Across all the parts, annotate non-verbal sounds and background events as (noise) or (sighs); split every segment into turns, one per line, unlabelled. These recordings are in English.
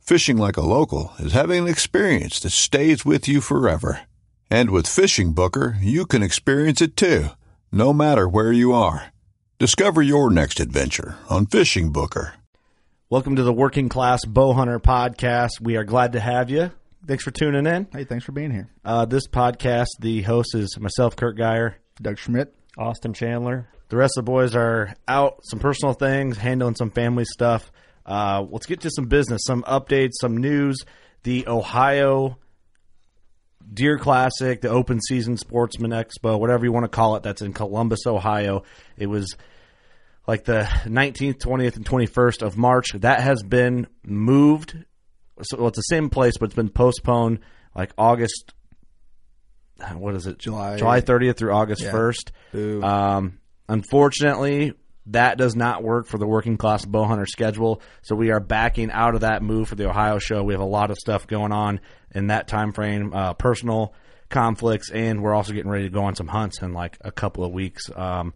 Fishing like a local is having an experience that stays with you forever. And with Fishing Booker, you can experience it too, no matter where you are. Discover your next adventure on Fishing Booker.
Welcome to the Working Class Bowhunter Podcast. We are glad to have you. Thanks for tuning in.
Hey, thanks for being here.
Uh, this podcast, the host is myself, Kurt Geyer.
Doug Schmidt.
Austin Chandler.
The rest of the boys are out, some personal things, handling some family stuff. Uh, let's get to some business, some updates, some news. The Ohio Deer Classic, the Open Season Sportsman Expo, whatever you want to call it, that's in Columbus, Ohio. It was like the 19th, 20th, and 21st of March. That has been moved. So well, it's the same place, but it's been postponed like August. What is it?
July-
July 30th through August
Yeah.
1st.
Boo.
Um, unfortunately, that does not work for the working class bow hunter schedule. So we are backing out of that move for the Ohio show. We have a lot of stuff going on in that time frame, uh, personal conflicts, and we're also getting ready to go on some hunts in like a couple of weeks. Um,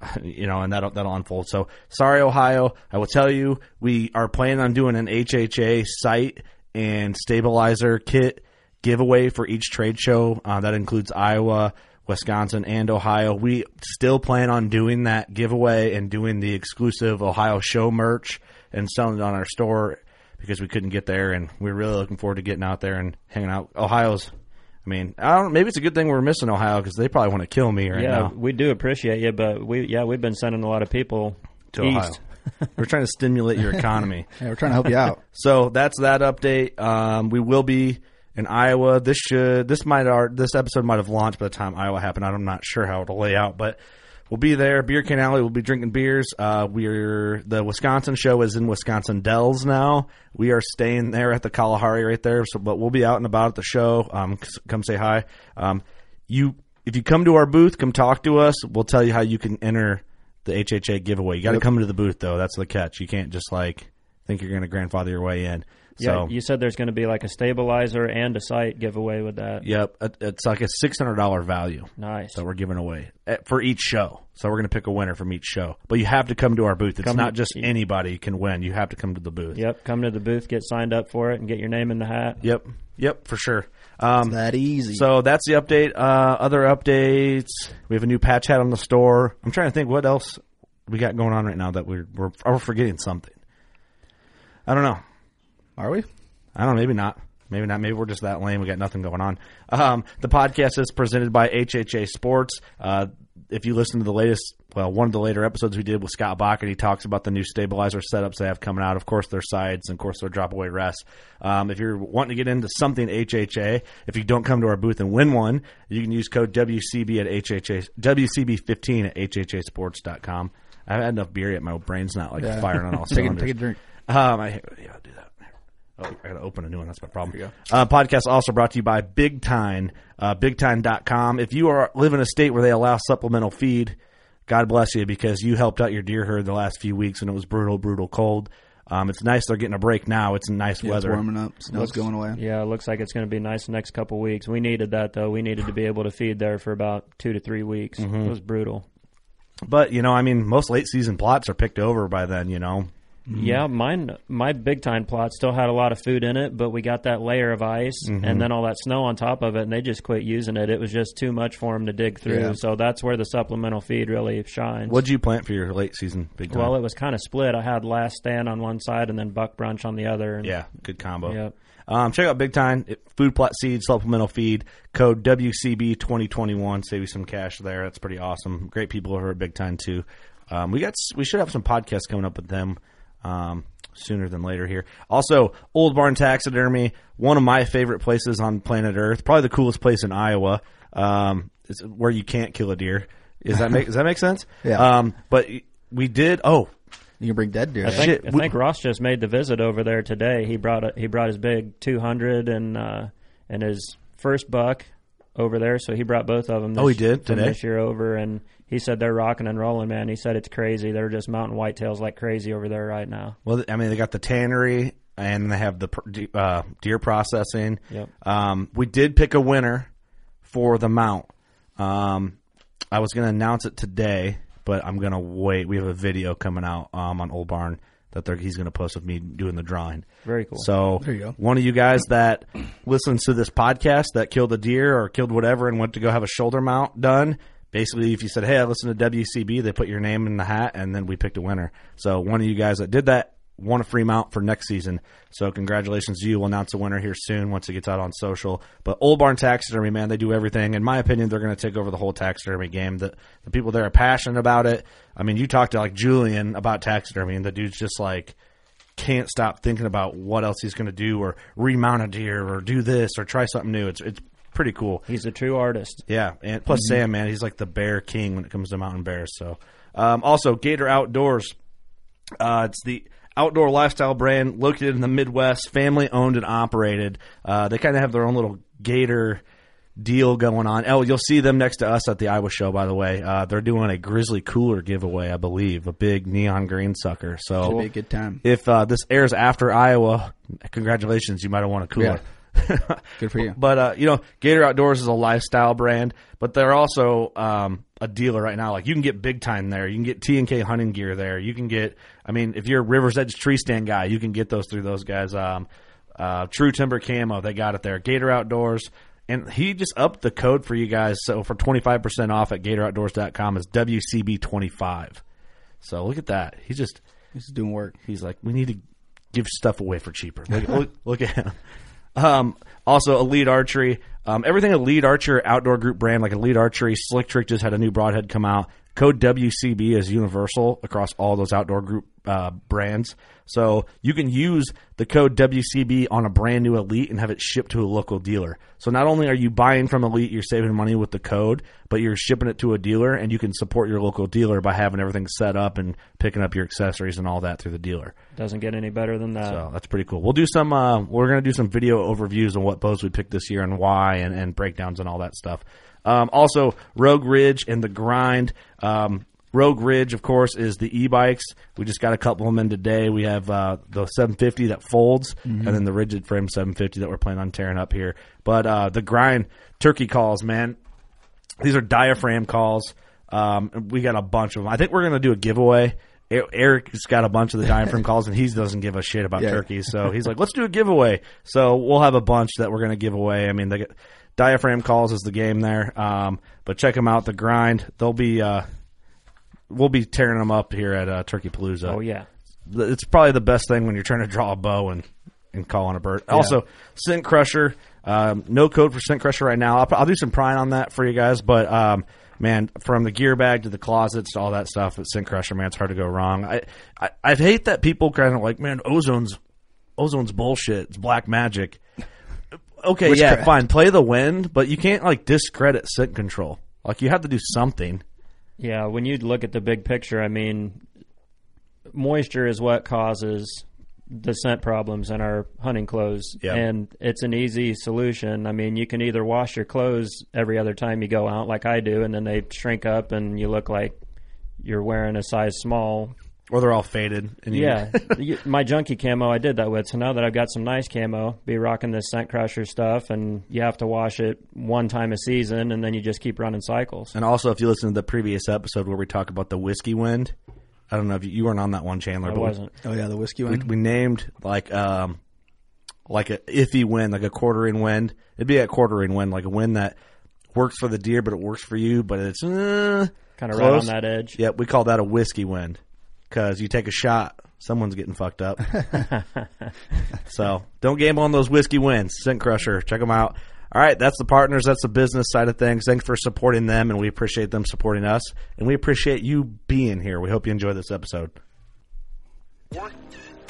(laughs) you know, and that'll that'll unfold. So sorry, Ohio. I will tell you, we are planning on doing an HHA site and stabilizer kit giveaway for each trade show. Uh, that includes Iowa, Wisconsin, and Ohio. We still plan on doing that giveaway and doing the exclusive Ohio show merch and selling it on our store because we couldn't get there, and we're really looking forward to getting out there and hanging out. Ohio's. I mean, I don't. Maybe it's a good thing we're missing Ohio because they probably want to kill me right
yeah,
now.
Uh, we do appreciate you, but we yeah we've been sending a lot of people
to
east.
Ohio. We're trying to stimulate your economy.
Hey, we're trying to help you out.
so that's that update. Um, we will be in Iowa. This should this might our this episode might have launched by the time Iowa happened. I'm not sure how it'll lay out, but we'll be there. Beer Can Alley. We'll be drinking beers. Uh, we're the Wisconsin show is in Wisconsin Dells now. We are staying there at the Kalahari right there. So, but we'll be out and about at the show. Um, c- come say hi. Um, you if you come to our booth, come talk to us. We'll tell you how you can enter the HHA giveaway. You got to come into the booth though. That's the catch. You can't just like think you're going to grandfather your way in.
Yeah,
So
you said there's going to be like a stabilizer and a site giveaway with that.
yep, it- it's like a six hundred dollar value
Nice.
that we're giving away at- for each show. So we're going to pick a winner from each show. But you have to come to our booth. It's not just anybody can win. You have to come to the booth.
Yep, come to the booth, get signed up for it, and get your name in the hat.
Yep. Yep. For sure.
(laughs)
Um,
that easy.
So that's the update. Uh, other updates: we have a new patch hat on the store. I'm trying to think what else we got going on right now that we're we're, are we forgetting something. I don't know.
Are we?
I don't know. Maybe not. Maybe not. Maybe we're just that lame. We got nothing going on. Um, the podcast is presented by HHA Sports. Uh, if you listen to the latest, well, one of the later episodes we did with Scott Bach, and he talks about the new stabilizer setups they have coming out. Of course, their sides, and of course, their drop away rests. Um, if you're wanting to get into something HHA, if you don't come to our booth and win one, you can use code WCB at HHA, WCB15 at HHAsports.com. I haven't had enough beer yet. My brain's not like firing on all
(laughs) Take a,
cylinders.
take a drink.
Um, I yeah, I'll do that. Oh, I gotta open a new one. That's my problem. Uh, podcast also brought to you by Big Time, uh, BigTime.com. If you are live in a state where they allow supplemental feed, God bless you because you helped out your deer herd the last few weeks and it was brutal, brutal cold. Um, it's nice they're getting a break now. It's nice
Yeah, it's
weather.
warming up. Snow's going away.
Yeah, it looks like it's going to be nice the next couple weeks. We needed that though. We needed to be able to feed there for about two to three weeks.
Mm-hmm.
It was brutal.
But you know, I mean, most late season plots are picked over by then. You know,
Yeah, mine my big time plot still had a lot of food in it, but we got that layer of ice and then all that snow on top of it, and they just quit using it. It was just too much for them to dig through.
Yeah.
So that's where the supplemental feed really shines.
what'd you plant for your late season big time?
well, it was kind of split. I had Last Stand on one side and then Buck Brunch on the other. And
yeah, good combo.
Yep.
Um, check out Big Time it, Food Plot Seed Supplemental Feed code WCB twenty twenty one. Save you some cash there. That's pretty awesome. Great people over at Big Time too. Um, we got s- we should have some podcasts coming up with them um, sooner than later here. Also, Old Barn Taxidermy, one of my favorite places on planet Earth, probably the coolest place in Iowa. Um, it's where you can't kill a deer. Is that make, does that make sense?
Yeah.
Um, but we did. Oh
You can bring dead deer.
I think,
Shit,
I
we-
think Ross just made the visit over there today. He brought a, he brought his big 200 and uh, and his first buck over there. So he brought both of them. This,
Oh, he did
from
today?
this year over, and he said they're rocking and rolling, man. He said it's crazy. They're just mountain whitetails like crazy over there right now.
Well, I mean, they got the tannery and they have the pr- de- uh, deer processing.
Yep.
Um, we did pick a winner for the mount. Um, I was going to announce it today, but I'm going to wait. We have a video coming out um, on Old Barn that they're, he's going to post of me doing the drawing.
Very cool.
So
There you go.
one of you guys that listens to this podcast that killed a deer or killed whatever and went to go have a shoulder mount done, basically if you said, "Hey, I listened to WCB," they put your name in the hat, and then we picked a winner. So one of you guys that did that won a free mount for next season. So congratulations to you. We'll announce a winner here soon once it gets out on social. But Old Barn Taxidermy, man, they do everything. In my opinion, they're going to take over the whole taxidermy game. The, the people there are passionate about it. I mean, you talked to like Julian about taxidermy, and the dude's just like can't stop thinking about what else he's going to do or remount a deer or do this or try something new. It's it's pretty cool.
He's a true artist.
Yeah, and plus
Mm-hmm.
Sam, man, he's like the bear king when it comes to mountain bears. So, um, also Gator Outdoors, uh, it's the outdoor lifestyle brand located in the Midwest, family owned and operated. Uh, they kind of have their own little gator deal going on. Oh, you'll see them next to us at the Iowa Show, by the way. Uh, they're doing a grizzly cooler giveaway, I believe, a big neon green sucker. So
It'll be a good time.
if uh, this airs after Iowa, congratulations, you might have won a cooler. (laughs)
Good for you.
But uh, you know, Gator Outdoors is a lifestyle brand, but they're also um, a dealer right now. Like you can get big time there. You can get T and K hunting gear there. You can get. I mean, if you're a Rivers Edge tree stand guy, you can get those through those guys. Um, uh, True Timber Camo, they got it there. Gator Outdoors. And he just upped the code for you guys. So for 25% off at gatoroutdoors.com is WCB25. So look at that. He just
This is doing work.
He's like, we need to give stuff away for cheaper. Look, look, look at him. Um, also, Elite Archery. Um, everything Elite Archer outdoor group brand, like Elite Archery, Slick Trick just had a new broadhead come out. Code WCB is universal across all those outdoor group uh, brands. So you can use the code WCB on a brand new Elite and have it shipped to a local dealer. So not only are you buying from Elite, you're saving money with the code, but you're shipping it to a dealer and you can support your local dealer by having everything set up and picking up your accessories and all that through the dealer.
Doesn't get any better than that.
So that's pretty cool. We'll do some. Uh, we're gonna do some video overviews on what bows we picked this year and why, and, and breakdowns and all that stuff. Um, also, Rogue Ridge and the Grind. Um, Rogue Ridge, of course, is the e-bikes. We just got a couple of them in today. We have uh, the 750 that folds, and then the rigid frame 750 that we're planning on tearing up here. But uh, the Grind turkey calls, man these are diaphragm calls. Um, we got a bunch of them. I think we're going to do a giveaway. E- Eric's got a bunch of the diaphragm calls, and he doesn't give a shit about
Yeah.
turkeys. So he's like, let's do a giveaway. So we'll have a bunch that we're going to give away. I mean, they get, diaphragm calls is the game there. Um, but check them out. The grind. They'll be. Uh, we'll be tearing them up here at uh, Turkey Palooza.
oh yeah.
Th- it's probably the best thing when you're trying to draw a bow and and call on a bird. Also, scent crusher. Um, no code for scent crusher right now. I'll, I'll do some prying on that for you guys, but um, man, from the gear bag to the closets to all that stuff, at scent crusher, man, it's hard to go wrong. I I, I hate that people kind of like, man, ozone's ozone's bullshit. It's black magic. Okay, yeah,
Witchcraft.
fine. Play the wind, but you can't like discredit scent control. Like you have to do something.
Yeah, when you look at the big picture, I mean, moisture is what causes the scent problems in our hunting clothes,
Yeah.
and it's an easy solution. I mean, you can either wash your clothes every other time you go out, like I do, and then they shrink up, and you look like you're wearing a size small.
Or they're all faded. And you-
Yeah, (laughs) You- my junky camo I did that with. So now that I've got some nice camo, be rocking this scent crusher stuff, and you have to wash it one time a season, and then you just keep running cycles.
And also, if you listen to the previous episode where we talk about the whiskey wind, I don't know if you, you weren't on that one, Chandler.
I
but we-
wasn't.
Oh yeah, the whiskey
We,
one.
we named like um like a iffy wind, like a quartering wind. It'd be a quartering wind, like a wind that works for the deer, but it works for you, but it's uh,
Kind of right on
close.
that edge.
Yep, we call that a whiskey wind because you take a shot, someone's getting fucked up. so don't gamble on those whiskey wins. Scent Crusher, check them out. All right, that's the partners. That's the business side of things. Thanks for supporting them, and we appreciate them supporting us. And we appreciate you being here. We hope you enjoy this episode.
One,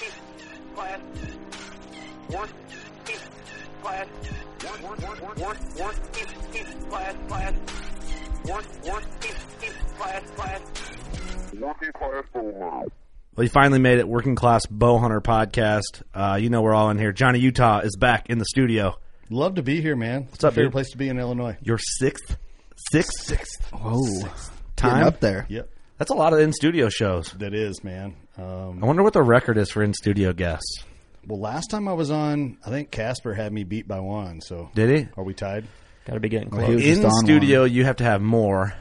two, quiet. One, two, quiet. One, one, one, one, one, two, quiet, quiet. One, one, two, quiet, quiet. One, two, quiet, four.
Well, you finally made it, Working Class Bow Hunter podcast. Uh, you know we're all in here. Johnny Utah is back in the studio.
Love to be here, man. What's
up,
Favorite
dude?
place to be in Illinois.
Your sixth, sixth, sixth
Oh,
time
up there.
Yep,
That's a lot of in studio shows.
that is, man. Um,
I wonder what the record is for in studio guests.
well, last time I was on, I think Casper had me beat by one. So
Did he?
are we tied?
Got to be getting
he
close.
was- just
In
on one.
studio, you have to have more.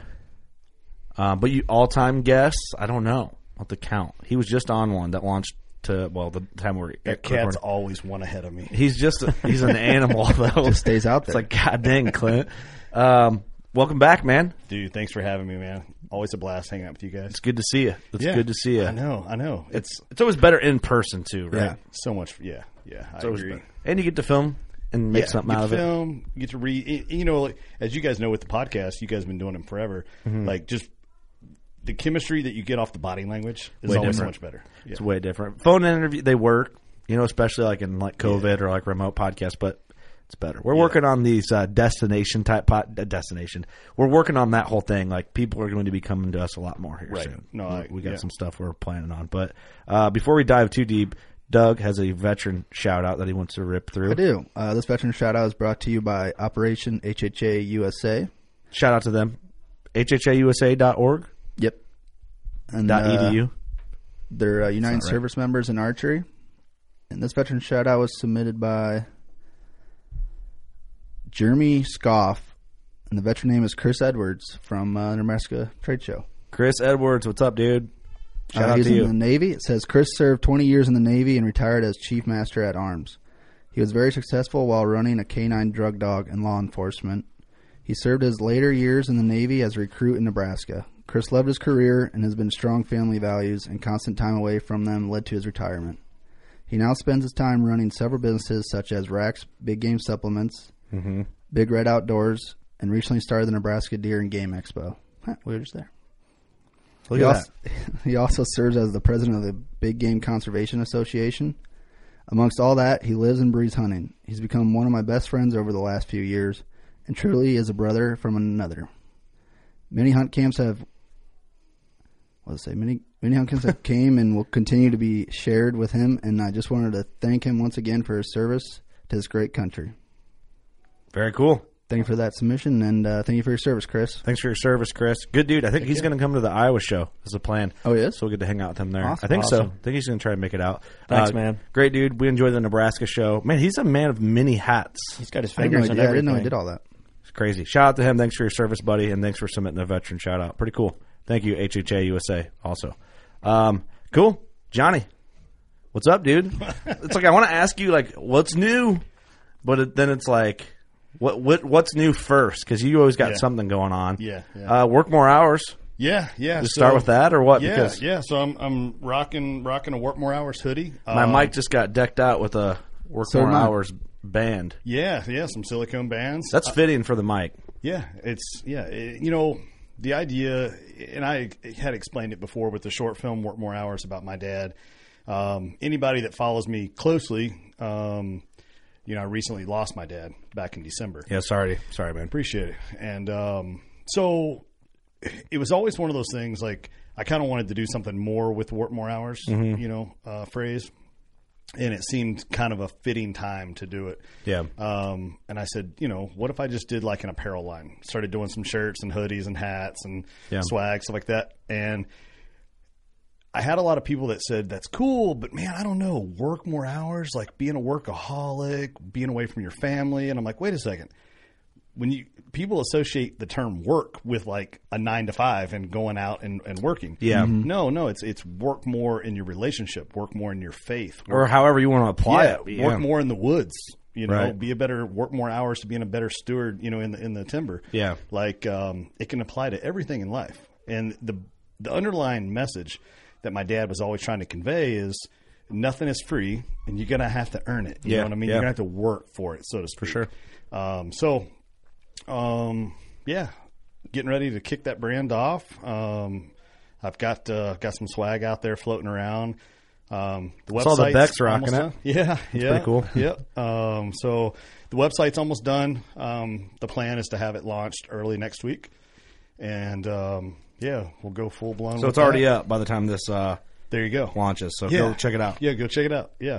Uh, but you all time guests, I don't know. I'll have to count. He was just on one that launched to well the time we're
That cat's always one ahead
(laughs)
of me.
He's just he's an animal though.
(laughs) Just stays out
It's
there.
like God dang Clint. Um, welcome back, man.
Dude, thanks for having me, man. Always a blast hanging out with you guys.
It's good to see you. It's good to see you.
I know. I know. It's
It's always better in person too, right?
Yeah.
so much. Yeah, yeah. I
It's always
agree.
better. And you get to film and make
Yeah,
something
get
out of
to
it.
film, Get to re, you know, like, as you guys know with the podcast, you guys have been doing them forever.
Mm-hmm.
Like just the chemistry that you get off the body language is
Way
always so
different.
much better. Yeah.
It's way different. Phone interview they work, you know, especially like in like COVID or like remote podcasts, but it's better. We're working on these uh, destination type pod, uh, destination. We're working on that whole thing. Like people are going to be coming to us a lot more here
Right.
soon.
No,
we,
I-
we got
yeah.
some stuff we're planning on. But uh, before we dive too deep, Doug has a veteran shout out that he wants to rip through.
I do. Uh, this veteran shout out is brought to you by Operation HHA USA.
Shout out to them. HHAUSA.org.
Yep. And
Dot E
uh,
edu.
They're uh, United Service members in archery. And this veteran shout out was submitted by Jeremy Scoff. And the veteran name is Chris Edwards from uh, Nebraska Trade Show.
Chris Edwards, what's up, dude? Shout
Uh,
out
he's
to
in
you.
the Navy. It says Chris served 20 years in the Navy and retired as Chief Master at Arms. He was very successful while running a canine drug dog in law enforcement. He served his later years in the Navy as a recruit in Nebraska. Chris loved his career and has been strong family values and constant time away from them led to his retirement. He now spends his time running several businesses such as Racks Big Game Supplements,
Mm-hmm.
Big Red Outdoors, and recently started the Nebraska Deer and Game Expo. Huh, we were just there
Look
he,
at
also, (laughs) he also serves as the president of the Big Game Conservation Association. Amongst all that, he lives and breathes hunting. He's become one of my best friends over the last few years and truly is a brother from another. Many hunt camps have what did I say? Many many hunt camps have came and will continue to be shared with him and I just wanted to thank him once again for his service to this great country.
Very cool.
Thank you for that submission and uh, thank you for your service, Chris.
Thanks for your service, Chris. Good dude. I think he's going to come to the Iowa show. Is the plan?
Oh, he is?
So we'll get to hang out with him there.
Awesome.
I think so.
Awesome.
I think he's going to try and make it out. Uh,
Thanks, man.
Great dude. We enjoy the Nebraska show. Man, he's a man of many hats.
He's got his
I didn't, know
fingers
he
in
did, I
everything.
didn't know he did all that.
It's crazy. Shout out to him. Thanks for your service, buddy, and thanks for submitting the veteran shout out. Pretty cool. Thank you, HHA USA. Also, um, cool, Johnny. What's up,
(laughs)
dude? it's like I want to ask you like what's new, but it, then it's like what what what's new first because you always got
Yeah.
something going on.
Yeah, yeah.
Uh, work more hours.
Yeah, yeah.
Just start with that or what?
Yeah,
because
yeah. So I'm I'm rocking rocking a Warp More Hours hoodie.
my
Um,
mic just got decked out with a work
So
more
did mine.
hours band.
Yeah, yeah. Some silicone bands.
That's
Uh,
fitting for the mic.
yeah. It's yeah. it- you know the idea, and I had explained it before with the short film Warp More Hours about my dad. Um, anybody that follows me closely, um, you know, I recently lost my dad back in December.
Yeah, sorry, sorry, man.
Appreciate it. And um, so it was always one of those things like I kind of wanted to do something more with work more hours, you know, uh, phrase. And it seemed kind of a fitting time to do it.
Yeah.
Um, and I said, you know, what if I just did like an apparel line? Started doing some shirts and hoodies and hats and
Yeah.
swag, stuff like that. And I had a lot of people that said that's cool, but man, I don't know, work more hours, like being a workaholic, being away from your family, and I'm like, wait a second. When you people associate the term work with like a nine to five and going out and, and working, Mm-hmm.
Yeah. Mhm.
no, no, it's it's work more in your relationship, work more in your faith,
or however you want to apply
yeah,
it. but
work more in the woods. You know,
Right.
be a better work more hours to being a better steward. You know, in the in the timber.
Yeah.
like um, it can apply to everything in life. And the the underlying message that my dad was always trying to convey is nothing is free, and you're gonna have to earn it. You
Yeah,
know what I mean?
yeah.
You're gonna have to work for it, so to speak. For sure. Um, so, um, yeah, getting ready to kick that brand off. Um, I've got uh, got some swag out there floating around. Um, the
Saw the
website's
Beck's rocking
almost
it.
done. Yeah, yeah,
pretty cool.
Yep. Um, so the website's almost done. Um, the plan is to have it launched early next week, and um, yeah, we'll go full blown.
So it's already up by the time this uh,
There you go.
launches. So
Yeah.
go check it out.
Yeah, go check it out. Yeah,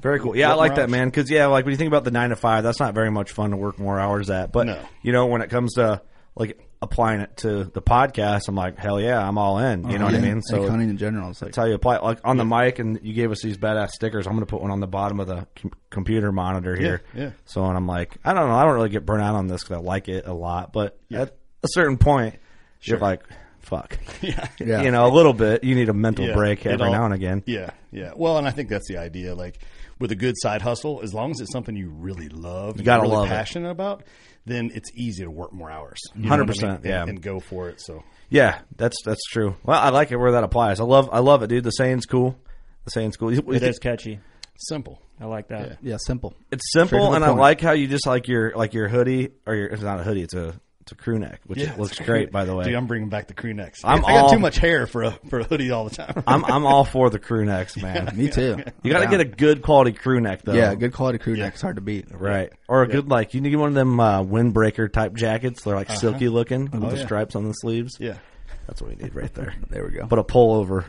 Very cool. Yeah, I
Work
like
more
that,
hours.
man. Because yeah, like when you think about the nine to five, that's not very much fun to work more hours at. But
No.
you know, when it comes to like applying it to the podcast, I'm like, hell yeah, I'm all in. You know what I
Yeah,
mean?
and
So
hunting in general, it's like
that's how you apply. it. Like on the mic, and you gave us these badass stickers. I'm going to put one on the bottom of the com- computer monitor here.
yeah.
So and I'm like, I don't know. I don't really get burnt out on this because I like it a lot. But at a certain point, you're like, fuck. Yeah.
Yeah.
You know, a little bit. You need a mental
Yeah,
break
it
every
all-
now and again.
Yeah, yeah. Well, and I think that's the idea. Like with a good side hustle, as long as it's something you really love, you
gotta
really
love it.
passionate about, then it's easy to work more hours. You know what I
100%,
mean?
yeah.
and, and go for it. So
Yeah, that's that's true. Well, I like it where that applies. I love I love it, dude. The saying's cool. The saying's cool. You-
It is catchy.
simple.
I like that.
yeah, simple.
It's
Straight to
simple,
the
and I
point.
like how you just like your like your hoodie or your it's not a hoodie. It's a it's a crew neck, which
Yeah,
looks
it's-
great by the way.
Dude, I'm bringing back the crew necks.
I'm
I got
all-
too much hair for a for a hoodie all the time.
I'm I'm all for the crew necks, (laughs) man.
Me too.
You got to
Yeah.
get a good quality crew neck though.
yeah, good quality crew neck. It's hard to beat.
Right, or a good like you need one of them uh, windbreaker type jackets. They're like silky looking with the
yeah.
stripes on the sleeves.
yeah.
that's what we need right there.
There we go.
(laughs) but a pullover.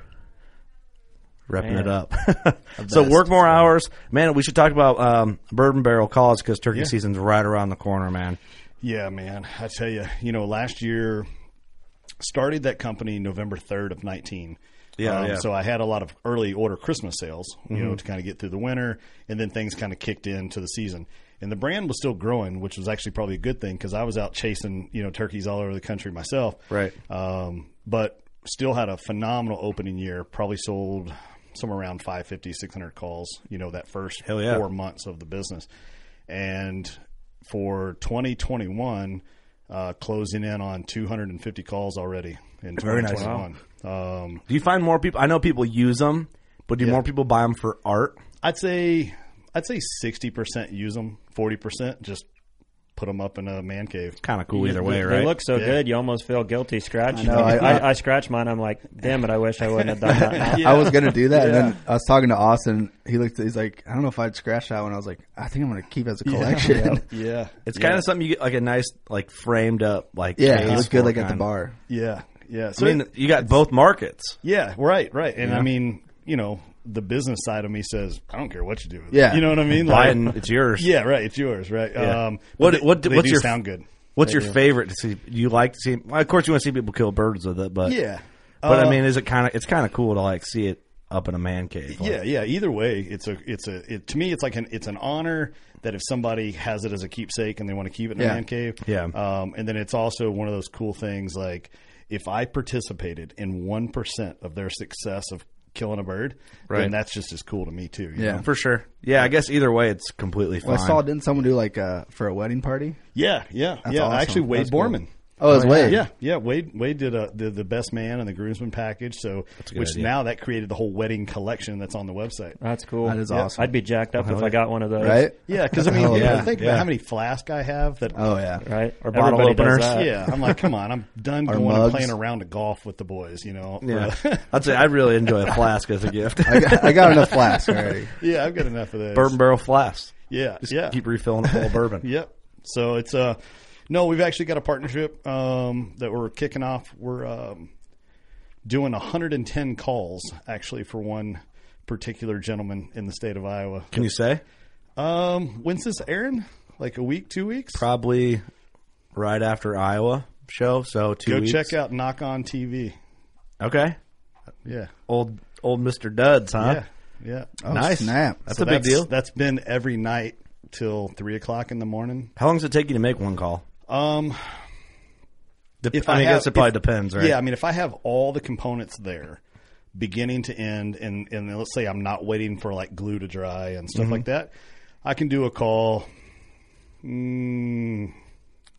Repping
Man.
it up. (laughs) so work more hours. Man, we should talk about um, Bourbon Barrel cause because turkey season's right around the corner, man.
Yeah, man. I tell you, you know, last year started that company November 3rd of 19.
Yeah, yeah. Mm-hmm.
So I had a lot of early order Christmas sales, you know, to kind of get through the winter, and then things kind of kicked into the season. And the brand was still growing, which was actually probably a good thing because I was out chasing, you know, turkeys all over the country myself.
Right.
Um, but still had a phenomenal opening year. Probably sold somewhere around 550, 600 calls, you know, that first
Hell yeah.
four months of the business. And for 2021, uh, closing in on 250 calls already in
Very nice.
2021. Um,
Do you find more people? I know people use them, but do more people buy them for art?
I'd say I'd say 60% use them, 40% just put them up in a man cave.
Kind of cool either way,
They
right?
look so good, you almost feel guilty scratching.
know,
them. I,
I-
(laughs) I, scratch mine. I'm like, damn it! I wish I wouldn't have done
(laughs)
that.
I was gonna do that, and then I was talking to Austin. He looked. He's like, I don't know if I'd scratch that one. I was like, I think I'm gonna keep it as a collection. Yeah, (laughs)
Yeah.
it's kind of something you get like a nice like framed up like
it
case
looks good
for
like at the
kind.
bar.
Yeah. Yeah.
I
So
mean, you got both markets.
Yeah, right, right. And I mean, you know, the business side of me says, I don't care what you do with it.
Yeah.
You know what I mean?
Biden, it's yours.
Yeah, right. It's yours, right? Um,
What-
but they-
what-
they
what's
do
your-
sound good?
What's your favorite to see? You like to see? Well, of course, you want to see people kill birds with it, but
Yeah.
But I
Uh,
mean, is it kind of? It's kind of cool to like see it up in a man cave. like-
Yeah, yeah. Either way, it's a, it's a, it, to me, it's like an, it's an honor that if somebody has it as a keepsake and they want to keep it in
Yeah.
a man cave.
Yeah.
Um, and then it's also one of those cool things like if I participated in one percent of their success of killing a bird,
Right.
then that's just as cool to me too. you
Yeah.
know?
for sure. Yeah, I guess either way, it's completely fine.
Well, I saw didn't someone do like uh, for a wedding party?
yeah, yeah, yeah.
awesome.
Actually, Wade
That's cool.
Borman.
Oh, it was Wade.
Yeah, yeah. Wade Wade did a did the best man and the groomsman package. So
good
which
idea.
now that created the whole wedding collection that's on the website.
That's cool.
That is awesome.
I'd be jacked up if I got one of those.
right.
Yeah, because
(laughs)
I mean,
Oh,
you know,
yeah.
think
Yeah.
about how many flask I have that.
Oh yeah,
Right.
Or bottle
Everybody does
openers.
that.
(laughs) yeah, I'm like, come on, I'm done
Our
going and
mugs.
playing a round of golf with the boys. You know.
Yeah, I'd say I really enjoy a flask as a gift.
I got enough flasks already.
(laughs) yeah, I've got enough of those.
bourbon barrel flask.
Yeah,
Just
yeah.
keep refilling a full of
(laughs)
bourbon.
Yep. So it's uh no, we've actually got a partnership um, that we're kicking off. We're um, doing 110 calls actually for one particular gentleman in the state of Iowa.
Can you say?
Um, when's this airing? Like a week, two weeks?
Probably right after Iowa show. So two
Go
weeks.
check out Knock on TV.
Okay.
Yeah.
Old old Mister Duds, huh?
Yeah. Yeah.
Oh,
Nice.
snap.
That's
So
a big deal.
That's been every night till three o'clock in the morning.
How long does it take you to make one call?
Um,
Dep-
If
I,
I
mean, I
have-
guess it probably
if-
depends, right?
Yeah, I mean, if I have all the components there, beginning to end, and and then let's say I'm not waiting for like glue to dry and stuff
Mm-hmm.
like that, I can do a call. Mm,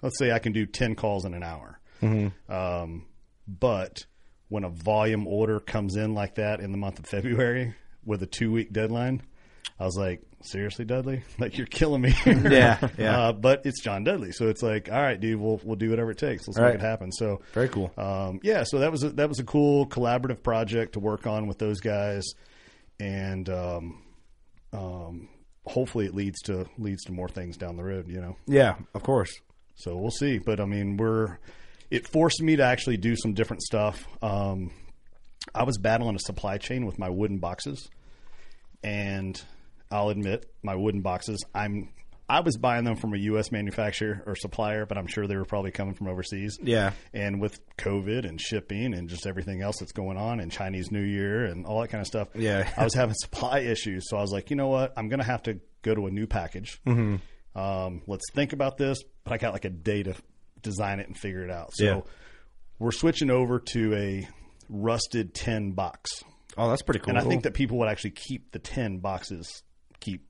let's say I can do ten calls in an hour.
Mm-hmm.
Um, but when a volume order comes in like that in the month of February with a two week deadline, I was like, seriously, Dudley, (laughs) like you're killing me.
(laughs) (laughs)
(laughs)
Yeah, yeah.
Uh, but it's John Dudley, so it's like, all right, dude, we'll we'll do whatever it takes. Let's
Right.
make it happen. So
Very cool.
um, yeah, so that was a, that was a cool collaborative project to work on with those guys, and um, um, hopefully it leads to leads to more things down the road. You know,
yeah, of course.
so we'll see. But I mean, we're it forced me to actually do some different stuff. Um, I was battling a supply chain with my wooden boxes, and I'll admit my wooden boxes. I'm I was buying them from a U.S. manufacturer or supplier, but I'm sure they were probably coming from overseas.
Yeah.
And with COVID and shipping and just everything else that's going on and Chinese New Year and all that kind of stuff,
Yeah.
I was having supply issues. So I was like, you know what? I'm going to have to go to a new package.
Mm-hmm.
Um, let's think about this. But I got like a day to design it and figure it out. So
Yeah.
we're switching over to a rusted tin box.
Oh, that's pretty cool.
And I think that people would actually keep the tin boxes, keep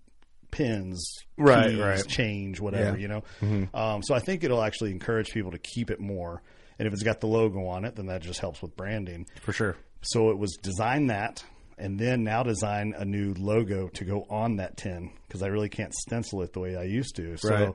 pins,
Right,
keys,
right.
change, whatever,
Yeah. Mm-hmm.
you know? Um, so I think it'll actually encourage people to keep it more. And if it's got the logo on it, then that just helps with branding.
for sure.
So it was design that and then now design a new logo to go on that tin because I really can't stencil it the way I used to. So
Right.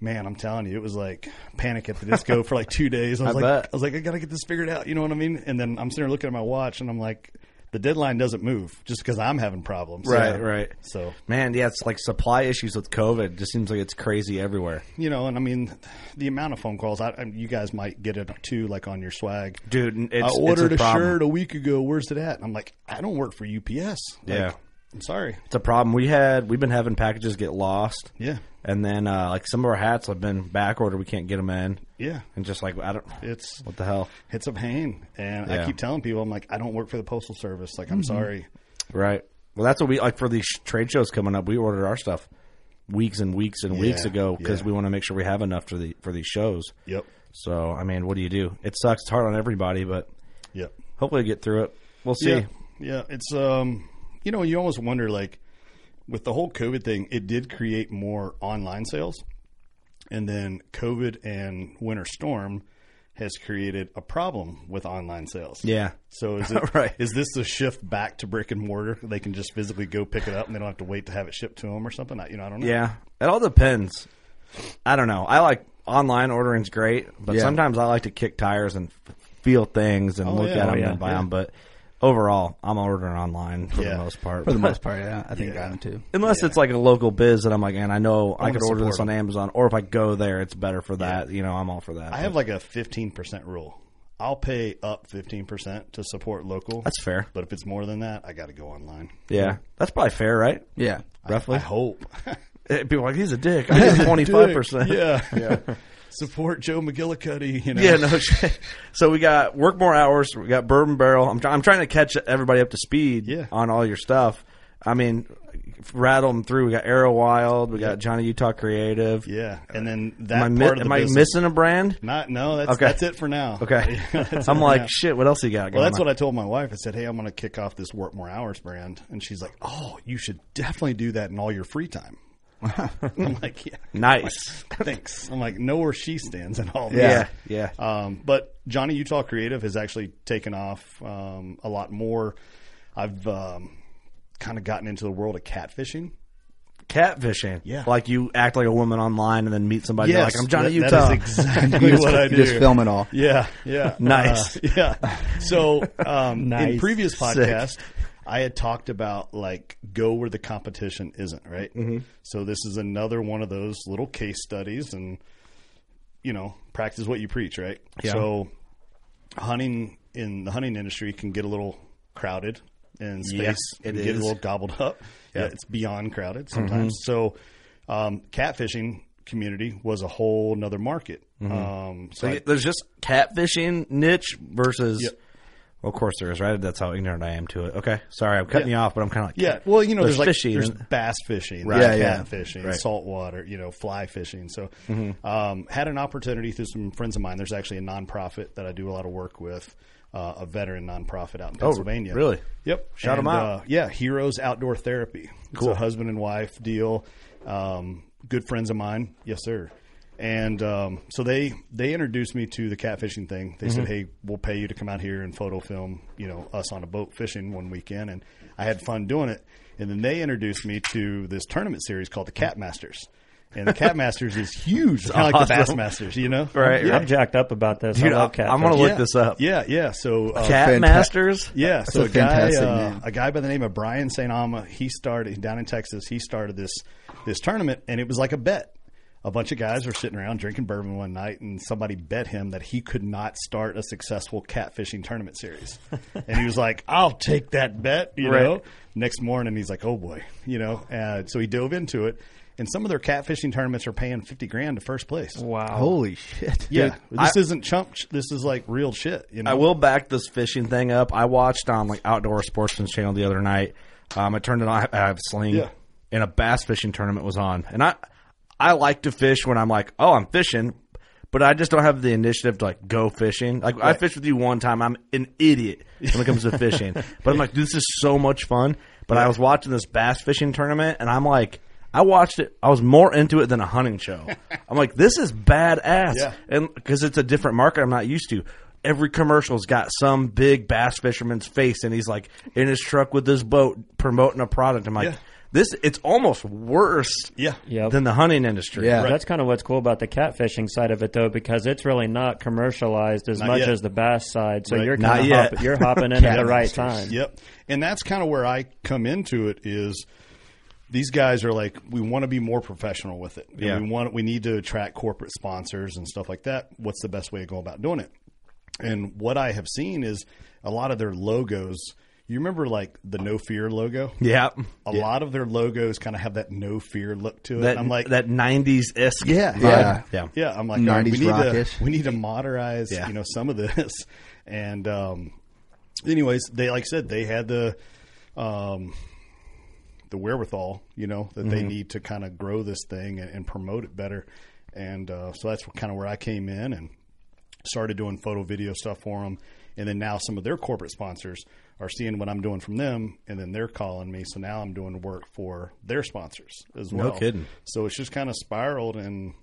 man, I'm telling you, it was like panic at the disco for like two days. (laughs) I was
I
like
bet.
I was like, I gotta get this figured out, you know what I mean? And then I'm sitting there looking at my watch and I'm like, the deadline doesn't move just because I'm having problems.
Right,
So-
right.
So
Man, yeah, it's like supply issues with COVID. Just seems like it's crazy everywhere,
you know, and I mean, the amount of phone calls. I, I you guys might get it too, like on your swag.
dude. n- It's,
I ordered
it's a,
a,
problem.
shirt a week ago. Where's it at? And I'm like, I don't work for UPS. Like,
Yeah.
I'm sorry.
It's a problem. We had we've been having packages get lost.
Yeah.
and then uh, like some of our hats have been back ordered. We can't get them in.
Yeah.
and just like I don't.
It's
what the hell?
it's a pain, and
Yeah. Mm-hmm.
I keep telling people, I'm like, I don't work for the postal service. Like, I'm sorry.
Right. Well, that's what we like for these sh- trade shows coming up. We ordered our stuff weeks and weeks and weeks
Yeah,
ago because
yeah.
we want to make sure we have enough for the for these shows.
Yep.
So I mean, what do you do? It sucks. It's hard on everybody, but
Yep.
hopefully we get through it. We'll see.
Yeah. Yeah. It's um, you know, you almost wonder like, with the whole COVID thing, it did create more online sales, and then COVID and winter storm has created a problem with online sales.
Yeah.
So
(laughs)
is it
Right.
is this the shift back to brick and mortar? They can just physically go pick it up, and they don't have to wait to have it shipped to them or something. I, you know, I don't know.
Yeah, it all depends. I don't know. I like online ordering's great, but
Yeah.
sometimes I like to kick tires and f- feel things and look
yeah.
at
Oh,
them
yeah.
and buy
Yeah.
them. But overall, I'm ordering online for
Yeah.
the most part.
For the most part, yeah. I think I am too.
(laughs) Unless it's like a local biz that I'm like, and I know I,
wanna
could order
support
this on Amazon, or if I go there, it's better for that. You know, I'm all for that.
I
But
have like a fifteen percent rule. I'll pay up fifteen percent to support local.
That's fair.
But if it's more than that, I got to go online.
yeah, that's probably fair, right?
Yeah.
Roughly.
I hope. (laughs)
Eh, People are like he's a dick. I get twenty five percent.
yeah,
(laughs)
yeah. support Joe McGillicuddy. You know.
Yeah, no shit. So we got work more hours. We got bourbon barrel. I'm, try- I'm trying to catch everybody up to speed
Yeah.
on all your stuff. I mean, rattle them through. We got Arrow Wild. We got Johnny Utah Creative.
yeah. And then that
Am I, mi-
part of the
am I
business-
missing a brand?
Not no. That's
Okay.
that's it for now.
Okay.
(laughs)
(laughs)
That's
I'm
it
like,
now.
shit, what else you got
Well,
going
that's
on?
what I told my wife. I said, "Hey, I'm going to kick off this work more hours brand," and she's like, "Oh, you should definitely do that in all your free time."
(laughs)
I'm like, "Yeah,
nice.
thanks." I'm like, "Know where she stands and all."
Yeah.
This.
Yeah.
Um, but Johnny Utah Creative has actually taken off um, a lot more. I've um, kind of gotten into the world of catfishing.
Catfishing.
Yeah.
Like you act like a woman online and then meet somebody. you're
Yes,
like, I'm Johnny
that-
Utah.
That
(laughs)
is exactly what I
You
do.
just film it all.
Yeah,
(laughs)
yeah.
Nice.
Uh, yeah. So um, in
Nice.
previous podcast, I had talked about like go where the competition isn't, right? Mm-hmm. So this is another one of those little case studies, and you know, practice what you preach, right?
Yeah.
So hunting in the hunting industry can get a little crowded and space
Yes, it
can get
is. Mm-hmm.
a little gobbled up. Yeah, it's beyond crowded sometimes. So um, catfishing community was a whole nother market. Um, so,
Mm-hmm. So
I-
there's just catfishing niche versus
Yep.
Well, of course there is, right? That's how ignorant I am to it. Okay, sorry, I'm cutting
Yeah.
you off, but I'm kind of like,
Yeah, well, you know, there's, like
fishy,
there's
isn't it?
bass fishing,
Right.
there's
Yeah, yeah.
cat fishing,
Right.
saltwater, you know, fly fishing. So, um, had an opportunity through some friends of mine. There's actually a nonprofit that I do a lot of work with, uh, a veteran nonprofit out in Pennsylvania.
really?
Yep.
Shout 'em
And,
out.
Uh, yeah, Heroes Outdoor Therapy. It's a husband and wife deal. Um, good friends of mine. Yes, sir. And um, so they they introduced me to the catfishing thing. They
Mm-hmm.
said, "Hey, we'll pay you to come out here and photo film, you know, us on a boat fishing one weekend." And I had fun doing it. And then they introduced me to this tournament series called the Cat Masters. And
(laughs)
the Cat Masters is huge, kind of like the Bass
awesome.
Masters, you know?
Right,
Yeah.
right.
I'm jacked up about this.
Dude,
I love
I-
catfish.
I'm gonna look
Yeah.
this up.
Yeah, yeah. So uh,
Cat
Fanta-
Masters.
yeah, so
a
a, guy,
fantastic
uh,
name.
a guy by the name of Brian St. Alma, he started down in Texas. He started this this tournament, and it was like a bet. A bunch of guys were sitting around drinking bourbon one night, and somebody bet him that he could not start a successful catfishing tournament series. and he was like, "I'll take that bet," you know. Next morning, he's like, "Oh boy," you know. Uh, so he dove into it, and some of their catfishing tournaments are paying fifty grand to first place.
wow.
Holy shit!
Yeah, this
I-
isn't chump. sh- This is like real shit. You know,
I will back this fishing thing up. I watched on like Outdoor Sportsman's channel the other night. Um, I turned it on. I have sling,
Yeah.
and a bass fishing tournament was on. And I, I like to fish when I'm like, oh, I'm fishing, but I just don't have the initiative to like go fishing. Like I fished with you one time. I'm an idiot when it comes to fishing, but I'm like, this is so much fun. But I was watching this bass fishing tournament, and I'm like. I watched it. I was more into it than a hunting show. I'm like, this is badass
Yeah.
and because it's a different market I'm not used to. Every commercial's got some big bass fisherman's face, and he's like in his truck with his boat promoting a product. I'm like,
Yeah.
this it's almost worse,
Yeah.
Yep.
than the hunting industry.
Yeah.
That's kind of what's cool about the catfishing side of it, though, because it's really not commercialized as
Not
much
yet.
as the bass side. So
Right.
you're
Not
kind
yet.
of hop, you're hopping in at
(laughs)
the right time.
Yep. And that's kind of where I come into it is these guys are like, we want to be more professional with it. And
Yeah.
We want we need to attract corporate sponsors and stuff like that. What's the best way to go about doing it? And what I have seen is a lot of their logos. You remember like the No Fear logo?
yeah.
A lot of their logos kind of have that No Fear look to it.
That
I'm like
that '90s esque.
Yeah,
Yeah.
yeah,
yeah, I'm like, all right, we
90s
need
rock-ish.
to we need to modernize,
Yeah.
you know, some of this. (laughs) And um, anyways, they like I said they had the um, the wherewithal, you know, that
Mm-hmm.
they need to kind of grow this thing and, and promote it better. And uh, so that's kind of where I came in and started doing photo video stuff for them. And then now some of their corporate sponsors are seeing what I'm doing from them, and then they're calling me. So now I'm doing work for their sponsors as well.
kidding.
So it's just kind of spiraled, and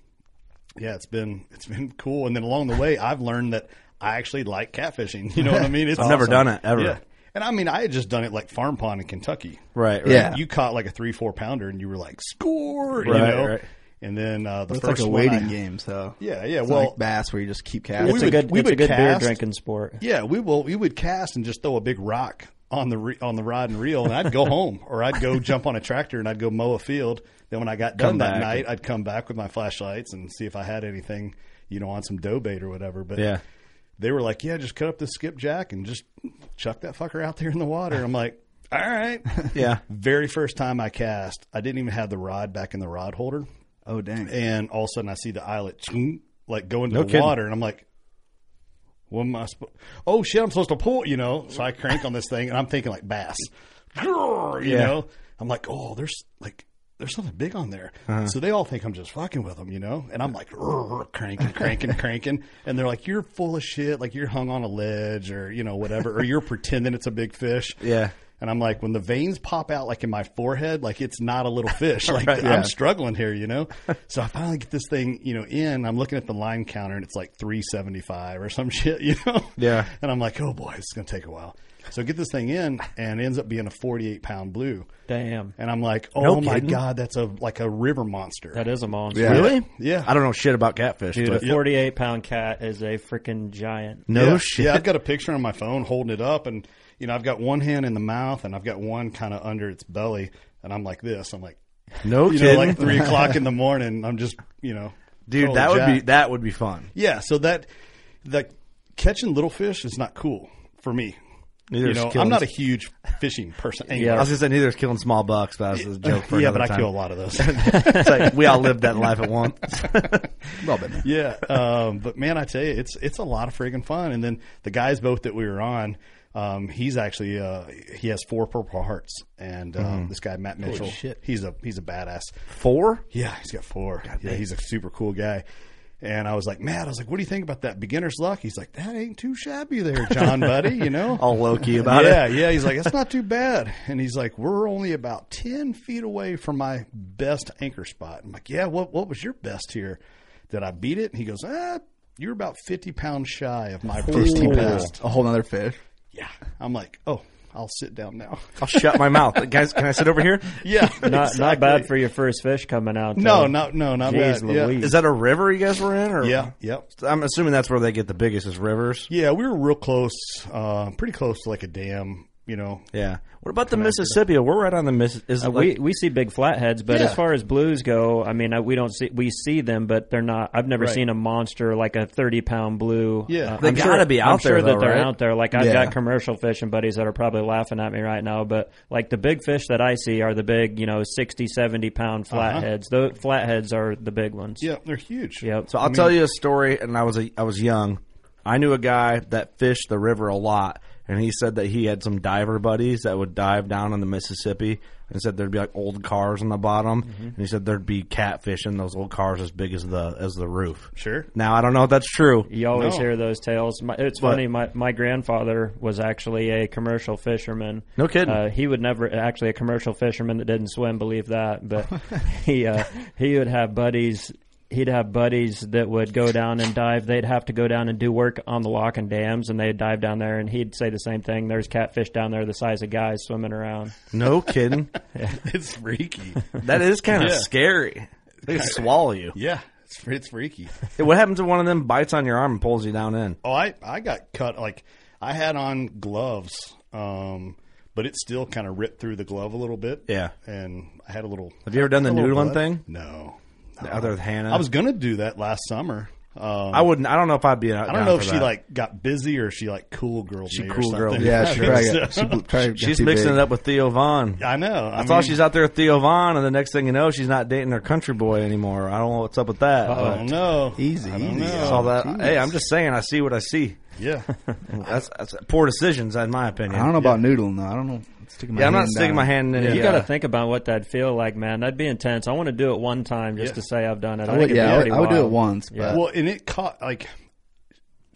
yeah, it's been it's been cool. And then along the way, I've learned that I actually like catfishing. You know what I mean?
(laughs)
It's
I've never done it, ever.
Yeah. And I mean, I had just done it like farm pond in Kentucky.
Right, right.
Yeah.
You caught like a three, four pounder, and you were like, score, you
Right,
know.
right.
And then uh, the
It's like
first
a
one I-
waiting game, so
Yeah, yeah,
It's
well-
like bass where you just keep
We
casting.
It's
would-
a good,
we
it's a
would
good beer
cast-
drinking sport.
Yeah, we will. We would cast and just throw a big rock on the re, on the rod and reel, and I'd go home or I'd
(laughs)
go jump on a tractor and I'd go mow a field. Then when I got done
Come
that
back.
night, I'd come back with my flashlights and see if I had anything, you know, on some dough bait or whatever. But
Yeah.
they were like, "Yeah, just cut up the skipjack and just chuck that fucker out there in the water." I'm like, "All right."
(laughs) Yeah.
Very first time I cast, I didn't even have the rod back in the rod holder
oh dang!
and all of a sudden I see the eyelet ching, like go into the
kidding.
water, and I'm like, "What am I? Sp- oh shit! I'm supposed to pull, you know?" So I crank on this thing, and I'm thinking like bass, Grrr, you
Yeah.
know. I'm like, "Oh, there's like." There's something big on there,
Uh-huh.
so they all think I'm just fucking with them, you know. And I'm like "Grrr," cranking, cranking, (laughs) cranking, and they're like, "You're full of shit. Like you're hung on a ledge, or you know, whatever, or you're pretending it's a big fish."
Yeah.
And I'm like, when the veins pop out like in my forehead, like it's not a
(laughs)
little fish. Like
yeah.
I'm struggling here,
(laughs)
you know? so I finally get this thing, you know, in. I'm looking at the line counter and it's like 375 or some (laughs) shit, you know?
Yeah.
And I'm like, oh boy, it's going to take a while. So I get this thing in and it ends up being a 48 pound blue.
Damn.
And I'm like, oh
No
my
kidding.
God, that's a like a river monster.
That is a monster.
Yeah.
Really?
Yeah.
I don't know shit about catfish,
Dude,
but
a 48 pound cat is a freaking
(laughs)
giant.
no
yeah.
oh, shit.
Yeah, I've got a picture on my phone holding it up, and you know, I've got one hand in the mouth, and I've got one kind of under its belly, and I'm like this. I'm like,
No
you
kidding.
know, like three o'clock
(laughs)
in the morning. I'm just, you know,
Dude,
totally
that would be
jacked.
that would be fun.
yeah. So that, that catching little fish is not cool for me.
Neither
you
is
know,
killing-
I'm not a huge fishing person. Angler.
I was gonna say neither is killing small bucks, but that was a joke for
(laughs) yeah,
another
but I
time.
kill a lot of those.
(laughs) it's like we all lived that life at once.
We've all been (laughs) there.
(laughs) yeah, um, but man, I tell you, it's it's a lot of friggin' fun. And then the guy's boat that we were on, um, he's actually uh, he has four Purple Hearts, and um, this guy Matt Mitchell,
shit.
he's a he's a badass.
Four?
Yeah, he's got four. yeah, he's a super cool guy. And I was like, Matt, I was like, what do you think about that beginner's luck? He's like, that ain't too shabby there, John, buddy. You know,
All low key about it.
yeah, yeah. He's like, that's not too bad. And he's like, we're only about ten feet away from my best anchor spot. I'm like, yeah. What What was your best here? Did I beat it? And he goes, ah, you're about fifty pounds shy of my first tee best.
A whole other fish.
Yeah. I'm like, oh, I'll sit down now. (laughs)
I'll shut my mouth. Guys, can I sit over here?
yeah.
Not
exactly.
not bad for your first fish coming out.
No,
though.
no, no, not
Oh. Jeez
bad. Yeah.
Louise.
Is that a river you guys were in? Or
Yeah. Yep.
I'm assuming that's where they get the biggest is rivers.
Yeah, we were real close, uh, pretty close to like a dam, you know.
Yeah. What about the Mississippi? We're right on the Mississippi. Is it
Uh,
like-
we we see big flatheads, but
Yeah.
as far as blues go, I mean, I, we don't see we see them, but they're not. I've never
Right.
seen a monster like a thirty pound blue.
Yeah.
Uh,
They
I'm
gotta
sure-
be
I'm
out there,
sure that
though,
they're
right?
out there. Like I've
Yeah.
got commercial fishing buddies that are probably laughing at me right now, but like the big fish that I see are the big, you know, 60, 70 pound flatheads. Those flatheads are the big ones.
Uh-huh. Yeah, they're huge.
Yep.
So I'll tell you a story. And I was a, I was young. I knew a guy that fished the river a lot, and he said that he had some diver buddies that would dive down on the Mississippi, and said there'd be like old cars on the bottom,
Mm-hmm.
and he said there'd be catfish in those old cars as big as the as the roof.
Sure. (laughs)
Now I don't know if that's true.
You always
No.
hear those tales. My, it's funny. My my grandfather was actually a commercial fisherman.
No kidding.
Uh, he would never actually a commercial fisherman that didn't swim. Believe
(laughs)
that, but he uh, he would have buddies. He'd have buddies that would go down and dive. They'd have to go down and do work on the lock and dams, and they'd dive down there. And he'd say the same thing. There's catfish down there the size of guys swimming around.
No kidding.
It's freaky.
(laughs)
That is kind of
Yeah.
scary. They swallow you.
yeah, it's, fr- it's freaky.
Hey, What happens if one of them bites on your arm and pulls you down in?
Oh, I, I got cut. Like, I had on gloves, um, but it still kind of ripped through the glove a little bit.
Yeah.
And I had a little.
Have you ever done the
a little
nude one
blood.
thing?
No.
The other with Hannah.
I was going to do that last summer. Um,
I wouldn't. I don't know if I'd be.
I don't know if she like got busy or she like cool girl.
She
me
cool
or
girl.
something.
Yeah, she probably
So-
got,
(laughs)
she bl- probably got
She's
too
mixing
big.
it up with Theo Vaughn.
I know. I,
I thought
mean,
she's out there with Theo Vaughn, and the next thing you know, she's not dating her country boy anymore. I don't know what's up with that.
I don't know.
(laughs)
Easy,
I don't
easy.
know.
but all that.
Oh,
Hey, I'm just saying. I see what I see. (laughs)
Yeah.
That's, that's poor decisions, in my opinion.
I don't know about noodling though. I don't know. Sticking my
Yeah, I'm not
hand
sticking
down.
my hand in. it.
uh, You got to think about what that'd feel like, man. That'd be intense. I want to do it one time just
Yeah.
to say I've done it. I,
I would,
think it'd be
yeah, I would,
pretty
I would do
wild.
it once, but
well, and it caught like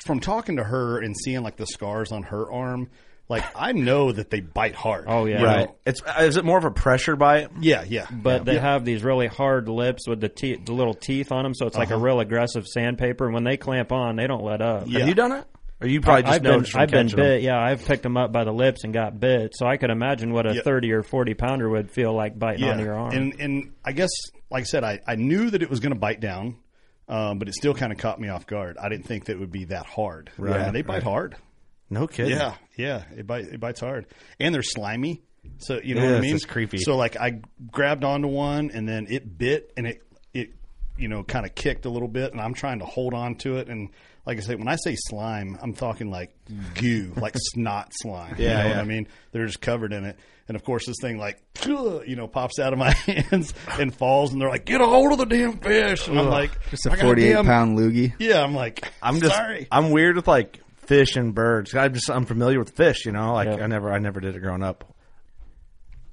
from talking to her and seeing like the scars on her arm. Like I know that they bite hard.
Oh, yeah.
you know?
Right. It's is it more of a pressure bite?
Yeah, yeah.
but they have these really hard lips with the, te- the little teeth on them, so it's like a real aggressive sandpaper. And when they clamp on, they don't let up.
Uh-huh. Yeah.
Have you done it? Or you probably just
I've been,
noticed from
I've been bit.
catching 'em?
Yeah, I've picked them up by the lips and got bit. So I could imagine what a
Yeah.
thirty or forty pounder would feel like biting onto your arm.
And and I guess like I said, I, I knew that it was going to bite down, um, but it still kind of caught me off guard. I didn't think that it would be that hard. Right. they bite hard.
No kidding.
Yeah, yeah. It bite it bites hard, and they're slimy. So you know
Yeah,
what I
it's
mean.
just creepy.
So like I grabbed onto one, and then it bit, and it it you know kind of kicked a little bit, and I'm trying to hold on to it, and like I say, when I say slime, I'm talking like goo, like snot slime. you
Yeah,
know
yeah.
what I mean. They're just covered in it, and of course this thing like (laughs) you know pops out of my (laughs) hands and falls, and they're like, get a hold of the damn fish, and I'm like,
just a
"I got
48
damn-"
pound loogie.
Yeah, I'm like,
I'm just
sorry.
I'm weird with like fish and birds. I'm just I'm familiar with fish, you know. Like
Yeah.
I never I never did it growing up.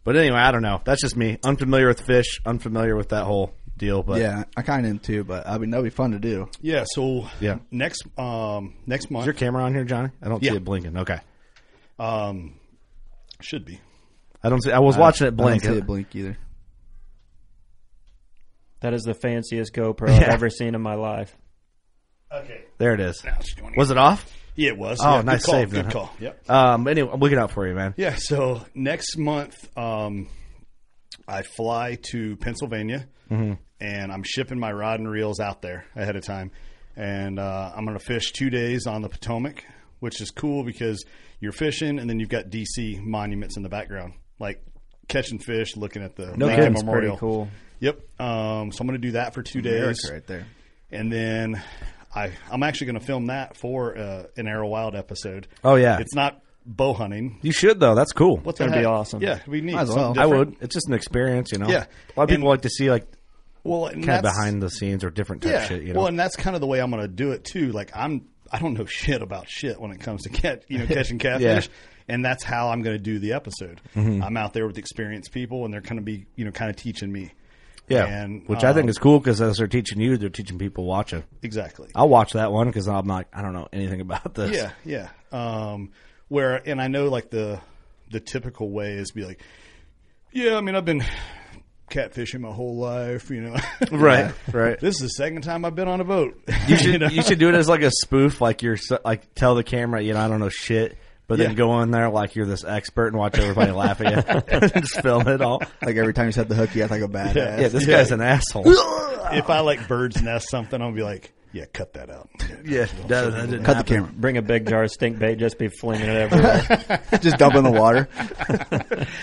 But anyway, I don't know. That's just me. Unfamiliar with fish, unfamiliar with that whole deal, but
Yeah, I kind of am too, but I mean that'd be fun to do.
yeah, so
Yeah.
next um next month
Is your camera on here, Johnny? I don't
Yeah.
see it blinking. Okay.
Um, should be.
I don't see I was watching it blink.
I don't see it blink either.
that is the fanciest GoPro
(laughs)
I've
Yeah.
ever seen in my life.
Okay.
There it is.
Now it's doing it.
Was it off?
Yeah, it was.
Oh,
yeah,
nice
good call,
save
Good
then.
call. Yep.
Um anyway, I'm looking out for you, man.
Yeah. So next month, um, I fly to Pennsylvania,
Mm-hmm.
and I'm shipping my rod and reels out there ahead of time, and uh, I'm going to fish two days on the Potomac, which is cool because you're fishing, and then you've got DC monuments in the background, like catching fish, looking at the
No
Lincoln
kidding. It's pretty
Memorial.
cool.
Yep. Um, so I'm going to do that for two days.
Eric right there.
and then I I'm actually going to film that for uh, an Arrow Wild episode.
Oh, yeah.
it's not bow hunting.
You should though. That's cool.
What's
That'd be awesome.
Yeah, we need
Might as
something
well.
I
different.
would. It's just an experience, you know.
Yeah.
A lot of people
And-
like to see like
Well, and
kind of
that's-
behind the scenes or different type shit. You know.
Well, and that's kind of the way I'm going to do it too. Like I'm, I don't know (laughs) shit about shit when it comes to catch, you know,
(laughs)
catching catfish. And that's how I'm going to do the episode.
Mm-hmm.
I'm out there with experienced people, and they're going to be, you know, kind of teaching me.
yeah.
and,
Which I think
um,
is cool because as they're teaching you, they're teaching people watching.
Exactly.
I'll watch that one because I'm like, I don't know anything about this.
Yeah, yeah. Um, where and I know like the the typical way is be like, yeah. I mean, I've been catfishing my whole life, you know. (laughs)
Right. Right.
This is the second time I've been on a boat. (laughs)
You should you should do it as like a spoof, like you're so- like tell the camera, you know, I don't know shit, but then
Yeah.
go in there like you're this expert and watch everybody laugh at you, (laughs) and just film it all.
Like every time you set the hook, you act like a badass.
Yeah, this (laughs) guy's an asshole.
if I like bird's nest something, I'll be like, yeah, cut that out.
yeah, that, that
(laughs)
didn't
Cut the
happen.
camera. (laughs)
Bring a big jar of stink bait, just be flinging
(laughs)
it everywhere.
Just dump in the water.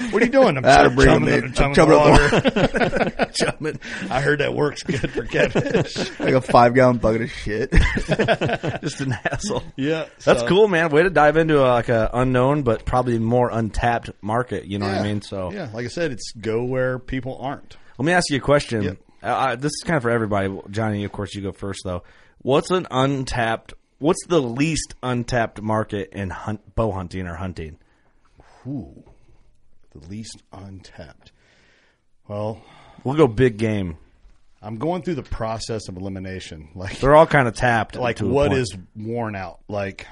What are you
(laughs)
doing? I'm
That'll bring
chumming
them
the-
in.
chumming
Chumming
the water. (laughs) Chumming. I heard that works good
(laughs)
for catfish.
Like a five gallon bucket of shit. (laughs)
Just an asshole.
yeah,
(laughs) That's
so-
cool, man. Way to dive into a, like a unknown but probably more untapped market. You know what I
Yeah.
mean? So
yeah, like I said, it's go where people aren't.
let me ask you a question.
Yep.
Uh, I, this is kind of for everybody. Johnny, of course, you go first though. What's an untapped? What's the least untapped market in hunt, bow hunting or hunting?
Ooh, the least untapped. Well,
We'll go big game.
I'm going through the process of elimination. (laughs) Like,
They're all kind of tapped.
like
to a
what
point.
is worn out? Like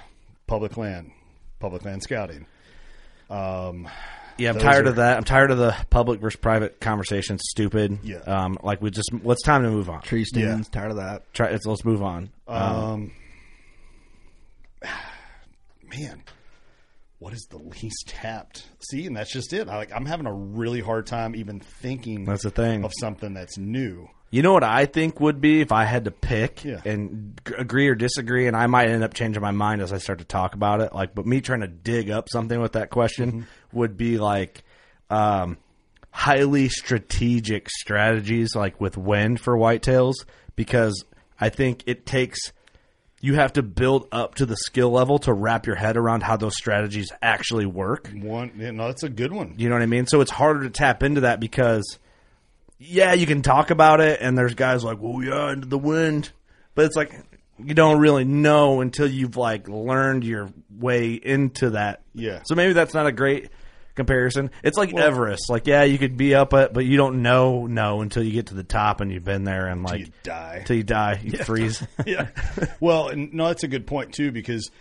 public land, public land scouting. Um,
Yeah, I'm
those
tired
are-
of that. I'm tired of the public versus private conversation. Stupid.
Yeah.
Um, like we just. What's time to move on?
Tree stands. Tired of that.
Try. Let's, let's move on.
Um, man, what is the least tapped? See, and that's just it. I, like I'm having a really hard time even thinking.
That's the thing.
of something that's new.
You know what I think would be if I had to pick
Yeah.
and g- agree or disagree, and I might end up changing my mind as I start to talk about it. Like, but me trying to dig up something with that question
Mm-hmm.
would be like um, highly strategic strategies, like with wind for whitetails, because I think it takes you have to build up to the skill level to wrap your head around how those strategies actually work.
One, you know, that's a good one.
You know what I mean? So it's harder to tap into that because, yeah, you can talk about it, and there's guys like, "Well, yeah, into the wind," but it's like you don't really know until you've like learned your way into that.
Yeah.
So maybe that's not a great comparison. It's like Everest. Like, yeah, you could be up it, but you don't know no until you get to the top and you've been there and like
you die.
till you die, you
(laughs)
freeze. (laughs)
yeah. Well, and no, that's a good point too because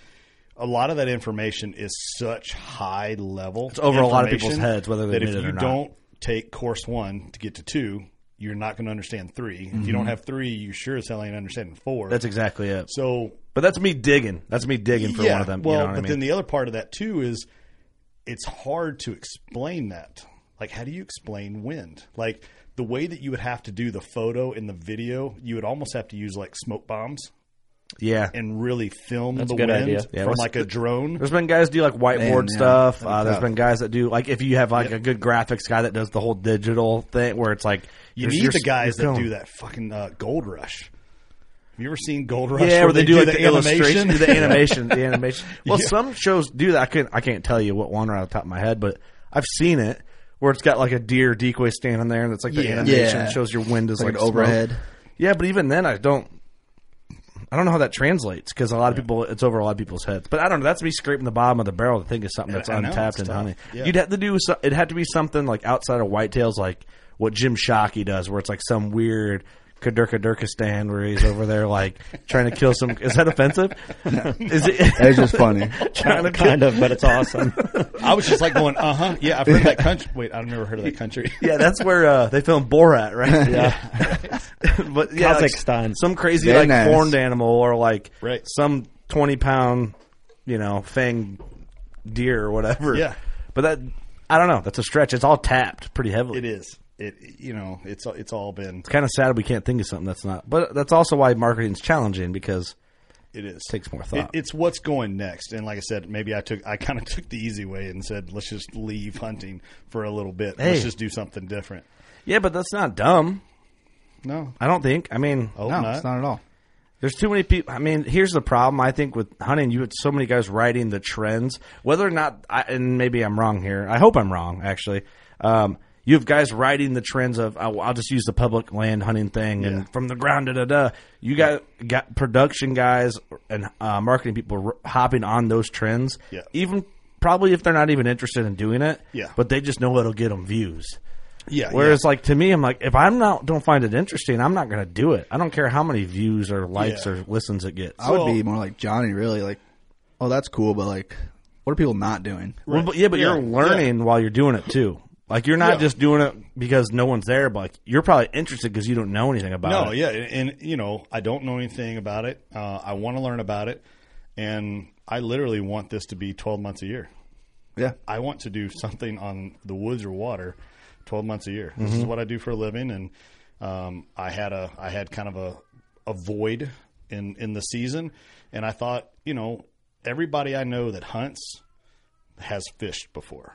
a lot of that information is such high level. It's
over a lot of people's heads, whether they
that
admit
if
it
you
or not.
don't take course one to get to two, you're not going to understand 3 If you don't have three, you sure as hell ain't understanding four.
Mm-hmm. that's exactly it.
so
but that's me digging. That's me digging for one of them.
Well,
you know what
but
I mean?
then the other part of that too is it's hard to explain that. Like, how do you explain wind? Like the way that you would have to do the photo and the video, you would almost have to use like smoke bombs
yeah.
and really film
That's
the
a good
wind
idea.
Yeah,
from
what's
like a drone.
There's been guys do like whiteboard
Man, yeah.
stuff.
That'd be
Uh, there's
tough.
been guys that do like if you have like a good graphics guy that does the whole digital thing where it's like
You
there's
need
your-
the guys
your
that
film.
do that fucking uh, Gold Rush. Have you ever seen Gold Rush?
Yeah, where they, do like the, illustration,
animation?
the
(laughs)
animation, the animation. Well,
Yeah.
some shows do that. I can't, I can't tell you what one right off the top of my head, but I've seen it where it's got like a deer decoy standing there, and it's like the
Yeah.
animation
Yeah.
shows your wind is
Like
like,
an
smoke.
overhead.
Yeah, but even then, I don't. I don't know how that translates because a lot of people, it's over a lot of people's heads. But I don't know. That's me scraping the bottom of the barrel to think of something
Yeah,
that's
I know,
untapped and
it's tough.
honey.
Yeah.
You'd have to do. so- It'd have to be something like outside of whitetails, like what Jim Shockey does, where it's like some weird Kadurka Durkistan where he's over there like trying to kill some. Is that
(laughs)
offensive? Is it?
It's just funny.
(laughs) trying to kill,
kind of, but it's awesome.
I was just like
(laughs)
going, uh huh. Yeah, I've heard that country. Wait, I've never heard of that country.
yeah, that's where uh, they film Borat, right?
(laughs)
Yeah.
(laughs) but yeah, like
Kazakhstan.
some crazy
Very
like
nice.
horned animal or like
Right.
some twenty pound, you know, fang deer or whatever.
Yeah.
but that I don't know. That's a stretch. It's all tapped pretty heavily.
It is. It you know it's it's all been
It's kind of sad we can't think of something that's not. But that's also why marketing's challenging because
it is
takes more thought.
It, it's what's going next, and like I said, maybe I took I kind of (laughs) took the easy way and said let's just leave hunting for a little bit.
Hey.
Let's just do something different.
yeah, but that's not dumb.
No,
I don't think. I mean,
oh
No,
not.
it's not at all.
There's too many people. I mean, here's the problem. I think with hunting, you had so many guys writing the trends. Whether or not, I, and maybe I'm wrong here. I hope I'm wrong. Actually, um, you have guys writing the trends of. Oh, I'll just use the public land hunting thing and from the ground. Da da da. You got got production guys and uh, marketing people r- hopping on those trends.
Yeah.
Even probably if they're not even interested in doing it.
Yeah.
But they just know it'll get them views.
Yeah.
Whereas, like to me, I'm like, if I'm not don't find it interesting, I'm not going to do it. I don't care how many views or likes
Yeah.
or listens it gets.
I would be more like Johnny, really. Like, oh, that's cool, but like, what are people not doing?
Well, but, yeah, but
Yeah.
you're learning while you're doing it too. Like you're not
Yeah.
just doing it because no one's there, but like you're probably interested because you don't know anything about
no,
it.
Oh, yeah, and and, you know, I don't know anything about it. Uh, I want to learn about it, and I literally want this to be 12 months a year.
Yeah,
I want to do something on the woods or water 12 months a year.
Mm-hmm.
This is what I do for a living. And um, I had a, I had kind of a, a void in, in the season. And I thought, you know, everybody I know that hunts has fished before.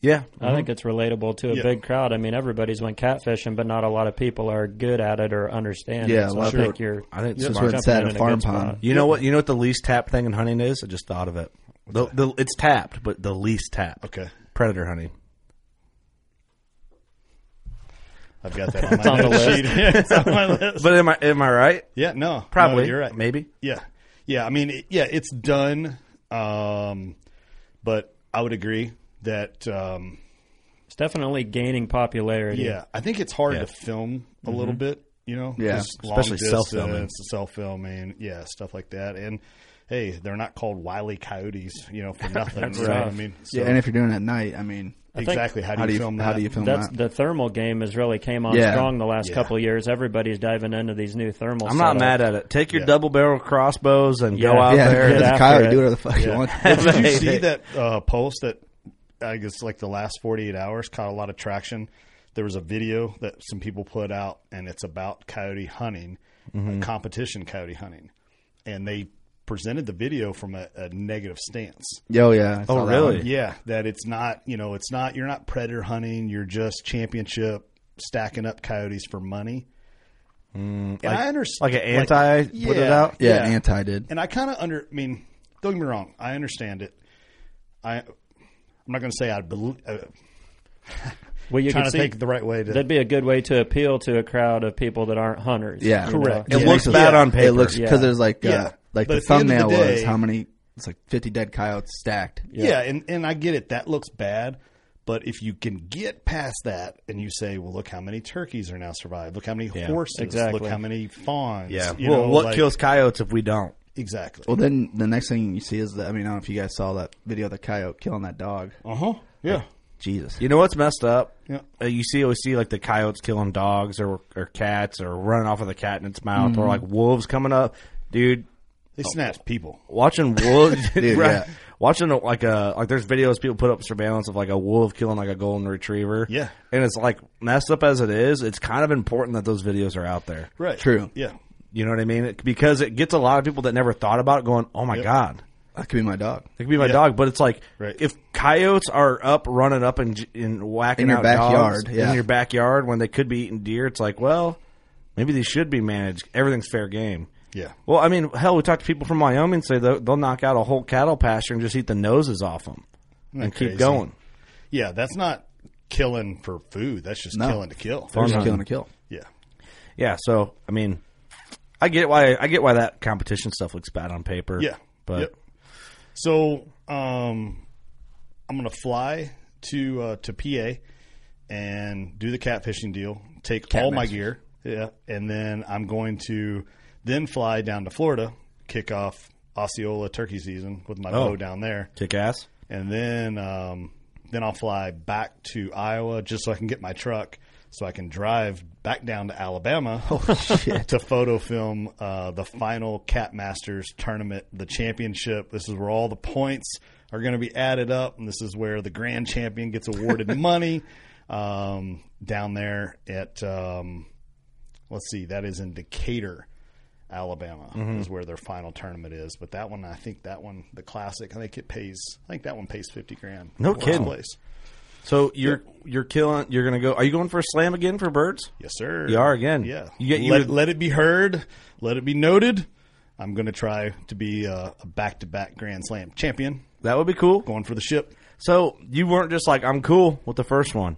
yeah.
Uh,
I think it's relatable to a
Yeah.
big crowd. I mean, everybody's went catfishing, but not a lot of people are good at it or understand.
Yeah,
it.
a
so
lot
I
of
think
people-
you're.
I think it's
that's
smart.
what it said.
in
A
a
farm
good spot.
pond.
You know what? You know what the least tapped thing in hunting is? I just thought of it. The, the, it's tapped, but the least tapped.
Okay.
Predator hunting.
I've
(laughs)
got that on my
on the
note sheet. (laughs) it's on my list.
But am I am I right?
Yeah, no, no,
Probably.
you're right.
Maybe.
Yeah, yeah. I mean, it, yeah, it's done. Um, but I would agree that um,
It's definitely gaining popularity.
Yeah, I think it's hard
Yeah.
to film a little bit, you know.
Mm-hmm. Yeah.
just long
Especially self-filming.
distance, self-filming, yeah, stuff like that. And hey, they're not called wily coyotes, you
(laughs)
know, for nothing. you know what I
right.
mean, so,
yeah. And if you're doing it at night, I mean,
exactly. How do,
how do
you
you
film that?
how do you film
That's
that?
the thermal game has really came on
Yeah.
strong the last
Yeah.
couple of years. Everybody's diving into these new thermal.
I'm not
setups.
mad at it. Take your
Yeah.
double barrel crossbows and go
Yeah.
out
yeah,
there.
get
it's
after
coyote,
it.
do whatever the fuck you want.
Well, Did you
Hey,
see
hey.
that uh, post that I guess like the last 48 hours caught a lot of traction? There was a video that some people put out, and it's about coyote hunting,
Mm-hmm.
uh, competition coyote hunting, and they presented the video from a, a negative stance.
Yo, yeah. I saw that
really?
one.
Yeah, that it's not, you know, it's not, you're not predator hunting. You're just championship stacking up coyotes for money. and I understand.
Mm, like an anti put it out.
Yeah, anti did.
And I kind of under, I mean, don't get me wrong. I understand it. I, I'm not going to say I believe, uh,
Well, you
trying
can see
to think the right way to,
that'd be a good way to appeal to a crowd of people that aren't hunters.
Yeah,
You know?
Correct.
It looks bad on paper.
It looks because
Yeah.
there's like uh,
Yeah.
like
But
the
at the end of the
thumbnail was
day-
how many. It's like 50 dead coyotes stacked.
yeah. and, and I get it. That looks bad. But if you can get past that and you say, well, look how many turkeys are now survived. Look how many horses.
exactly.
Look how many fawns. you
Well,
know,
what
like-
kills coyotes if we don't?
Exactly.
Well, then the next thing you see is that I mean I don't know if you guys saw that video of the coyote killing that dog.
Uh huh. Yeah.
Jesus.
You know what's messed up?
Yeah.
Uh, you see, always see like the coyotes killing dogs or or cats or running off with a cat in its mouth
Mm-hmm.
or like wolves coming up, dude.
They snatch people.
(laughs)
Watching wolves, (laughs)
Dude,
right?
yeah.
Watching a, like a like there's videos people put up surveillance of like a wolf killing like a golden retriever.
Yeah.
and it's like messed up as it is. It's kind of important that those videos are out there.
Right.
True.
Yeah.
You know what I mean? It- because it gets a lot of people that never thought about it going, "Oh my god,
That could be my dog.
It could be my
Yeah.
dog, but it's like
Right.
if coyotes are up, running up and, j- and whacking
In your
out
backyard,
dogs
yeah.
in your backyard when they could be eating deer, it's like, well, maybe they should be managed. Everything's fair game.
Yeah.
Well, I mean, hell, we talked to people from Wyoming say they'll, they'll knock out a whole cattle pasture and just eat the noses off them and
crazy?
keep going.
Yeah. That's not killing for food. That's just
No.
killing to kill.
They're just
hunting.
killing to kill.
Yeah.
Yeah, so I mean, I get why I get why that competition stuff looks bad on paper.
Yeah.
but
Yep. So um, I'm gonna fly to uh, to PA and do the catfishing deal. Take all my gear. Yeah. And then I'm going to then fly down to Florida, kick off Osceola turkey season with my
Oh.
bow down there.
kick ass.
and then um, then I'll fly back to Iowa just so I can get my truck so I can drive back down to Alabama to photo film uh, the final Cat Masters tournament, the championship. This is where all the points are going to be added up, and this is where the grand champion gets awarded money um, down there at. Um, let's see, that is in Decatur, Alabama, is where their final tournament is. But that one, I think that one, the classic, I think it pays. I think that one pays fifty grand.
No
First
kidding.
Place.
So you're you're killing. You're gonna go. Are you going for a slam again for birds?
Yes, sir.
You are again.
Yeah.
You get- you
let,
would-
let it be heard. Let it be noted. I'm going to try to be uh, a back to back Grand Slam champion,
That would be cool.
going for the ship.
So you weren't just like, I'm cool with the first one.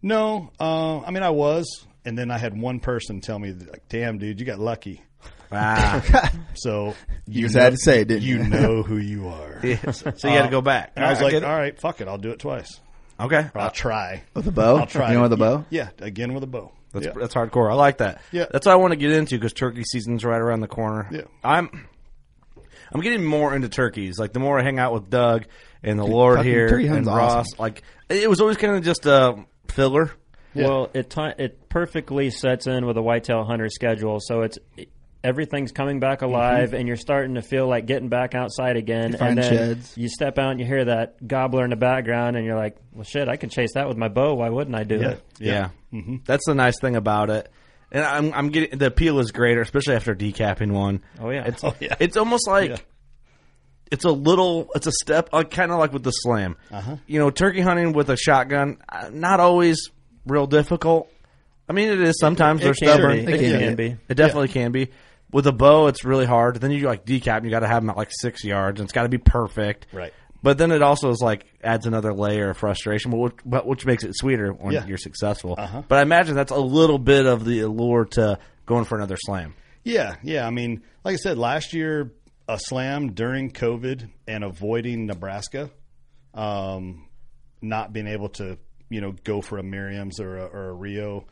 No, uh, I mean I was, and then I had one person tell me, like, "Damn, dude, you got lucky."
Ah. (laughs)
So
You just had to say it, didn't
you
you?
know who
(laughs)
you are.
so you had to go back.
And I was like,
get it.
"All right, fuck it, I'll do it twice.
okay.
Or I'll try."
With a bow?
I'll try.
You know,
it.
with a bow?
Yeah, again with a bow.
That's,
yeah.
that's hardcore. I like that.
Yeah.
that's what I want to get into because turkey season's right around the corner.
Yeah.
I'm I'm getting more into turkeys. Like the more I hang out with Doug and the Lord
fucking
here
turkey
and
hunting's
Ross, like it was always kind of just a filler.
Well, it ti it perfectly sets in with a whitetail hunter schedule, so it's everything's coming back alive, and you're starting to feel like getting back outside again.
find
and then
sheds.
you step out and you hear that gobbler in the background, and you're like, "Well, shit, I could chase that with my bow. Why wouldn't I do it?"
Yeah, Mm-hmm. that's the nice thing about it. And I'm I'm getting the appeal is greater, especially after decapping one.
Oh, yeah.
it's
Oh,
yeah.
it's almost like. It's a little, it's a step, like, kind of like with the slam.
Uh-huh.
You know, turkey hunting with a shotgun, uh, not always real difficult. I mean, it is sometimes.
It
They're
can
stubborn.
be. It
can
can be.
It definitely can be. With a bow, it's really hard. Then you like decap, and you got to have them at like six yards, and it's got to be perfect.
Right.
But then it also is like adds another layer of frustration, but which, but which makes it sweeter when
Yeah.
you're successful.
Uh-huh.
But I imagine that's a little bit of the allure to going for another slam.
Yeah, yeah. I mean, like I said, last year a slam during COVID and avoiding Nebraska, um, not being able to you know go for a Miriam's or a, or a Rio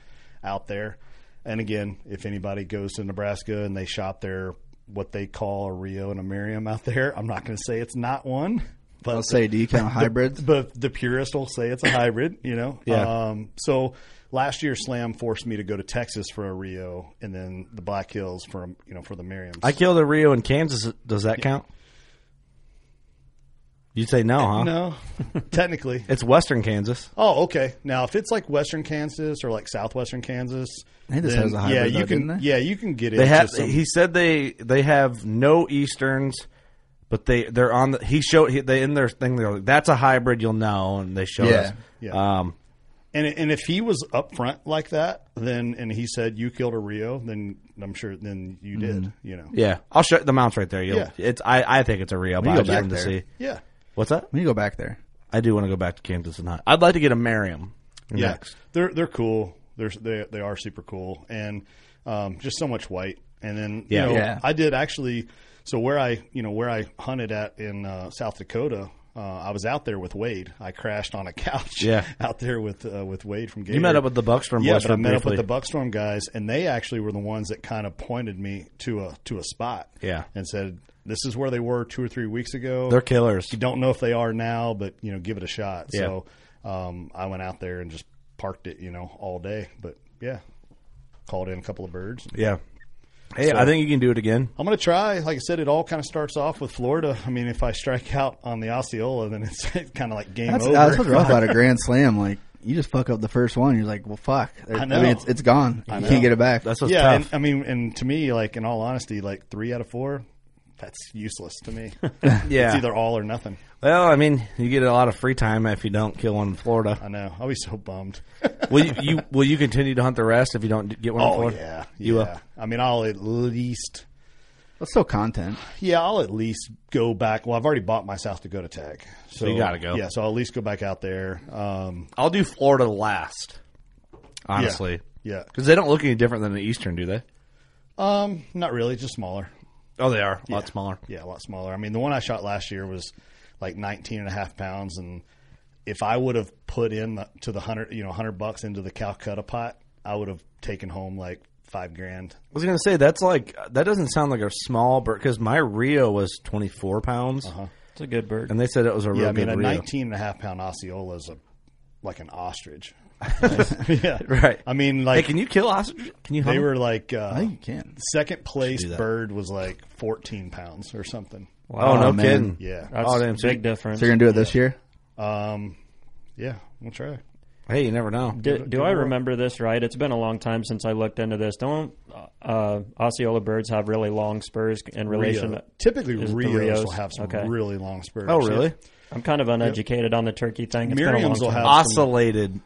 out there. And again, if anybody goes to Nebraska and they shot their what they call a Rio and a Miriam out there, I'm not going to say it's not one, but
I'll say, do you count hybrids?
but the purist will say it's a hybrid, you know?
Yeah.
Um, so last year, Slam forced me to go to Texas for a Rio and then the Black Hills for, um, you know, for the Merriams. (laughs)
I killed a Rio in Kansas. Does that count? You'd say no, huh?
no, technically.
It's Western Kansas.
Oh, okay. Now, if it's like Western Kansas or like Southwestern Kansas,
think this
then,
has a hybrid
yeah, you
though,
can,
didn't it?
yeah, you can get
They
into
have.
some-
He said they they have no Easterns, but they they're on. The, he showed he, they in their thing. They're like, that's a hybrid. You'll know, and they showed
Yeah.
us.
Yeah.
Um,
and and if he was upfront like that, then and he said you killed a Rio, then I'm sure then you did, you know.
yeah. I'll show the mounts right there. You'll,
Yeah.
It's I I think it's a Rio. But
can
I
go
just
back
wanted to
there.
see.
Yeah.
What's that?
When you go back there.
I do want to go back to Kansas and hunt. I'd like to get a Merriam
Yeah,
next.
they're they're cool. They're they they are super cool, and um, just so much white. And then
Yeah.
you know,
Yeah.
I did actually. So where I you know where I hunted at in uh, South Dakota, uh, I was out there with Wade. I crashed on a (laughs) couch.
Yeah.
out there with uh, with Wade from Gator.
You met up with the Buckstorm
yeah,
boys
but I
for
met up
briefly.
with the Buckstorm guys, and they actually were the ones that kind of pointed me to a to a spot.
Yeah.
and said this is where they were two or three weeks ago.
They're killers.
You don't know if they are now, but you know, give it a shot.
Yeah.
So um, I went out there and just parked it, you know, all day. But yeah, called in a couple of birds.
Yeah. Hey, I think you can do it again.
I'm gonna try. Like I said, it all kind of starts off with Florida. I mean, if I strike out on the Osceola, then it's (laughs) kind of like game
That's,
over.
that's what's rough (laughs) about a grand slam. Like you just fuck up the first one, you're like, well, fuck. I,
know.
mean, it's, it's gone. You
know.
can't get it back.
That's what's
yeah, and,
tough.
I mean, and to me, like in all honesty, like three out of four, that's useless to
(laughs)
me.
yeah.
It's either all or nothing.
well, I mean, you get a lot of free time if you don't kill one in Florida.
(laughs) I know. I'll be
(laughs)
so bummed.
will you, you will you continue to hunt the rest if you don't get one in
oh
Florida?
yeah,
You will?
yeah. I mean, I'll at least
That's still content.
Yeah, I'll at least go back. Well, I've already bought my South Dakota tag, so,
you gotta go.
Yeah, so I'll at least go back out there. Um,
I'll do Florida last. Honestly,
yeah,
because they don't look any different than the Eastern, do they?
um, not really, just smaller.
Oh, they are a lot smaller.
Yeah, a lot smaller. I mean, the one I shot last year was like 19 and a half pounds, and if I would have put in the, to the hundred, you know, hundred bucks into the Calcutta pot, I would have taken home like five grand.
I was gonna say that's like that doesn't sound like a small bird because my Rio was twenty four pounds,
(laughs) It's a good bird.
and they said it was a real
Uh-huh. Yeah, I mean,
good
a
Rio.
19 and a half pound Osceola is a like
(laughs)
an ostrich. (laughs) yeah,
(laughs) Right.
I mean,
hey,
like
can you kill ostrich? Can you? Hunt
they
them?
were like uh,
I think you can.
second place
do that.
bird was like 14 pounds or something.
Oh, no
Oh, man.
kidding!
Yeah.
That's
oh,
a
damn, so
big
you-
difference.
So you're gonna do it this year?
Um, yeah, we'll try.
Hey, you never know.
Do, do I remember this right? It's been a long time since I looked into this. Don't uh, Osceola birds have really long spurs in relation?
Rio. Typically,
is
Rios,
the Rios?
will have some
Okay.
really long spurs.
Oh, really?
Yeah.
I'm kind of uneducated on the turkey thing. It's been a long
Miriams will
time.
have some.
Oscillated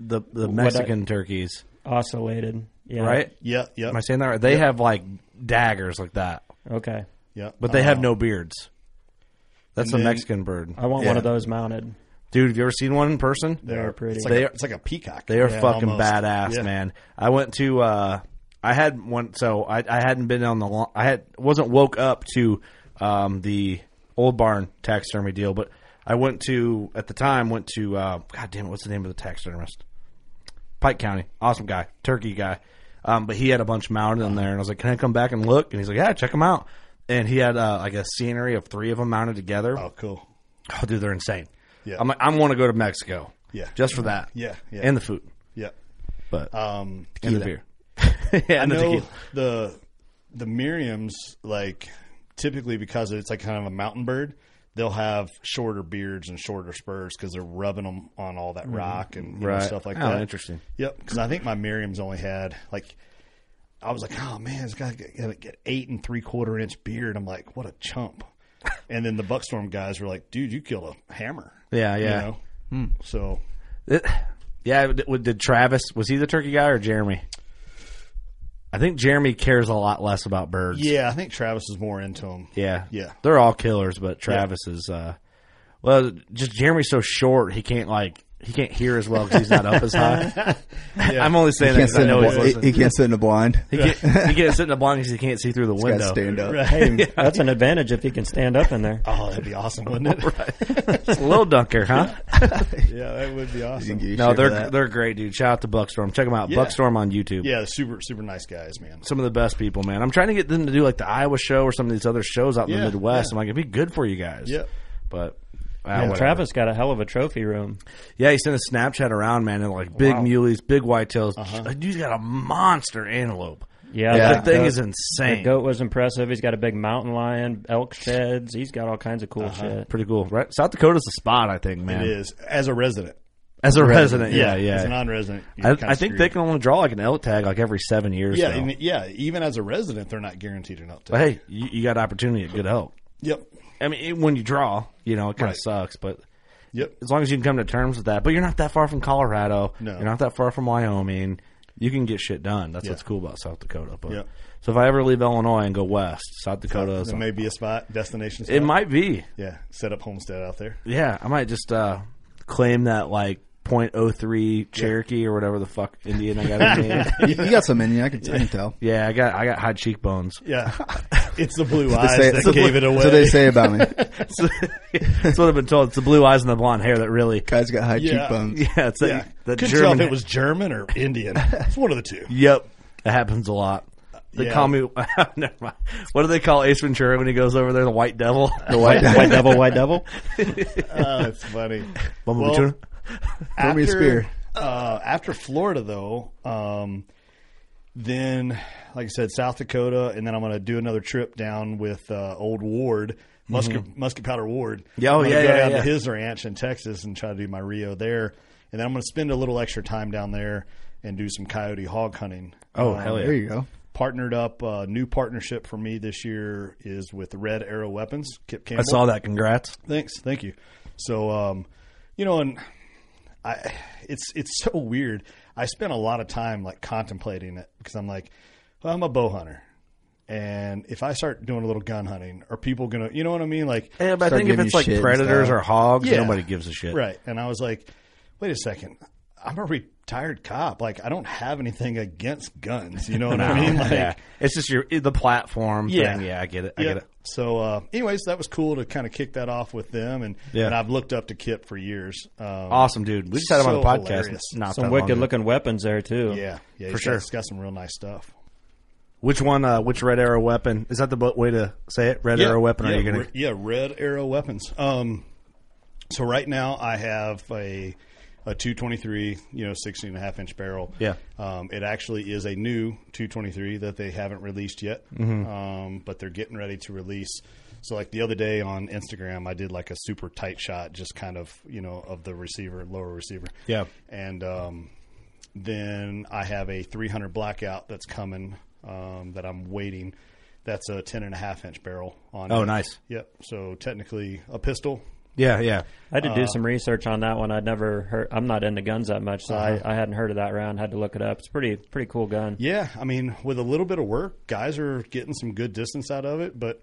the the
I-
Mexican turkeys,
oscillated, yeah.
right?
Yeah, yeah.
Am I saying that Oh. right? They have like daggers like that.
Okay.
Yeah,
but they have
Uh,
no beards. That's
and
a
then-
Mexican bird.
I want one
Yeah.
of those mounted.
Dude, have you ever seen one in person?
They
are
are
pretty.
Uh, It's like,
They
a,
are-
it's like a peacock.
They are
Yeah,
fucking
almost.
badass,
Yeah.
man. I went to uh I had one so I I hadn't been on the lo- I had wasn't woke up to um the old barn taxidermy deal, but I went to at the time went to uh god damn it, what's the name of the taxidermist? Pike County. Awesome guy. Turkey guy. Um, but he had a bunch mounted in there, and I was like, "Can I come back and look?" And he's like, "Yeah, check them out." And he had uh, like a scenery of three of them mounted together.
Oh, cool.
Oh, dude, they're insane.
Yeah.
I'm like, I want to go to Mexico.
Yeah.
just for that.
Yeah, yeah.
and the food,
Yeah.
but
Um,
and the beer. (laughs) yeah,
I
and the
know
tequila.
the the Miriams like typically because it's like kind of a mountain bird. They'll have shorter beards and shorter spurs because they're rubbing them on all that rock and you know,
Mm-hmm. Right.
stuff like
Oh,
that.
interesting.
Yep. Because I think my Miriams only had like I was like, oh man, it's got to get eight and three quarter inch beard. I'm like, what a chump. and then the Buckstorm guys were like, dude, you killed a hammer.
Yeah,
You
yeah. Hmm.
know? So
It- yeah, it- it- did Travis was he the turkey guy or Jeremy? I think Jeremy cares a lot less about birds.
yeah, I think Travis is more into them.
yeah,
Yeah.
They're all killers, but Travis is. uh Well, just Jeremy's so short, he can't like he can't hear as well because he's not up as high. I'm only saying that
Can't
'cause
sit
I
in a
know he's
bl- he,
listening.
he can't sit in a blind.
He can't, he can't sit in a blind because he can't see through the
Got
window.
to stand up. (laughs)
Hey, that's an advantage if you can stand up in
(laughs)
there.
Oh, that'd be
(laughs)
awesome, wouldn't it?
It's a little dunker,
(laughs)
huh?
Yeah, that would be
You can
awesome.
get your
No,
shit for
they're (laughs)
that.
they're great, dude. Shout out to Buckstorm. Check them out.
Yeah.
Buckstorm on YouTube.
Yeah, super super nice guys, man.
Some of the best people, man. I'm trying to get them to do like the Iowa show or some of these other shows out in
Yeah,
the Midwest.
yeah.
I'm like, it'd be good for you guys.
Yeah.
But ah,
And
whatever.
Travis got a hell of a trophy room.
Yeah, he sent a Snapchat around, man, and like big muleys, big whitetails.
Uh-huh.
Dude's got a monster antelope.
Yeah,
That
the
thing
goat-
is insane.
The goat was impressive. He's got a big mountain lion, elk sheds. He's got all kinds of cool
Uh-huh.
shit.
Pretty cool, right? South Dakota's the spot, I think, man.
It is as a resident.
As a resident, yeah,
As
yeah.
a non-resident, you're
I,
kinda
I think
screwed.
they can only draw like an elk tag like every seven years.
Yeah,
though.
and, yeah. Even as a resident, they're not guaranteed an uptake.
but hey, you, you got opportunity at good elk.
Yep.
I mean, it- when you draw, you know, it kind of
Right.
sucks, but
Yep.
as long as you can come to terms with that. But you're not that far from Colorado.
No.
You're not that far from Wyoming. You can get shit done. That's
Yeah.
what's cool about South Dakota. But
Yeah.
so if I ever leave Illinois and go west, South Dakota is
There may be a spot, destination. Spot.
it might be.
Yeah. Set up homestead
(laughs)
out there.
Yeah, I might just uh, claim that like .03 Cherokee or whatever the fuck Indian I
(laughs)
got in me.
You, you got some in you. I can, I can tell.
Yeah, I got I got high cheekbones.
Yeah. it's
(laughs)
the blue
They
eyes
say-
that gave it away.
That's what they say about me.
That's what I've been told. It's the blue eyes and the blonde hair that really.
Guys got high
Yeah.
cheekbones.
(laughs) Yeah, it's that,
Yeah.
that
Couldn't
German
tell if it was German or Indian. It's one of
(laughs)
the two.
Yep, that happens a lot. They
Yeah.
call me. (laughs) never mind. What do they call Ace Ventura when he goes over there? The White Devil. (laughs) The
White, white devil, white devil.
Oh, it's funny.
Bumble
Well,
Ventura.
Throw me a spear.
Uh, after Florida, though, um, then like I said, South Dakota, and then I'm going to do another trip down with uh, old Ward, Musket, Musket Powder Ward.
Mm-hmm. Yeah, oh,
I'm gonna
yeah,
go
yeah,
down
yeah.
to his ranch in Texas and try to do my Rio there, and then I'm going to spend a little extra time down there and do some coyote hog hunting.
Oh
Um,
hell
There
yeah!
you go.
Partnered up, uh, new partnership for me this year is with Red Arrow Weapons. Kip Campbell.
I saw that. Congrats.
Thanks, thank you. So, um, you know, and I, it's it's so weird. I spent a lot of time like contemplating it because I'm like, well, I'm a bow hunter, and if I start doing a little gun hunting, are people gonna, you know what I mean? Like,
Yeah, but I
Start
think if
giving
it's
you
like
shit and
predators
stuff.
or hogs,
Yeah.
nobody gives a (laughs) shit.
right? And I was like, wait a second, I'm a retired cop. Like, I don't have anything against guns. You know what
(laughs)
I (laughs) mean? Like,
yeah. It's just your the platform
Yeah.
thing. Yeah, I get it. I
Yeah.
get it.
So, uh, anyways, that was cool to kind of kick that off with them, and
Yeah.
and I've looked up to Kip for years. Um,
Awesome, dude. We just had him on the
So
podcast.
hilarious.
Not that
Some
long
wicked
ago.
looking weapons there too.
Yeah, yeah,
For
for
sure.
sure. It's got some real nice stuff.
Which one? Uh, which red arrow weapon? Is that the bo- way to say it? Red arrow weapon?
Yeah,
are you gonna?
re- yeah, red arrow weapons. Um, so right now I have a a 223, you know, 16 and a half inch barrel.
Yeah.
Um, it actually is a new 223 that they haven't released yet,
Mm-hmm.
um, but they're getting ready to release. So like the other day on Instagram, I did like a super tight shot, just kind of you know of the receiver, lower receiver.
Yeah.
And um, then I have a 300 blackout that's coming um, that I'm waiting. That's a 10 and a half inch barrel on.
Oh,
it.
nice.
Yep. So technically a pistol.
Yeah, yeah.
I had to
Uh-huh.
do some research on that one. I'd never heard. I'm not into guns that much, so
Uh-huh.
I, I hadn't heard of that round. Had to look it up. It's a pretty pretty cool gun.
Yeah, I mean, with a little bit of work, guys are getting some good distance out of it. But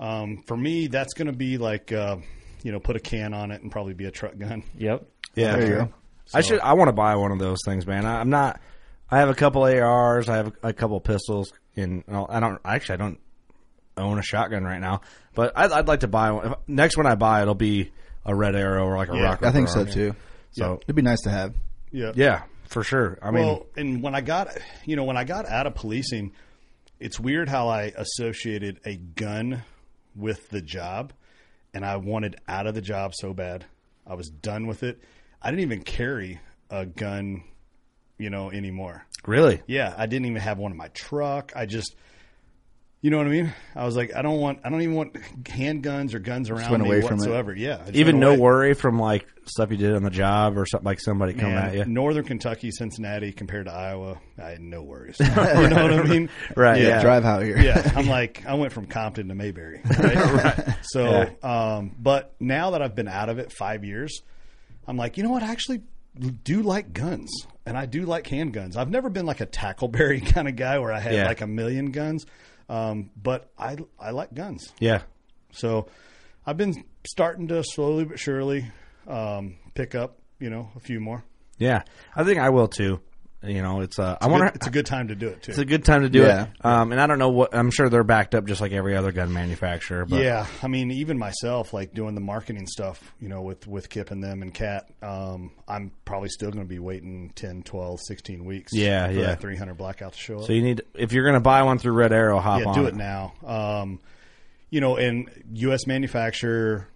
um, for me, that's going to be like, uh, you know, put a can on it and probably be a truck gun. (laughs)
Yep.
Yeah.
There you go.
I should. I want to buy one of those things, man. I, I'm not. I have a couple ARs. I have a couple pistols, and I'll- I don't. Actually, I don't own a shotgun right now. But I'd, I'd like to buy one. If- Next one I buy, it'll be a red arrow or like a
Yeah,
rocket.
I think so
rocket.
too.
So
It'd be nice to have.
Yeah,
yeah, for sure. I mean,
well, and when I got, you know, when I got out of policing, it's weird how I associated a gun with the job, and I wanted out of the job so bad. I was done with it. I didn't even carry a gun, you know, anymore.
really.
Yeah, I didn't even have one in my truck. I just, you know what I mean? I was like, I don't want, I don't even want handguns or guns around
went
me
away from it.
whatsoever. Yeah, I just
Even
went
no
away.
worry from like stuff you did on the job or something like somebody coming
And
at you.
Northern Kentucky, Cincinnati, compared to Iowa, I had
(laughs)
no worries. you know what I mean?
Right, yeah.
Drive out
(laughs)
here.
yeah, I'm like I went from Compton to Mayberry. Right. So, um, but now that I've been out of it five years, I'm like, you know what? I actually do like guns, and I do like handguns. I've never been like a tackleberry (laughs) kind of guy where I had
Yeah.
like a million guns, um, but I I like guns.
Yeah.
So, I've been starting to slowly but surely um, pick up, you know, a few more.
Yeah. I think I will too. You know, it's uh, I wonder.
Good- it's a good time to do it too.
it's a good time to do
Yeah.
it. Um, and I don't know what I'm sure they're backed up just like every other gun manufacturer. But
yeah, I mean, even myself, like doing the marketing stuff, you know, with with Kip and them and Kat, um, I'm probably still going to be waiting 10, 12, 16 weeks.
Yeah,
for
yeah.
That 300 blackout to show up.
So you need if you're going to buy one through Red Arrow, hop
yeah,
on.
do it now. Um, you know, and U.S. manufacturer,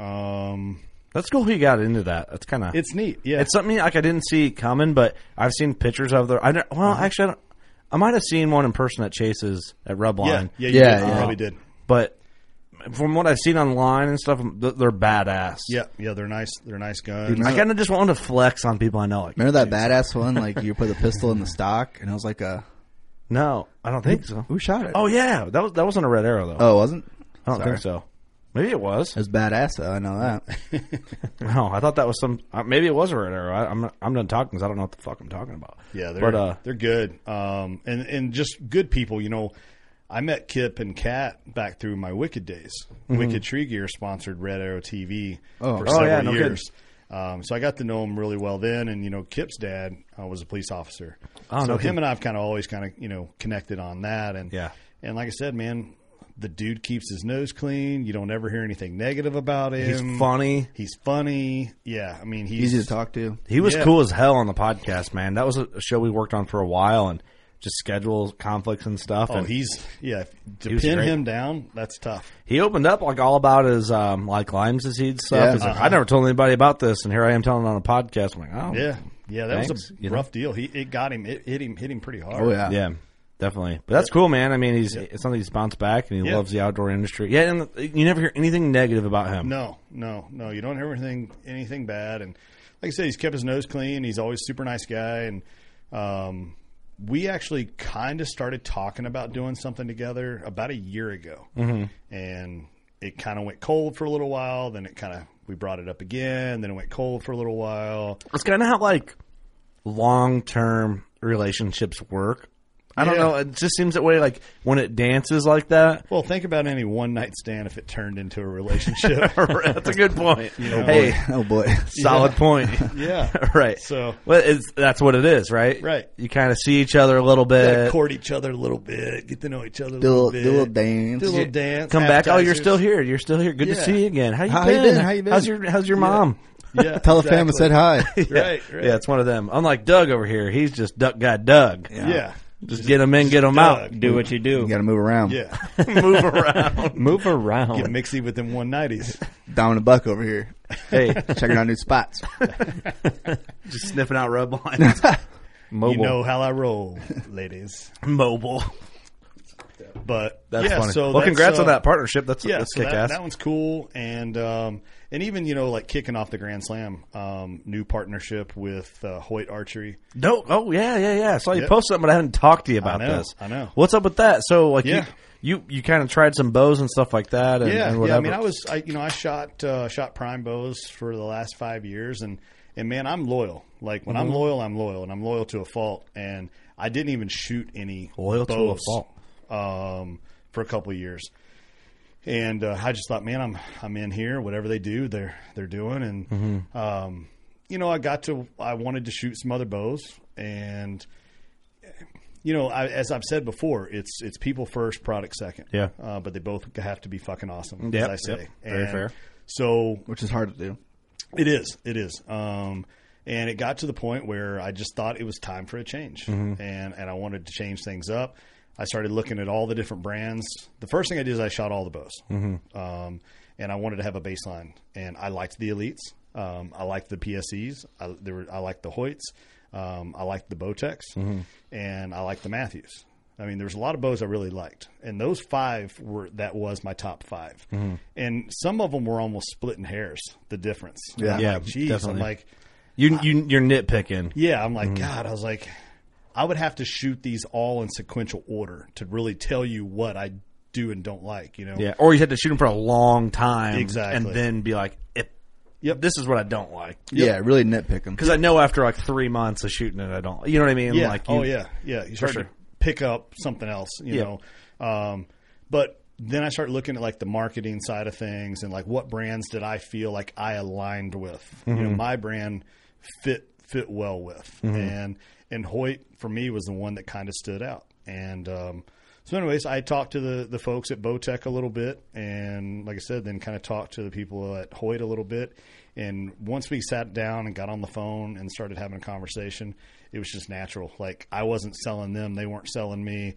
um,
That's cool. He got into that. That's kind of
it's neat. Yeah,
It's something like I didn't see coming, but I've seen pictures of the. I don't, well,
Mm-hmm.
actually, I, don't, I might have seen one in person at Chase's at Rub
yeah,
Line.
yeah, you,
Yeah,
did. you
yeah.
probably did.
But from what I've seen online and stuff, th- they're badass.
Yeah, yeah, they're nice. They're nice guns.
I kind of just want to flex on people I know. Like,
Remember that badass one? Like you
(laughs)
put the pistol in the stock, and it was like a
no, I don't think so.
who shot it?
Oh yeah, that was that wasn't a red arrow though.
oh, it wasn't.
I don't think
sorry.
so. Maybe it was.
It was badass though. I know that.
(laughs) No, I thought that was some. Uh, maybe it was a red arrow. I, I'm I'm done talking because I don't know what the fuck I'm talking about.
Yeah, they're
but uh,
they're good, um, and and just good people. You know, I met Kip and Kat back through my Wicked days.
Mm-hmm.
Wicked Tree Gear sponsored Red Arrow TV
Oh.
for
Oh,
several
yeah, no
years. Um, so I got to know him really well then, and you know, Kip's dad uh, was a police officer.
Oh,
so
no
him
kidding.
and I've kind of always kind of you know connected on that, and
Yeah.
and like I said, man. The dude keeps his nose clean. You don't ever hear anything negative about him.
he's funny.
He's funny. Yeah, I mean, he's
Easy to talk to.
He was
Yeah.
cool as hell on the podcast, man. That was a a show we worked on for a while and just schedule conflicts and stuff.
Oh,
and
he's yeah. if- To
was
pin
great.
him down, that's tough.
he opened up like all about his um, like Lyme disease stuff.
Yeah.
He's
Uh-huh.
like, I never told anybody about this, and here I am telling it on a podcast. I'm like, oh,
Yeah, yeah, that was
Thanks,
a
you know?
rough deal. He it got him, it hit him, hit him pretty hard.
Oh yeah.
yeah, definitely. But that's cool, man. I mean, he's it's something he's bounced back, and he
Yeah.
loves the outdoor industry. Yeah, and you never hear anything negative about him.
No, no, no. You don't hear anything anything bad, and like I said, he's kept his nose clean. He's always super nice guy, and um, we actually kind of started talking about doing something together about a year ago,
Mm-hmm.
and it kind of went cold for a little while. Then it kind of we brought it up again. Then it went cold for a little while.
it's kind of how like long term relationships work. I don't
Yeah.
know. It just seems that way. Like when it dances like that,
Well, think about any one night stand if it turned into
(laughs)
a relationship.
That's a good point.
Boy,
hey,
(laughs) oh boy.
(laughs) solid point. (laughs)
yeah,
right.
So-
well, it's, that's what it is, right?
Right.
You kind of see each other a little
Gotta
bit.
court each other a little bit, get to know each other a
Do a
little
little,
bit,
do a little dance.
do a little dance.
Come back. Oh, you're
appetizers.
still here. You're still here. Good to
Yeah.
see you again. How you
How you
been?
been? How you been?
How's your How's your mom?
Yeah,
Tell the fam
exactly.
I said
(laughs)
hi.
Right, right.
Yeah, it's one of them. Unlike Doug over here, he's just duck guy Doug.
Yeah, yeah.
Just get him in, get him out.
Do what you do.
you got to move around.
(laughs) Move around.
Move around.
Get mixy with them one nighties.
Down the buck over here,
hey,
(laughs) checking out new
(laughs)
spots.
just sniffing out rub lines. Mobile.
(laughs) You know how I roll, ladies.
Mobile.
But
That's
yeah,
funny.
So
well,
that's,
congrats
uh,
on that partnership. That's
Yeah,
that's
so
kick
that,
ass.
that one's cool, and um, and even you know like kicking off the Grand Slam, um, new partnership with uh, Hoyt Archery.
No, oh yeah, yeah, yeah. I saw you
Yep.
post something, but I hadn't talked to you about
I know,
this.
I know.
What's up with that? So like,
Yeah.
you you, you kind of tried some bows and stuff like that, and,
yeah,
and
yeah.
whatever.
I mean, I was, I, you know, I shot uh, shot prime bows for the last five years, and and man, I'm loyal. Like when
Mm-hmm.
I'm loyal, I'm loyal, and I'm loyal to a fault. And I didn't even shoot any
Loyal to a
bows,
fault.
um, for a couple of years. And uh, I just thought, man, I'm I'm in here. Whatever they do, they're they're doing. And um, you know, I got to I wanted to shoot some other bows, and you know, I, as I've said before, it's it's people first, product second.
Yeah.
uh, but they both have to be fucking awesome.
Yep,
as I say,
yep. Very
And
fair.
So
which is hard to do.
it is, it is, um, and it got to the point where I just thought it was time for a change, and and I wanted to change things up. I started looking at all the different brands. The first thing I did is I shot all the bows, um, and I wanted to have a baseline. And I liked the elites. Um, I liked the PSEs. I, there were, I liked the Hoyts. Um, I liked the Botex, and I liked the Matthews. I mean, there's a lot of bows I really liked, and those five were that was my top 5 and some of them were almost splitting hairs. The difference, And I'm
Yeah,
like, geez,
definitely. Mm.
I'm like,
you, you you're nitpicking.
yeah, I'm like, God, I was like, I would have to shoot these all in sequential order to really tell you what I do and don't like, you know?
Yeah, or you had to shoot them for a long time,
Exactly.
and then be like, if,
Yep.
this is what I don't like."
Yeah, really nitpick them.
Because I know after like three months of shooting it, I don't. You know what I mean?
Yeah.
Like, you,
oh yeah. Yeah. You start
sure.
to pick up something else, you
Yeah.
know. Um, but then I start looking at like the marketing side of things and like what brands did I feel like I aligned with. You
Mm-hmm.
know, my brand fit fit well with. And and Hoyt for me was the one that kind of stood out. And um so anyways, I talked to the the folks at Bowtech a little bit and like I said, then kind of talked to the people at Hoyt a little bit. And once we sat down and got on the phone and started having a conversation, it was just natural. Like I wasn't selling them, they weren't selling me.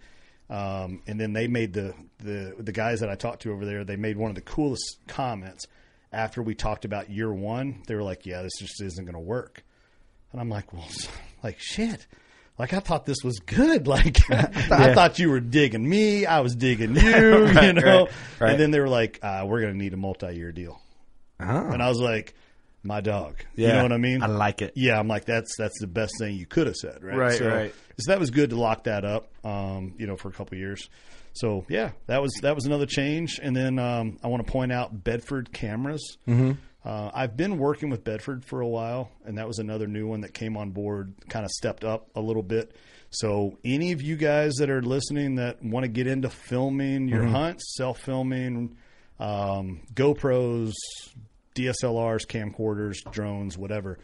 Um, and then they made the, the the guys that I talked to over there. They made one of the coolest comments after we talked about year one. They were like, "Yeah, this just isn't going to work." And I'm like, "Well, (laughs) like shit." Like I thought this was
(laughs)
good. (laughs) Like I thought you were digging me. I was digging you. you know.
right, right. Oh.
And then they were like, uh, "We're going to need a multi-year deal." And I was like, "My dog."
Yeah.
You know what I mean?
I like it.
Yeah, I'm like that's that's the best thing you could have said, right?
Right,
so,
right.
So that was good to lock that up, um, you know, for a couple of years. So yeah, that was that was another change. And then um, I want to point out Bedford cameras. Mm-hmm. Uh, I've been working with Bedford for a while, and that was another new one that came on board, kind of stepped up a little bit. So any of you guys that are listening that want to get into filming your
Mm-hmm.
hunts, self filming, um, GoPros, DSLRs, camcorders, drones, whatever.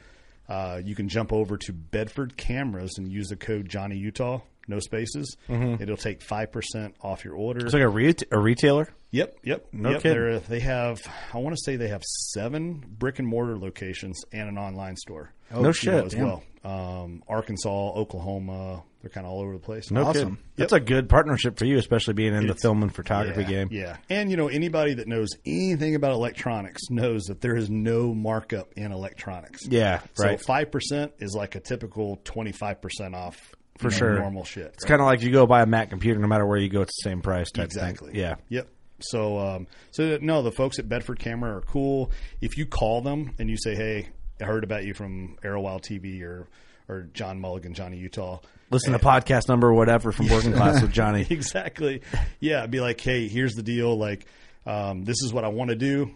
Uh, you can jump over to Bedford Cameras and use the code Johnny Utah, no spaces.
Mm-hmm.
It'll take five percent off your order.
It's like a, re- a retailer.
yep, yep,
No
yep.
kidding.
They're- They have, I want to say they have seven brick and mortar locations and an online store.
No
you know,
Oh, shit.
as
Damn.
well. Um, Arkansas, Oklahoma, they're kind of all over the place.
No
Awesome.
kidding. That's a good partnership for you, especially being in the film and photography
yeah,
game.
Yeah. And, you know, anybody that knows anything about electronics knows that there is no markup in electronics.
Yeah, right.
So 5% is like a typical 25% off
For
you know,
sure.
normal shit.
It's kind of like you go buy a Mac computer, no matter where you go, it's the same price. Type thing.
exactly.
Yeah.
Yep. So, um, so that- no, the folks at Bedford Camera are cool. If you call them and you say, "Hey, I heard about you from Arrowwild TV or or John Mulligan, Johnny Utah," (laughs)
Listen to podcast number whatever from Working Class with Johnny.
exactly. Yeah, I'd be like, hey, here's the deal. Like, um, this is what I want to do.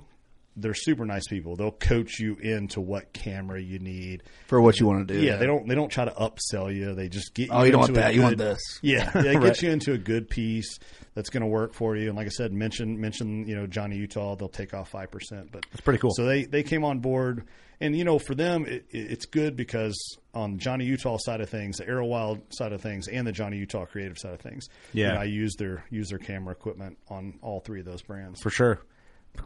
They're super nice people. They'll coach you into what camera you need.
for what you want to do.
Yeah, they don't they don't try to upsell you. They just get you.
Oh, you don't
into
want
a
that. You want
good-
this. (laughs)
Yeah, (laughs) they get you into a good piece that's going to work for you. And like I said, mention mention you know Johnny Utah. They'll take off five percent. But it's
pretty cool.
So they they came on board, and you know for them it, it- it's good because on Johnny Utah side of things, the Arrow Wild side of things, and the Johnny Utah creative side of things. you
Yeah.
know, I use their use their camera equipment on all three of those brands.
for sure.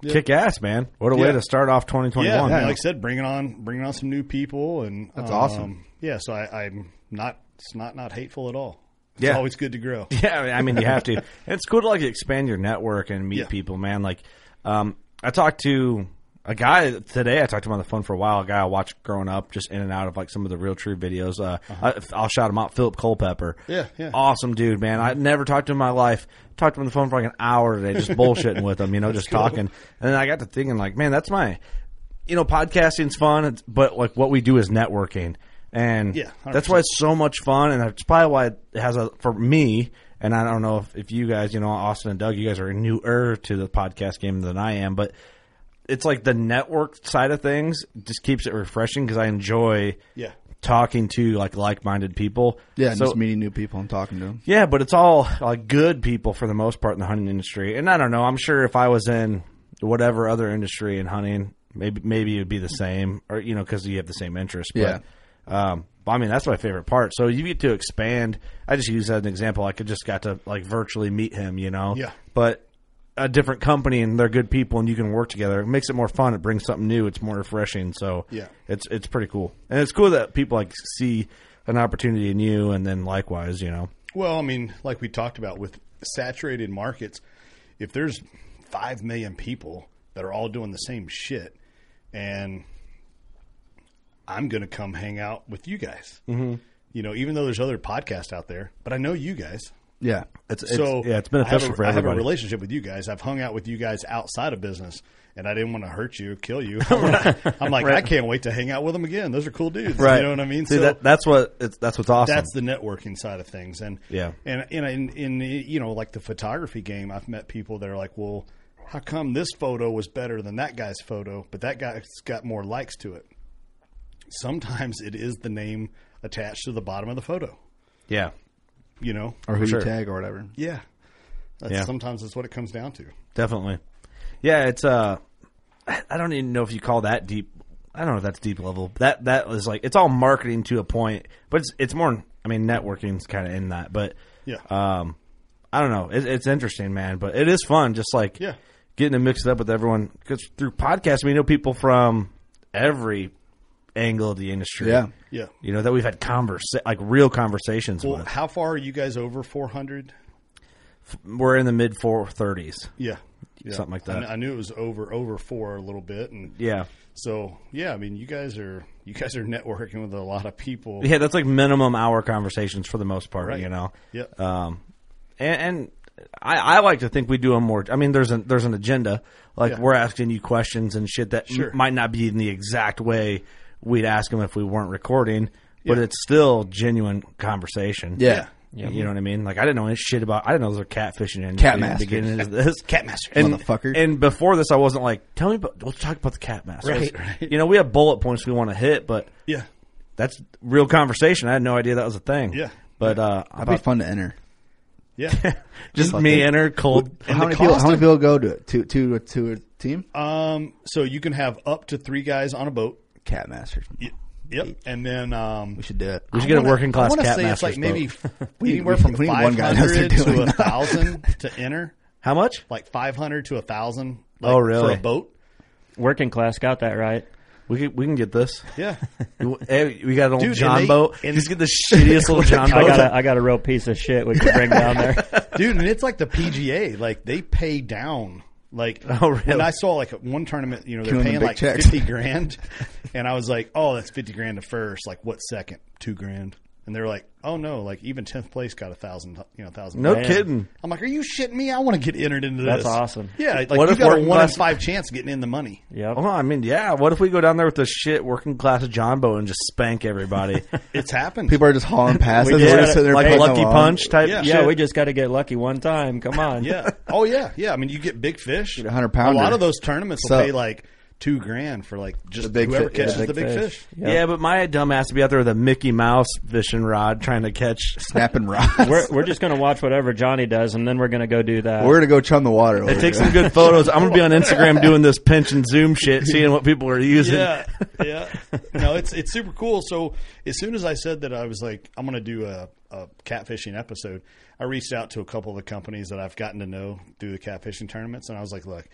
Kick ass, man! What a way
Yeah.
to start off
yeah,
2021.
I mean, like I said, bringing on bringing on some new people, and that's
awesome.
Yeah, so I, I'm not it's not not hateful at all. It's
Yeah.
always good to grow.
Yeah, I mean, you have to. And it's cool to like expand your network and meet
Yeah.
people, man. Like, um, I talked to a guy today. I talked to him on the phone for a while. A guy I watched growing up, just in and out of like some of the real true videos. Uh, I, I'll shout him out, Philip Culpepper.
Uh-huh. Yeah, yeah.
awesome dude, man. I never talked to him in my life. Talked to him on the phone for like an hour today, just bullshitting with him, you know, just talking. And then I got to thinking, like, man, that's my. you know, podcasting's fun, it's- but like what we do is networking, and
Yeah, 100%.
that's why it's so much fun, and that's probably why it has a for me. And I don't know if, if you guys, you know, Austin and Doug, you guys are newer to the podcast game than I am, but it's like the network side of things just keeps it refreshing because I enjoy
Yeah.
talking to like like minded people.
Yeah, and
So-
just meeting new people and talking to them.
yeah, but it's all like good people for the most part in the hunting industry. And I don't know. I'm sure if I was in whatever other industry in hunting, maybe maybe it would be the same, or you know, because you have the same interest.
Yeah.
But, um, I mean, that's my favorite part. So you get to expand. I just use that as an example. I could just got to like virtually meet him, you know.
Yeah.
But a different company and they're good people and you can work together. It makes it more fun. It brings something new. It's more refreshing. So
Yeah.
it's it's pretty cool. And it's cool that people like see an opportunity in you and then likewise, you know.
Well, I mean, like we talked about with saturated markets, if there's 5 million people that are all doing the same shit and I'm going to come hang out with you guys. Mm-hmm. You know, even though there's other podcasts out there, but I know you guys.
Yeah.
It's,
so
it's- yeah, it's
I have
beneficial
a-
for
I have a
everybody.
relationship with you guys. I've hung out with you guys outside of business, and I didn't want to hurt you,
(laughs)
kill you. I'm like, I can't wait to hang out with them again. Those are cool dudes. You know what I mean?
See, that, that's what it's, that's what's awesome.
That's the networking side of things, and
Yeah.
and and in, in you know like the photography game, I've met people that are like, well, how come this photo was better than that guy's photo, but that guy's got more likes to it? Sometimes it is the name attached to the bottom of the photo,
yeah,
you know.
Or who
sure.
you tag or whatever.
Yeah, that's,
Yeah.
sometimes that's what it comes down to.
definitely. Yeah, it's uh, I don't even know if you call that deep. I don't know if that's deep level. That that was like it's all marketing to a point, but it's it's more. I mean, networking's kind of in that, but
Yeah.
Um, I don't know. It, it's interesting, man, but it is fun. Just like
Yeah.
getting to mix it up with everyone because through podcasts, we know people from every angle of the industry.
Yeah.
Yeah.
You know that we've had converse like real conversations
Well,
with.
how far are you guys over 400?
We're in the mid four thirties.
Yeah. Yeah.
Something like
I,
that.
kn- I knew it was over over four a little bit, and
Yeah.
So yeah, I mean, you guys are you guys are (laughs) networking with a lot of people.
Yeah, that's like minimum hour conversations for the most part,
Right.
you know.
Yep.
Um, and, and I, I like to think we do a more. I mean, there's an there's an agenda. Like
Yeah.
we're asking you questions and shit that m-
Sure.
might not be in the exact way we'd ask them if we weren't recording, but it's still genuine conversation.
Yeah.
You know what I mean? Like I didn't know any shit about. I didn't know there was a catfishing industry in the
Catmasters.
beginning of this. Catmaster,
Motherfucker.
And before this, I wasn't like, tell me. About, let's talk about the catmaster. You know, we have bullet points we want to hit, but
yeah,
that's real conversation. I had no idea that was a thing.
Yeah.
But uh,
That'd be fun to enter.
yeah.
just me and her cold.
how,
the
many people,
cost
how many people go to it? Two, two, two a team?
Uh,
um, so you can have up to three guys on a boat.
Cat Masters.
Y- Yep, and then um,
We should do it.
We should get
wanna-
a working class
I wanna
cat
say it's
master's
like maybe
boat.
f-
We need-
anywhere
we-
from
we need
five
one guy that's
hundred
doing
to a
that.
thousand to enter.
How much?
Like five hundred to a thousand.
Oh, really?
For a boat?
Working class got that right.
We can, we can get this.
(laughs) Yeah.
Hey, we got an old
Dude,
John
and they-
boat.
and-
Just get the
(laughs)
shittiest little John
I
boat.
got
(laughs)
a, I got a real piece of shit we can bring down there.
dude. And it's like the PGA, like they pay down. Like,
Oh, really?
when I saw like at one tournament, you know, they're
Giving them
paying
big
like
checks.
fifty grand, (laughs) and I was like, oh, that's fifty grand to first. Like, what second? Two grand. And they're like, oh no, like even tenth place got a thousand, you know, thousand.
No kidding.
I'm like, are you shitting me? I want to get entered into
That's
this.
awesome.
Yeah, like
What
you
if
got a
working
one in
class-
five chance of getting in the money.
Yep.
Well, I mean, yeah. What if we go down there with the shit working class John boat and just spank (laughs) everybody?
It's happened.
People are just
(laughs)
hauling passes.
Yeah,
We're just sitting there
like
playing
Lucky
along.
Punch type.
Yeah.
yeah,
shit.
we just got to get lucky one time. Come on.
yeah. Oh yeah, yeah. I mean, you get big fish,
a hundred pounder.
A lot of those tournaments will
So-
pay like two grand for like just
big
whoever
fi- yeah,
catches
big
the big fish.
Yeah.
Yeah, but my dumb ass would be out there with a Mickey Mouse fishing rod trying to (laughs) catch.
Snapping rocks.
We're,
We're,
we're just going to watch whatever Johnny does, and then we're going to go do that.
going to go chum the water. over
It takes
here.
some good photos. I'm gonna be on Instagram doing this pinch and zoom shit, seeing what people are using.
Yeah, yeah. No, it's it's super cool. So as soon as I said that I was like, I'm going to do a, a catfishing episode, I reached out to a couple of the companies that I've gotten to know through the catfishing tournaments, and I was like, look,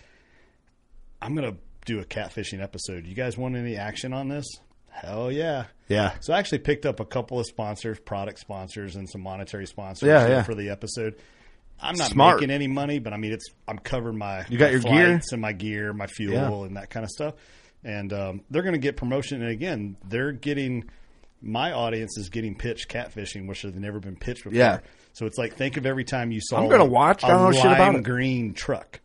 I'm going to do a catfishing episode. You guys want any action on this? Hell yeah.
Yeah.
So I actually picked up a couple of sponsors, product sponsors, and some monetary sponsors
Yeah, yeah.
for the episode. I'm not
Smart.
making any money, but I mean, it's I'm covering my you
got your gear?
and my gear, my fuel,
Yeah.
and that kind of stuff. And um, they're going to get promotion. And again, they're getting my audience is getting pitched catfishing, which has never been pitched before.
Yeah.
So it's like think of every time you saw
I'm gonna watch,
a
I don't know shit about
lime
it.
green truck.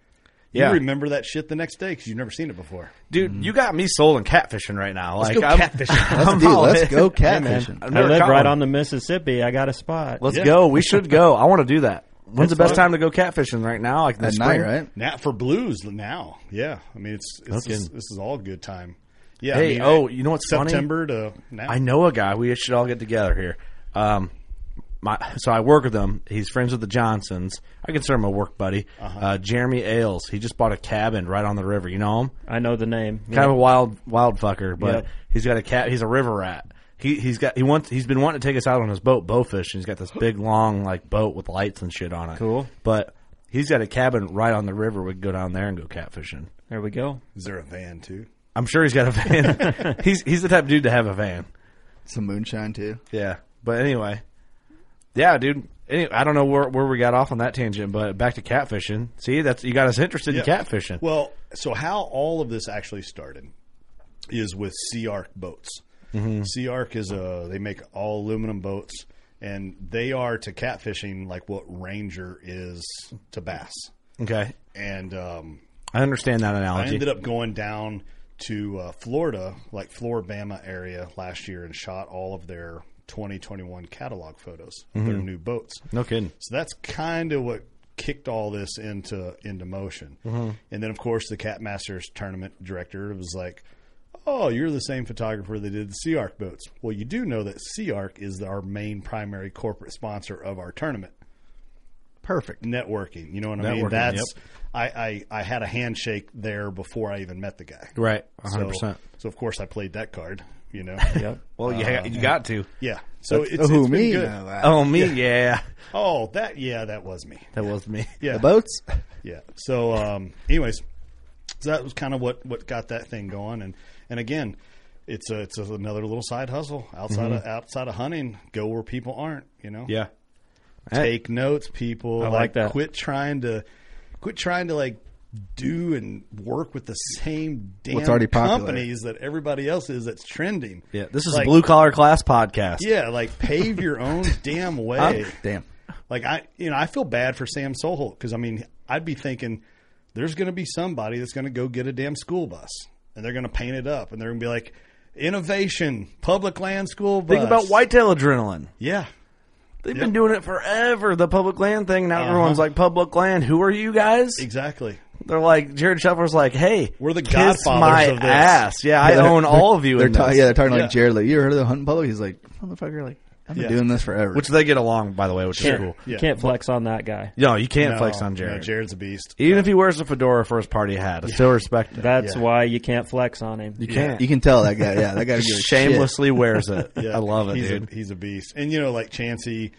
Yeah.
You remember that shit the next day because you've never seen it before.
Dude,
Mm-hmm.
you got me sold on catfishing right now. Like,
go
(laughs)
catfishing.
(laughs)
I'm
Dude,
all in.
let's go
Man,
catfishing.
I've
I
never
live
caught
right
one.
on the Mississippi. I got a spot.
Let's
Yeah.
go. We should go. I want to do that. When's the best
fun.
time to go catfishing? Right now, like
At
this
night, right?
Now for blues now. Yeah. I mean it's, it's this,
Fucking-
this is all good time. Yeah. I
Hey,
mean,
oh, you know what's funny?
September to now.
I know a guy. We should all get together here. Um, my so I work with him. He's friends with the Johnsons. I consider him a work buddy. uh Jeremy Ailes. He just bought a cabin right on the river. You know him?
I know the name.
Kind of a wild, wild fucker, but
Yep.
he's got a cat. He's a river rat. He he's got he wants he's been wanting to take us out on his boat, bowfish. And he's got this big long like boat with lights and shit on it.
Cool.
But he's got a cabin right on the river. We could go down there and go catfishing.
There we go.
Is there a van too?
I'm sure he's got a
(laughs)
van. he's he's the type of dude to have a van.
Some moonshine too.
Yeah. But anyway, yeah, dude. Any, I don't know where, where we got off on that tangent, but back to catfishing. See, that's you got us interested in
Yeah.
catfishing.
Well, so how all of this actually started is with Sea Arc boats.
Mm-hmm.
Sea Arc is a they make all aluminum boats, and they are to catfishing like what Ranger is to bass.
okay,
And um,
I understand that
I
analogy.
ended up going down to uh, Florida, like Floribama area last year, and shot all of their 2021 catalog photos of their new boats.
no kidding.
So that's kind of what kicked all this into into motion. And then, of course, the Cat Masters tournament director was like, "Oh, you're the same photographer that did the Sea Arc boats. Well, you do know that Sea Arc is our main primary corporate sponsor of our tournament.
Perfect.
Networking, you know what I
Networking,
mean? That's I, I I had a handshake there before I even met the guy.
Right, one
So-
hundred percent.
So of course I played that card. You know.
Yep.
Well, you, ha- you got to.
Yeah. So it's,
Oh,
it's
who
been
me?
good.
No, uh,
Uh, Oh me, yeah.
Oh, that yeah, that was me.
(laughs) That was me.
Yeah.
The boats.
Yeah. So, um, anyways, so that was kind of what, what got that thing going, and and again, it's a, it's another little side hustle outside of outside of hunting. Go where people aren't. You know.
Yeah.
Take notes, people.
I like that.
Quit trying to, quit trying to like do and work with the same damn
What's already popular.
companies that everybody else is that's trending.
Yeah. This is
Like-
a blue collar class podcast.
Yeah, like pave your own damn way.
Damn.
Like I, you know, I feel bad for Sam Sohol because I mean, I'd be thinking there's going to be somebody that's going to go get a damn school bus and they're going to paint it up and they're going to be like innovation, public land school bus.
Think about whitetail adrenaline.
Yeah,
They've
Yep.
been doing it forever. The public land thing. Now everyone's like public land. Who are you guys?
exactly.
They're like Jared Shuffler's like, hey,
We're the
kiss
godfathers
my
of this.
ass. Yeah, I
They're-
own
they're-
all of you.
They're
in
ta-
this.
yeah, they're talking
Yeah.
like Jared. Like you ever heard of the hunting public? He's like, motherfucker. Like I've been
Yeah.
doing this forever.
which they get along, by the way, which is
Can't,
cool.
Yeah.
can't flex on that guy.
No, you can't
No,
flex on Jared.
no, Oh, Jared's a beast.
Even if he wears a fedora for his party hat, I still respect him.
That's
Yeah.
why you can't flex on him.
You can't.
you can tell that guy. Yeah,
(laughs)
that guy gives a shit.
shamelessly wears (laughs) it. I love it,
he's
dude.
A, he's a beast. And you know, like Chansey, you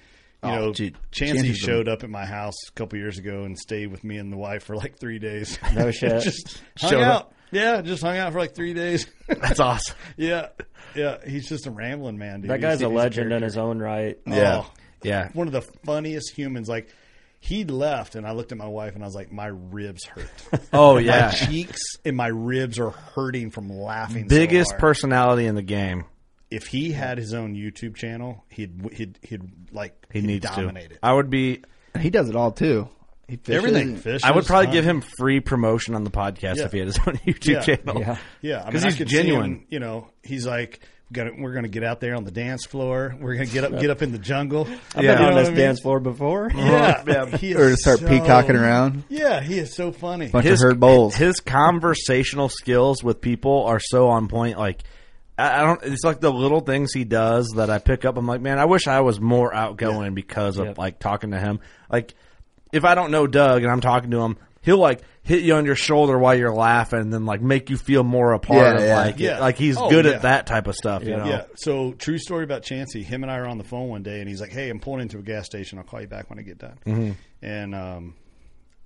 Oh,
know,
dude,
Chansey
Chansey's the-
showed up at my house a couple years ago and stayed with me and the wife for like three days.
(laughs)
(laughs)
No shit.
just hung
Showed
out.
up.
Yeah, just hung out for like three days. (laughs)
That's awesome.
yeah, yeah. He's just a rambling man. Dude.
That guy's
He's-
a
he's
legend in
character.
his own right.
Yeah.
Oh,
Yeah.
one of the funniest humans. Like he left, and I looked at my wife and I was like, my
(laughs)
ribs hurt. (laughs)
Oh yeah.
My cheeks and my ribs are hurting from laughing. so
Biggest
hard.
personality in the game.
If he had his own YouTube channel, he'd he'd he'd like
He
he'd
needs
dominate
to.
it.
I would be.
And he does it all too. He fishes.
Everything.
and-
Fish.
I would probably give him free promotion on the podcast
Yeah.
if he had his own (laughs) YouTube
Yeah.
channel.
Yeah.
Yeah, I mean,
'Cause
I
he's
could see him,
genuine.
you know, he's like. Gonna, we're going to get out there on the dance floor. We're going to get up, get up in the jungle.
Yeah.
I've been
You
on
know
this
what I mean?
dance floor before.
Yeah, He is
Or to start
so-
peacocking around.
Yeah, he is so funny.
Bunch of herd bowls.
His conversational skills with people are so on point. Like, I I don't. It's like the little things he does that I pick up. I'm like, man, I wish I was more outgoing because of
Yep.
like talking to him. Like, if I don't know Doug and I'm talking to him, he'll like hit you on your shoulder while you're laughing, and then like make you feel more a part
Yeah,
of
yeah.
like it.
Yeah.
Like he's
Oh,
good
yeah.
at that type of stuff. You know.
Yeah. So true story about Chansey. Him and I are on the phone one day, and he's like, "Hey, I'm pulling into a gas station. I'll call you back when I get done."
Mm-hmm.
And um,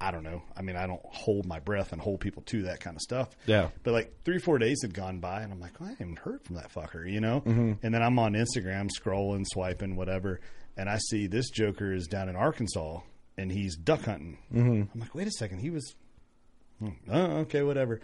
I don't know. I mean, I don't hold my breath and hold people to that kind of stuff.
Yeah.
But like three, four days had gone by, and I'm like, well, I haven't heard from that fucker, you know.
Mm-hmm.
And then I'm on Instagram scrolling, swiping, whatever, and I see this Joker is down in Arkansas and he's duck hunting.
Mm-hmm.
I'm like, wait a second, he was oh, okay, whatever.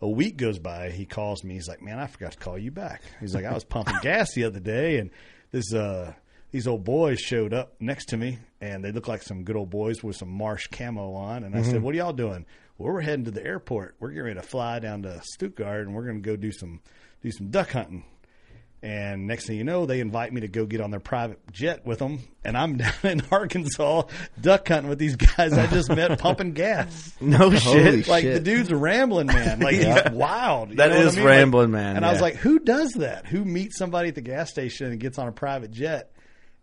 A week goes by. He calls me. He's like, man, I forgot to call you back. He's like, I was pumping gas the other day, and this uh, these old boys showed up next to me, and they look like some good old boys with some marsh camo on. And I said, what are y'all doing? well, we're heading to the airport. We're getting ready to fly down to Stuttgart, and we're going to go do some do some duck hunting. And next thing you know, they invite me to go get on their private jet with them, and I'm (laughs) down in Arkansas duck hunting with these guys I just met pumping gas.
No shit.
Like
shit.
the dude's a rambling man.
(laughs)
Like he's wild. You
That
know what
is
I mean? Like-
rambling man,
And I was
yeah.
like, who does that? Who meets somebody at the gas station and gets on a private jet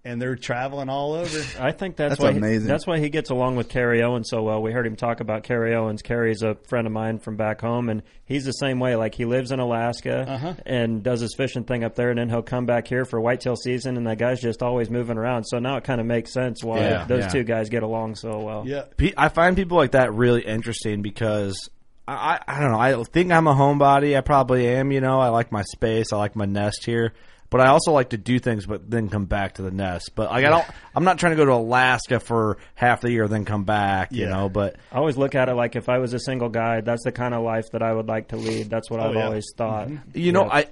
and they're traveling all
(laughs)
over?
I think that's,
That's
why
amazing.
He, that's why he gets along with Carrie Owen so well. We heard him talk about Carrie Owens. Carrie's a friend of mine from back home, and he's the same way. Like he lives in Alaska
Uh-huh.
and does his fishing thing up there, and then he'll come back here for whitetail season, and that guy's just always moving around. So now it kind of makes sense why
Yeah,
those
yeah.
two guys get along so well.
Yeah.
Pe- I find people like that really interesting because I, I I don't know. I think I'm a homebody. I probably am. You know, I like my space. I like my nest here. But I also like to do things, but then come back to the nest. But like I don't, I'm not trying to go to Alaska for half the year, then come back. You
Yeah.
know, but
I always look at it like if I was a single guy, that's the kind of life that I would like to lead. That's what I've
Oh, yeah. Mm-hmm.
always thought.
You know, I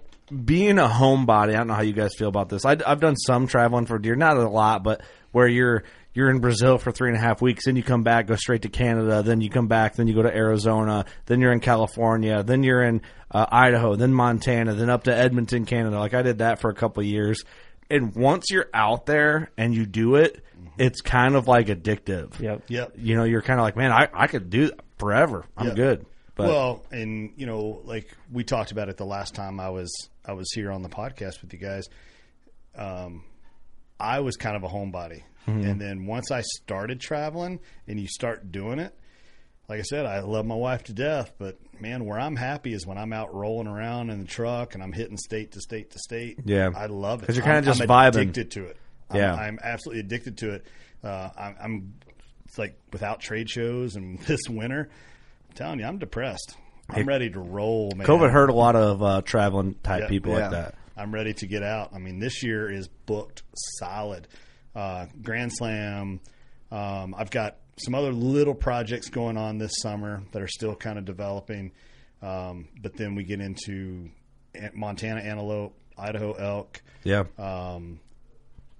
being a homebody. I don't know how you guys feel about this. I, I've done some traveling for deer, not a lot, but where you're you're in Brazil for three and a half weeks, then you come back, go straight to Canada, then you come back, then you go to Arizona, then you're in California, then you're in uh, Idaho, then Montana, then up to Edmonton, Canada. Like I did that for a couple of years. And once you're out there and you do it, it's kind of like addictive.
Yep.
Mm-hmm. Yep.
You know, you're kind of like, man, I, I could do that forever. I'm
Yeah.
good. But
well, and you know, like we talked about it the last time I was I was here on the podcast with you guys. Um, I was kind of a homebody,
Hmm.
and then once I started traveling, and you start doing it, like I said, I love my wife to death, but man, where I'm happy is when I'm out rolling around in the truck and I'm hitting state to state to state.
Yeah.
I love it
'Cause you're kinda
I'm-
just
I'm
vibing.
Addicted to it. I'm-
Yeah.
I'm absolutely addicted to it. Uh, I'm, I'm it's like without trade shows and (laughs) this winter, I'm telling you, I'm depressed. I'm ready to roll, man.
COVID hurt a lot of uh, traveling type
Yeah.
people like
Yeah.
that.
I'm ready to get out. I mean, this year is booked solid. Uh, Grand Slam. Um, I've got some other little projects going on this summer that are still kind of developing. Um, but then we get into An- Montana antelope, Idaho elk,
Yeah.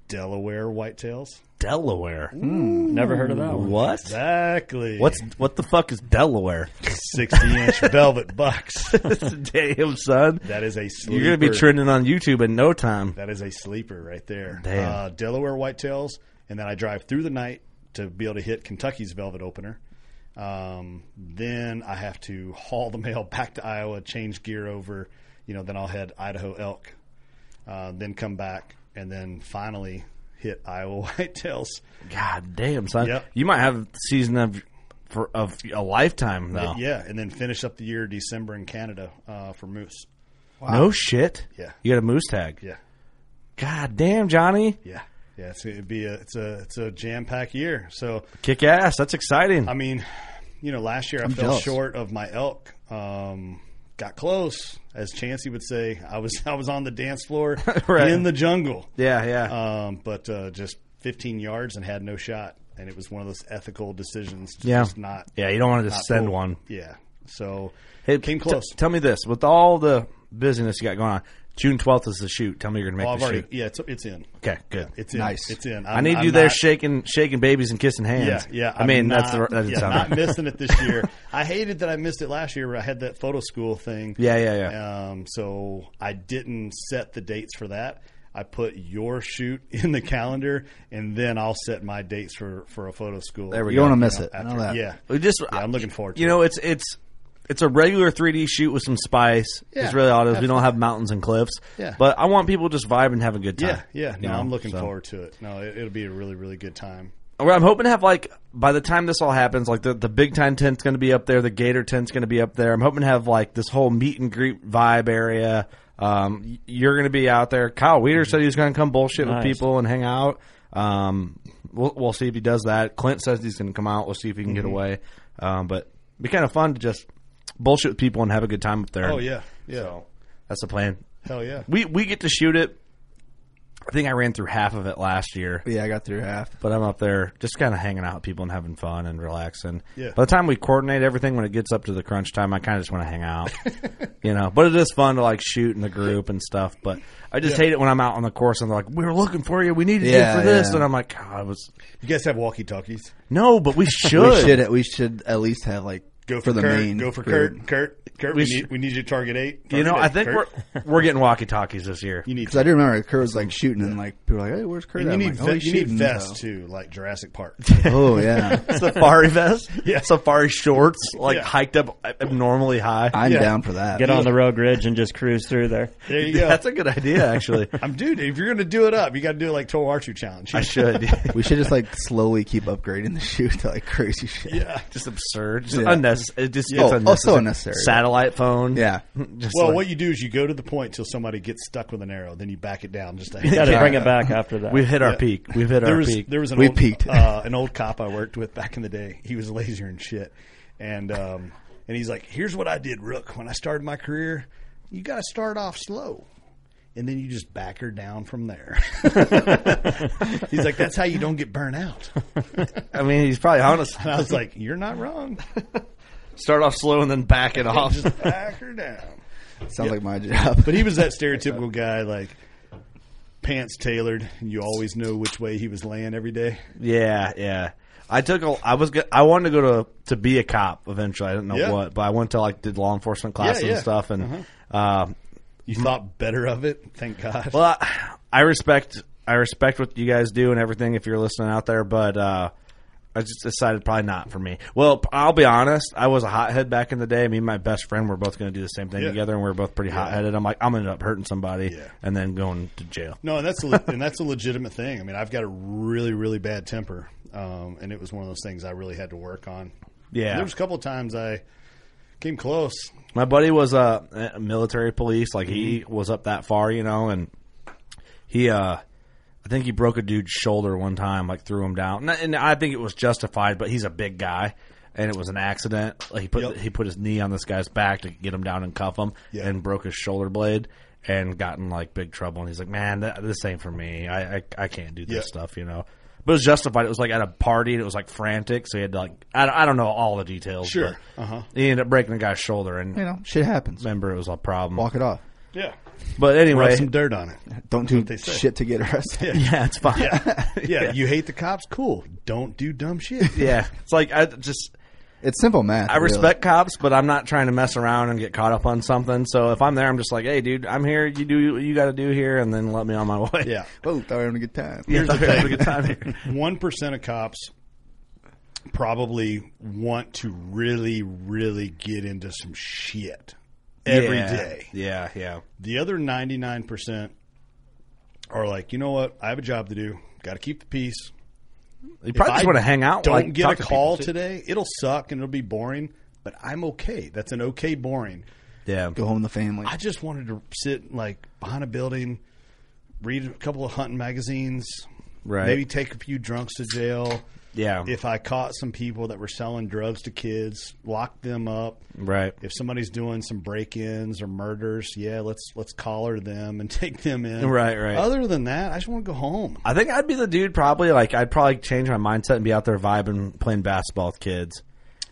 Delaware whitetails.
Delaware.
Never heard of that one.
What?
Exactly.
What's what the fuck is
(laughs)
Delaware? (laughs)
60 inch velvet bucks?
Damn son.
That is a sleeper.
You're gonna be trending on YouTube in no time.
That is a sleeper right there.
Damn.
Uh, Delaware whitetails, and then I drive through the night to be able to hit Kentucky's velvet opener. Um, then I have to haul the mail back to Iowa, change gear over. You know, then I'll head Idaho elk, uh, then come back, and then finally hit Iowa (laughs) whitetails.
God damn son.
Yep.
You might have the season of for of a lifetime though.
Yeah, and then finish up the year December in Canada uh, for moose.
No shit.
Yeah.
You got a moose tag.
Yeah,
God damn, Johnny.
yeah, yeah. It's gonna be a it's a it's a jam packed year. So
Kick ass. That's exciting.
I mean, you know, last year I fell
jealous.
short of my elk. Um, got close, as Chancey would say. I was (laughs) I was on the dance floor
(laughs) Right.
in the jungle,
yeah, yeah.
um, but uh, just 15 yards and had no shot. And it was one of those ethical decisions to
Yeah.
just not.
yeah, you don't want to just
not
send
pull.
one.
Yeah. So
Hey,
came
t-
close.
tell me this. With all the busyness you got going on, June twelfth is the shoot. Tell me you're gonna make the
Oh, I've already.
shoot.
Yeah, it's, it's in.
Okay, good.
It's in.
Nice.
It's in.
i
I'm-
need
I'm
you there
not-
shaking shaking babies and kissing
Yeah,
hands.
yeah.
I mean,
I'm
that's the
not-
that doesn't
yeah,
sound
not
right.
missing it
(laughs)
this year. I hated that I missed it last year, but I had that photo school thing.
Yeah, yeah, yeah.
Um, so I didn't set the dates for that. I put your shoot (laughs) in the calendar, and then I'll set my dates for for a photo school.
There we
You don't
go.
want to miss it. I know
After-
that.
Yeah,
We just
Yeah, I'm looking forward to
You know, it's it's it's a regular 3D shoot with some spice.
Yeah,
it's really all it is. We don't have mountains and cliffs.
Yeah.
But I want people just vibing and having a good time.
yeah, yeah.
You
No,
know,
I'm looking
so.
forward to it. No, it, it'll be a really, really good time.
Well, I'm hoping to have like by the time this all happens, like the, the big time tent's going to be up there, the gator tent's going to be up there. I'm hoping to have like this whole meet and greet vibe area. Um, y- you're going to be out there. Kyle Weeder said he was going to come bullshit
Nice.
with people and hang out. Um, we'll, we'll see if he does that. Clint says he's going to come out. We'll see if he can get away. Um, but it'd be kind of fun to just bullshit with people and have a good time up there.
Oh yeah, yeah.
that's the plan.
Hell yeah.
We we get to shoot it. I think I ran through half of it last year
Yeah, I got through half.
but I'm up there just kind of hanging out with people and having fun and relaxing.
Yeah.
By the time we coordinate everything, when it gets up to the crunch time, I kind of just want to hang
(laughs)
out, you know. But it is fun to like shoot in the group and stuff. But I just hate it when I'm out on the course and they're like, "We were looking for you. We needed
Yeah,
you for this,"
yeah.
and I'm like, "God, I was
You guys have walkie talkies?
no, but (laughs) we should."
We should we should at least have like
Go
For
for,
the
Kurt.
main
go for
group.
Kurt. Kurt. Kurt.
We
We,
sh-
need, we need you to target eight.
You know,
Target
I
eight,
think
Kurt.
we're (laughs) we're getting walkie talkies this year.
you need.
Because I do remember Kurt was like shooting and like people were like, hey, where's Kurt?
and you
I'm
need
like, oh,
ve-
he's
you need
shooting, (laughs)
vests too, like Jurassic Park.
though. Oh yeah,
(laughs)
(laughs) safari vest,
Yeah.
safari shorts, like
Yeah.
hiked up abnormally high.
I'm
Yeah.
down for that.
Get on the rogue ridge and just cruise through
(laughs)
there.
There you go.
That's a good idea, (laughs) actually.
I'm dude. If you're gonna do it up, you got to do it like Total Archer challenge. (laughs)
I should.
(laughs) We should just like slowly keep upgrading the shoot to like crazy shit.
yeah.
just absurd, just
Yeah.
unnecessary. It just
Oh,
it's
oh,
unnecessary.
so unnecessary.
Satellite phone.
Yeah.
Just
Well,
like-
what you do is you go to the point till somebody gets stuck with an arrow, then you back it down just a
Got
hair.
to bring it back after that.
we've hit our peak. We've hit
there
our
was
peak.
there was an
We
old,
peaked.
(laughs) uh, an old cop I worked with back in the day. He was lazier and shit, and um, and he's like, "Here's what I did, Rook. When I started my career, you got to start off slow." And then you just back her down from there. He's like, "That's how you don't get burnt out."
I mean, he's probably honest.
And I was like, "You're not wrong.
Start off slow and then back it off.
Just back her down."
Sounds like my job. (laughs)
But he was that stereotypical guy, like pants tailored, and you always know which way he was laying every day.
yeah, yeah. I took a. I was. Go, I wanted to go to to be a cop eventually. I didn't know
Yeah.
what, but I went to like did law enforcement classes
yeah. Uh-huh.
and stuff, and um,
You thought better of it, thank God.
Well, I, I respect I respect what you guys do and everything if you're listening out there, but uh, I just decided probably not for me. Well, p- I'll be honest, I was a hothead back in the day. Me and my best friend were both going to do the same thing
Yeah.
together, and we were both pretty hot-headed. I'm like, I'm going to end up hurting somebody
Yeah.
and then going to jail.
No, and that's a, le- and that's a legitimate thing. I mean, I've got a really really bad temper, um, and it was one of those things I really had to work on.
Yeah.
there was a couple of times I came close.
My buddy was uh, a military police, like he
Mm-hmm.
was up that far, you know, and he uh I think he broke a dude's shoulder one time, like threw him down, and, and I think it was justified. But he's a big guy, and it was an accident. Like he put
Yep.
he put his knee on this guy's back to get him down and cuff him,
Yeah.
and broke his shoulder blade, and got in like big trouble. And he's like, "Man, that, this ain't for me. I I, I can't do this
Yeah.
stuff," you know. But it was justified. It was like at a party, and it was like frantic. So he had to like I, don't- I don't know all the details.
Sure.
but He ended up breaking the guy's shoulder, and
you know, shit happens.
remember it was a problem.
Walk it off.
Yeah,
But
rub
anyway,
some dirt on it.
Don't do
they say.
shit to get (laughs) arrested.
(laughs) yeah, it's fine.
Yeah, you hate the cops, cool. Don't do
(laughs)
dumb shit.
Yeah, it's like I just
It's simple math.
I
really.
respect cops, but I'm not trying to mess around and get caught up on something. So if I'm there, I'm just like, hey, dude, I'm here. You do what you got to do here, and then let me on my way.
Yeah,
Oh, thought we were having a good time.
here's the thing. Good time here.
(laughs) one percent of cops probably want to really really get into some shit every day.
yeah. Yeah, yeah,
The other 99% are like, you know what? I have a job to do. Got to keep the peace.
You
If
probably just
I
want to hang out.
Don't
like,
get
talk to
a call
people, too.
today. It'll suck and it'll be boring, but I'm okay. That's an okay boring.
Yeah,
Go home to the family.
I just wanted to sit like behind a building, read a couple of hunting magazines,
Right.
Maybe take a few drunks to jail.
yeah,
If I caught some people that were selling drugs to kids, lock them up.
right.
If somebody's doing some break-ins or murders, yeah, let's let's collar them and (laughs) take them in.
Right, right.
Other than that, I just want to go home.
I think I'd be the dude. Probably like I'd probably change my mindset and be out there vibing, playing basketball with kids.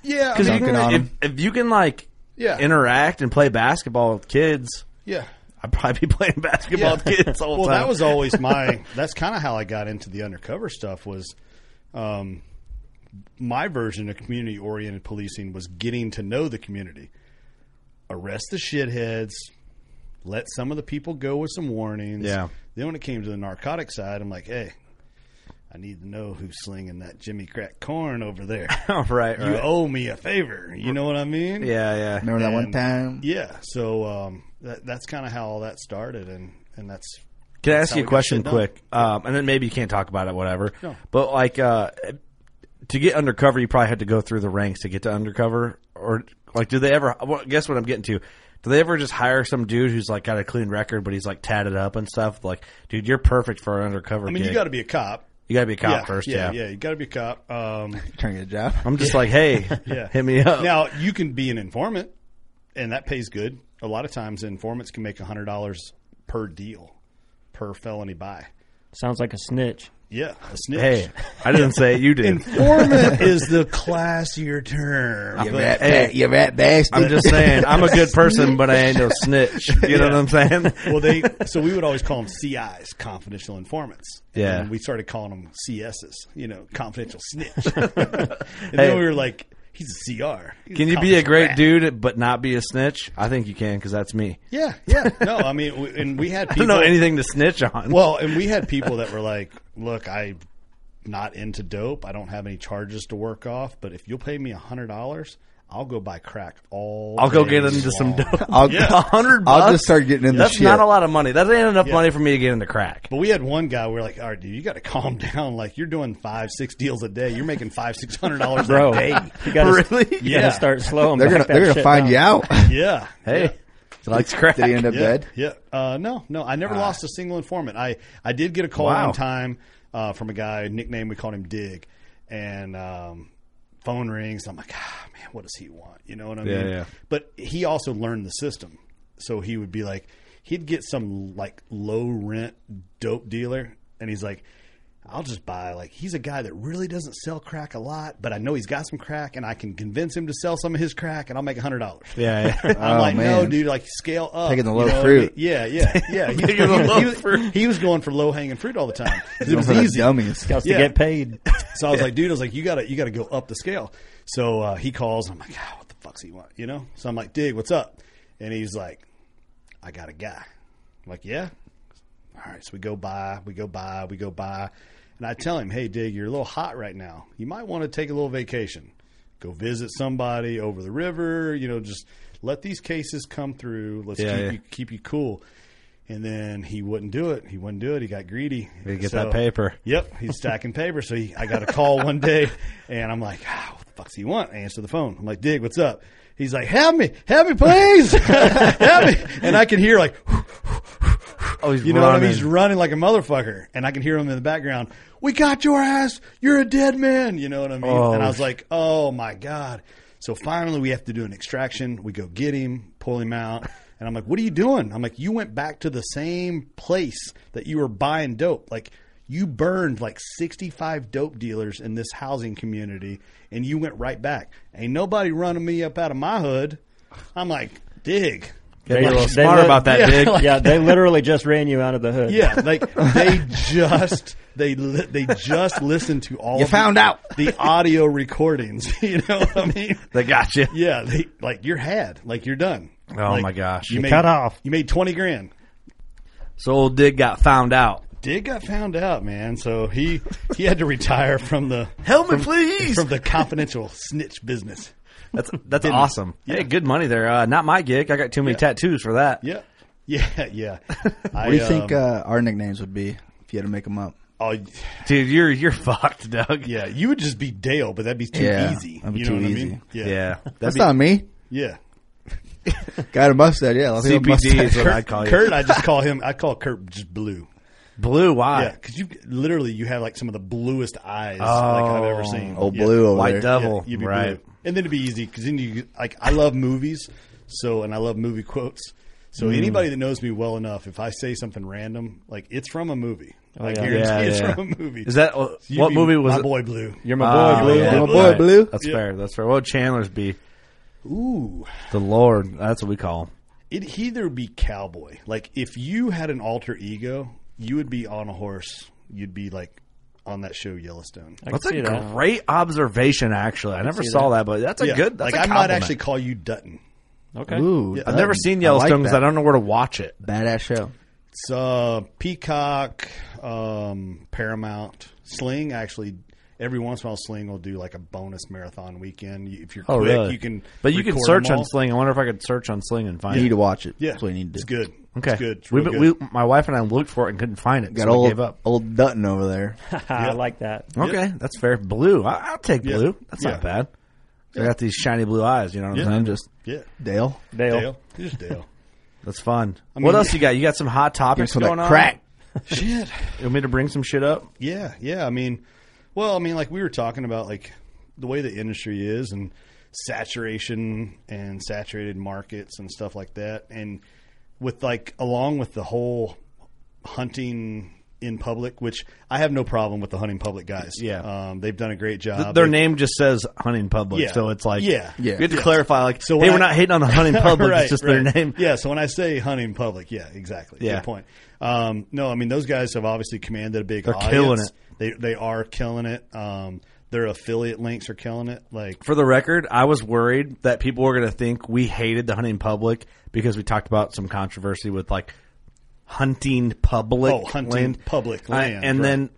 Yeah, I
Because
mean,
Dunking on
if,
'em.
if you can like
Yeah.
interact and play basketball with kids,
yeah.
I'd probably be (laughs) playing basketball
Yeah.
with kids all the
(laughs) well,
time.
that was always my. That's kind of how I got into the undercover stuff. Was, um, my version of community oriented policing was getting to know the community, arrest the shitheads, let some of the people go with some warnings.
Yeah.
Then when it came to the narcotic side, I'm like, hey, I need to know who's slinging that Jimmy Crack corn
(laughs)
over there.
right,
You
right.
owe me a favor. You know what I mean?
yeah, yeah.
Remember that one
And-
time?
Yeah. So um, that, that's kind of how all that started, and and that's
Can I
That's
ask
how
you a
we got
question
shit done.
quick? Um, and then maybe you can't talk about it, whatever.
No.
But like, uh, to get undercover, you probably had to go through the ranks to get to undercover, or like, do they ever? Well, guess what I'm getting to. Do they ever just hire some dude who's like got a clean record, but he's like tatted up and stuff? Like, dude, you're perfect for an undercover.
I mean, you got to be a cop.
be a cop first, yeah.
yeah, You got to be a cop. Um,
Trying to get a job. (laughs)
I'm just like, hey,
(laughs) yeah,
(laughs) hit me up.
Now you can be an informant, and that pays good. A lot of times, informants can make hundred dollars per deal, per felony buy.
Sounds like a snitch.
Yeah, a snitch.
hey, I didn't say it, you
(laughs)
did. (laughs)
Informant is the classier term.
You
but-
rat,
hey,
ba- you rat bastard.
I'm just saying, I'm a
(laughs)
good person, but I ain't no snitch. You know what I'm saying?
well, they so we would always call them CIs, confidential informants. And
Yeah. (laughs)
then we started calling them CSs, you know, confidential snitch. and then we were like, He's a CR. He's
Can you be
common
a great
rat.
dude but not be a snitch? I think you can because that's me.
Yeah, yeah. No, I mean, we- and we had
(laughs) I
people.
don't know anything to snitch on.
Well, and we had people that were like, "Look, I'm not into dope. I don't have any charges to work off. But if you'll pay me a hundred dollars, I'll go buy crack all.
I'll go
day
get into some
long."
dope.
(laughs) I'll,
A hundred
I'll
bucks.
just start getting in the
That's
shit.
not a lot of money. That ain't enough money for me to get into crack.
But we had one guy. We are like, "All right, dude, you got to (laughs) calm down. Like, you're doing five, six deals a day. You're making five, six hundred dollars
bro. (laughs)
a day.
You gotta,
(laughs) Really?
You
Yeah.
gotta start slow. And
they're gonna
back that
they're gonna
shit
find
down.
you out.
Yeah,
Hey, he likes crack.
Did he end up dead?
Yeah. Uh, no, no. I never lost a single informant. I, I did get a call
Ah. Wow.
one time uh, from a guy, nickname, we called him Dig. And um, phone rings. And I'm like, ah, man, what does he want? You know what I
Yeah,
mean?
yeah.
But he also learned the system. So he would be like, he'd get some like low rent dope dealer. And he's like, I'll just buy like he's a guy that really doesn't sell crack a lot, but I know he's got some crack, and I can convince him to sell some of his crack, and I'll make a hundred dollars.
Yeah, yeah.
(laughs) I'm
Oh,
like, no,
man.
dude, like scale up.
Taking the
you
low
know what I
fruit.
mean? Yeah, yeah,
(laughs)
yeah. He,
Taking the
he-
low
he was- he was going for low hanging fruit all
(laughs)
the time. It was
For the
easy.
dummies.
Else
Yeah.
to get paid.
So I was like, dude, I was like, you gotta, you gotta go up the scale. So uh, he calls, and I'm like, ah, what the fuck's he want? You know? So I'm like, dig, what's up? And he's like, I got a guy. I'm like, yeah. All right, so we go by, we go by, we go by, and I tell him, hey, dig, you're a little hot right now. You might want to take a little vacation, go visit somebody over the river. You know, just let these cases come through. Let's
Yeah,
keep
yeah.
you keep you cool. And then he wouldn't do it. He wouldn't do it. He got greedy.
Gotta get that paper.
Yep, he's stacking paper. So he, I got a call one day, and I'm like, ah, "What the fuck does he want?" I answer the phone. I'm like, "Dig, what's up?" He's like, "Help me, help me, please, (laughs) help me!" And I can hear like,
Oh, he's
you know what I mean?
running.
He's running like a motherfucker, and I can hear him in the background. We got your ass. You're a dead man. You know what I mean? and I was like, "Oh my god!" So finally, we have to do an extraction. We go get him, pull him out, and I'm like, "What are you doing?" I'm like, "You went back to the same place that you were buying dope. Like, you burned like 65 dope dealers in this housing community, and you went right back. Ain't nobody running me up out of my hood." I'm like, "Dig."
Gotta be a little
They- they
smarter
look-
about that,
Yeah,
big.
(laughs) yeah, they literally just ran you out of the hood.
Yeah, like they just they li- they just listened to all.
You
of
found
the,
out.
the audio recordings. (laughs) You know what I mean?
They got you.
Yeah, they, like you're had, like you're done.
Oh
Like,
my gosh.
you made,
cut off.
You made twenty grand.
So old Dig got found out.
Did got found out, man. So he he had to retire from the
Help me, please.
from the confidential snitch business.
(laughs) That's that's awesome. Hey, good money there. Uh, not my gig. I got too many tattoos for that.
Yeah, yeah,
(laughs)
yeah. I,
What do you think
um,
uh, our nicknames would be if you had to make them up?
oh,
Dude, you're you're (laughs) fucked, Doug.
yeah, you would just be Dale, but that'd be too
Yeah,
easy.
that'd be
you know
too
what I
easy.
mean?
yeah.
yeah,
That'd
That's
be-
not me.
yeah.
Got a mustache. Yeah, let's have a
CPD is
mustache.
what I call you.
Kurt, I just call him. I call Kurt just blue.
Blue eye.
Yeah, because you literally you have like some of the bluest eyes like I've ever seen.
Old
Yeah.
blue over
White
there.
Yeah,
devil.
you'd be
right.
blue. And then it'd be easy because then you like I love movies, so and I love movie quotes. So anybody that knows me well enough, if I say something random, like it's from a movie. I
yeah.
guarantee
Yeah,
it's
yeah.
from a movie.
Is that uh,
You'd
what
be
movie was
my
it?
boy blue?
You're my boy,
Ah,
Blue.
yeah.
My boy,
Right.
Blue.
That's
Yeah.
fair. That's fair. What would Chandler's be?
Ooh,
The Lord. That's what we call him.
it'd either be cowboy. Like if you had an alter ego, you would be on a horse. You'd be like on that show Yellowstone.
I can
That's a
see that.
great observation, actually. I never
see
saw that. but that's a
Yeah,
good. That's
like
a
I might
compliment.
actually call you Dutton.
Okay.
(laughs) Ooh,
I've never seen Yellowstone because I, don't know where to watch it.
don't. Badass show.
It's uh, Peacock, um, Paramount, Sling. Actually, every once in a while, Sling will do like a bonus marathon weekend. You- If you're quick, Oh, you can.
Oh, But you can
record
search
them
on
all.
Sling. I wonder if I could search on Sling and find
You need
it.
to watch it.
Yeah,
That's what you need to
It's
do.
good.
Okay.
it's good. It's
we,
real
we,
good.
my wife and I looked for it and couldn't find it.
Got
so we
old
gave up.
old Dutton over there.
Ah, I like that.
Okay, that's fair. Blue. I, I'll take
Yeah.
blue. That's not
Yeah.
bad. I got these shiny blue eyes. You know what I'm
I'm
saying?
just
yeah,
Dale.
Dale.
Dale,
(laughs)
just Dale.
That's fun.
mean,
what else you got? You got some hot topics
Some of
going
that
on?
crack.
Shit.
You want me to bring some shit up?
Yeah, yeah. I mean, well, I mean, like we were talking about, like the way the industry is and saturation and saturated markets and stuff like that, and with like along with the whole hunting in public, which I have no problem with the hunting public guys.
Yeah.
um, they've done a great job.
Th- Their
They've-
name just says hunting public,
Yeah.
so it's like
Yeah.
You
Yeah.
have to clarify like
So
so
when
hey,
I-
we're not hating on the
(laughs)
hunting public.
Right,
it's just their
right.
name.
Yeah. So when I say hunting public, yeah, exactly.
Yeah.
Good point. Um, no, I mean those guys have obviously commanded a big.
They're
audience.
killing it.
They they are killing it. Um, Their affiliate links are killing it. Like
For the record, I was worried that people were going to think we hated the hunting public because we talked about some controversy with like hunting public
Oh, hunting
land.
public
I-
land,
and
right.
then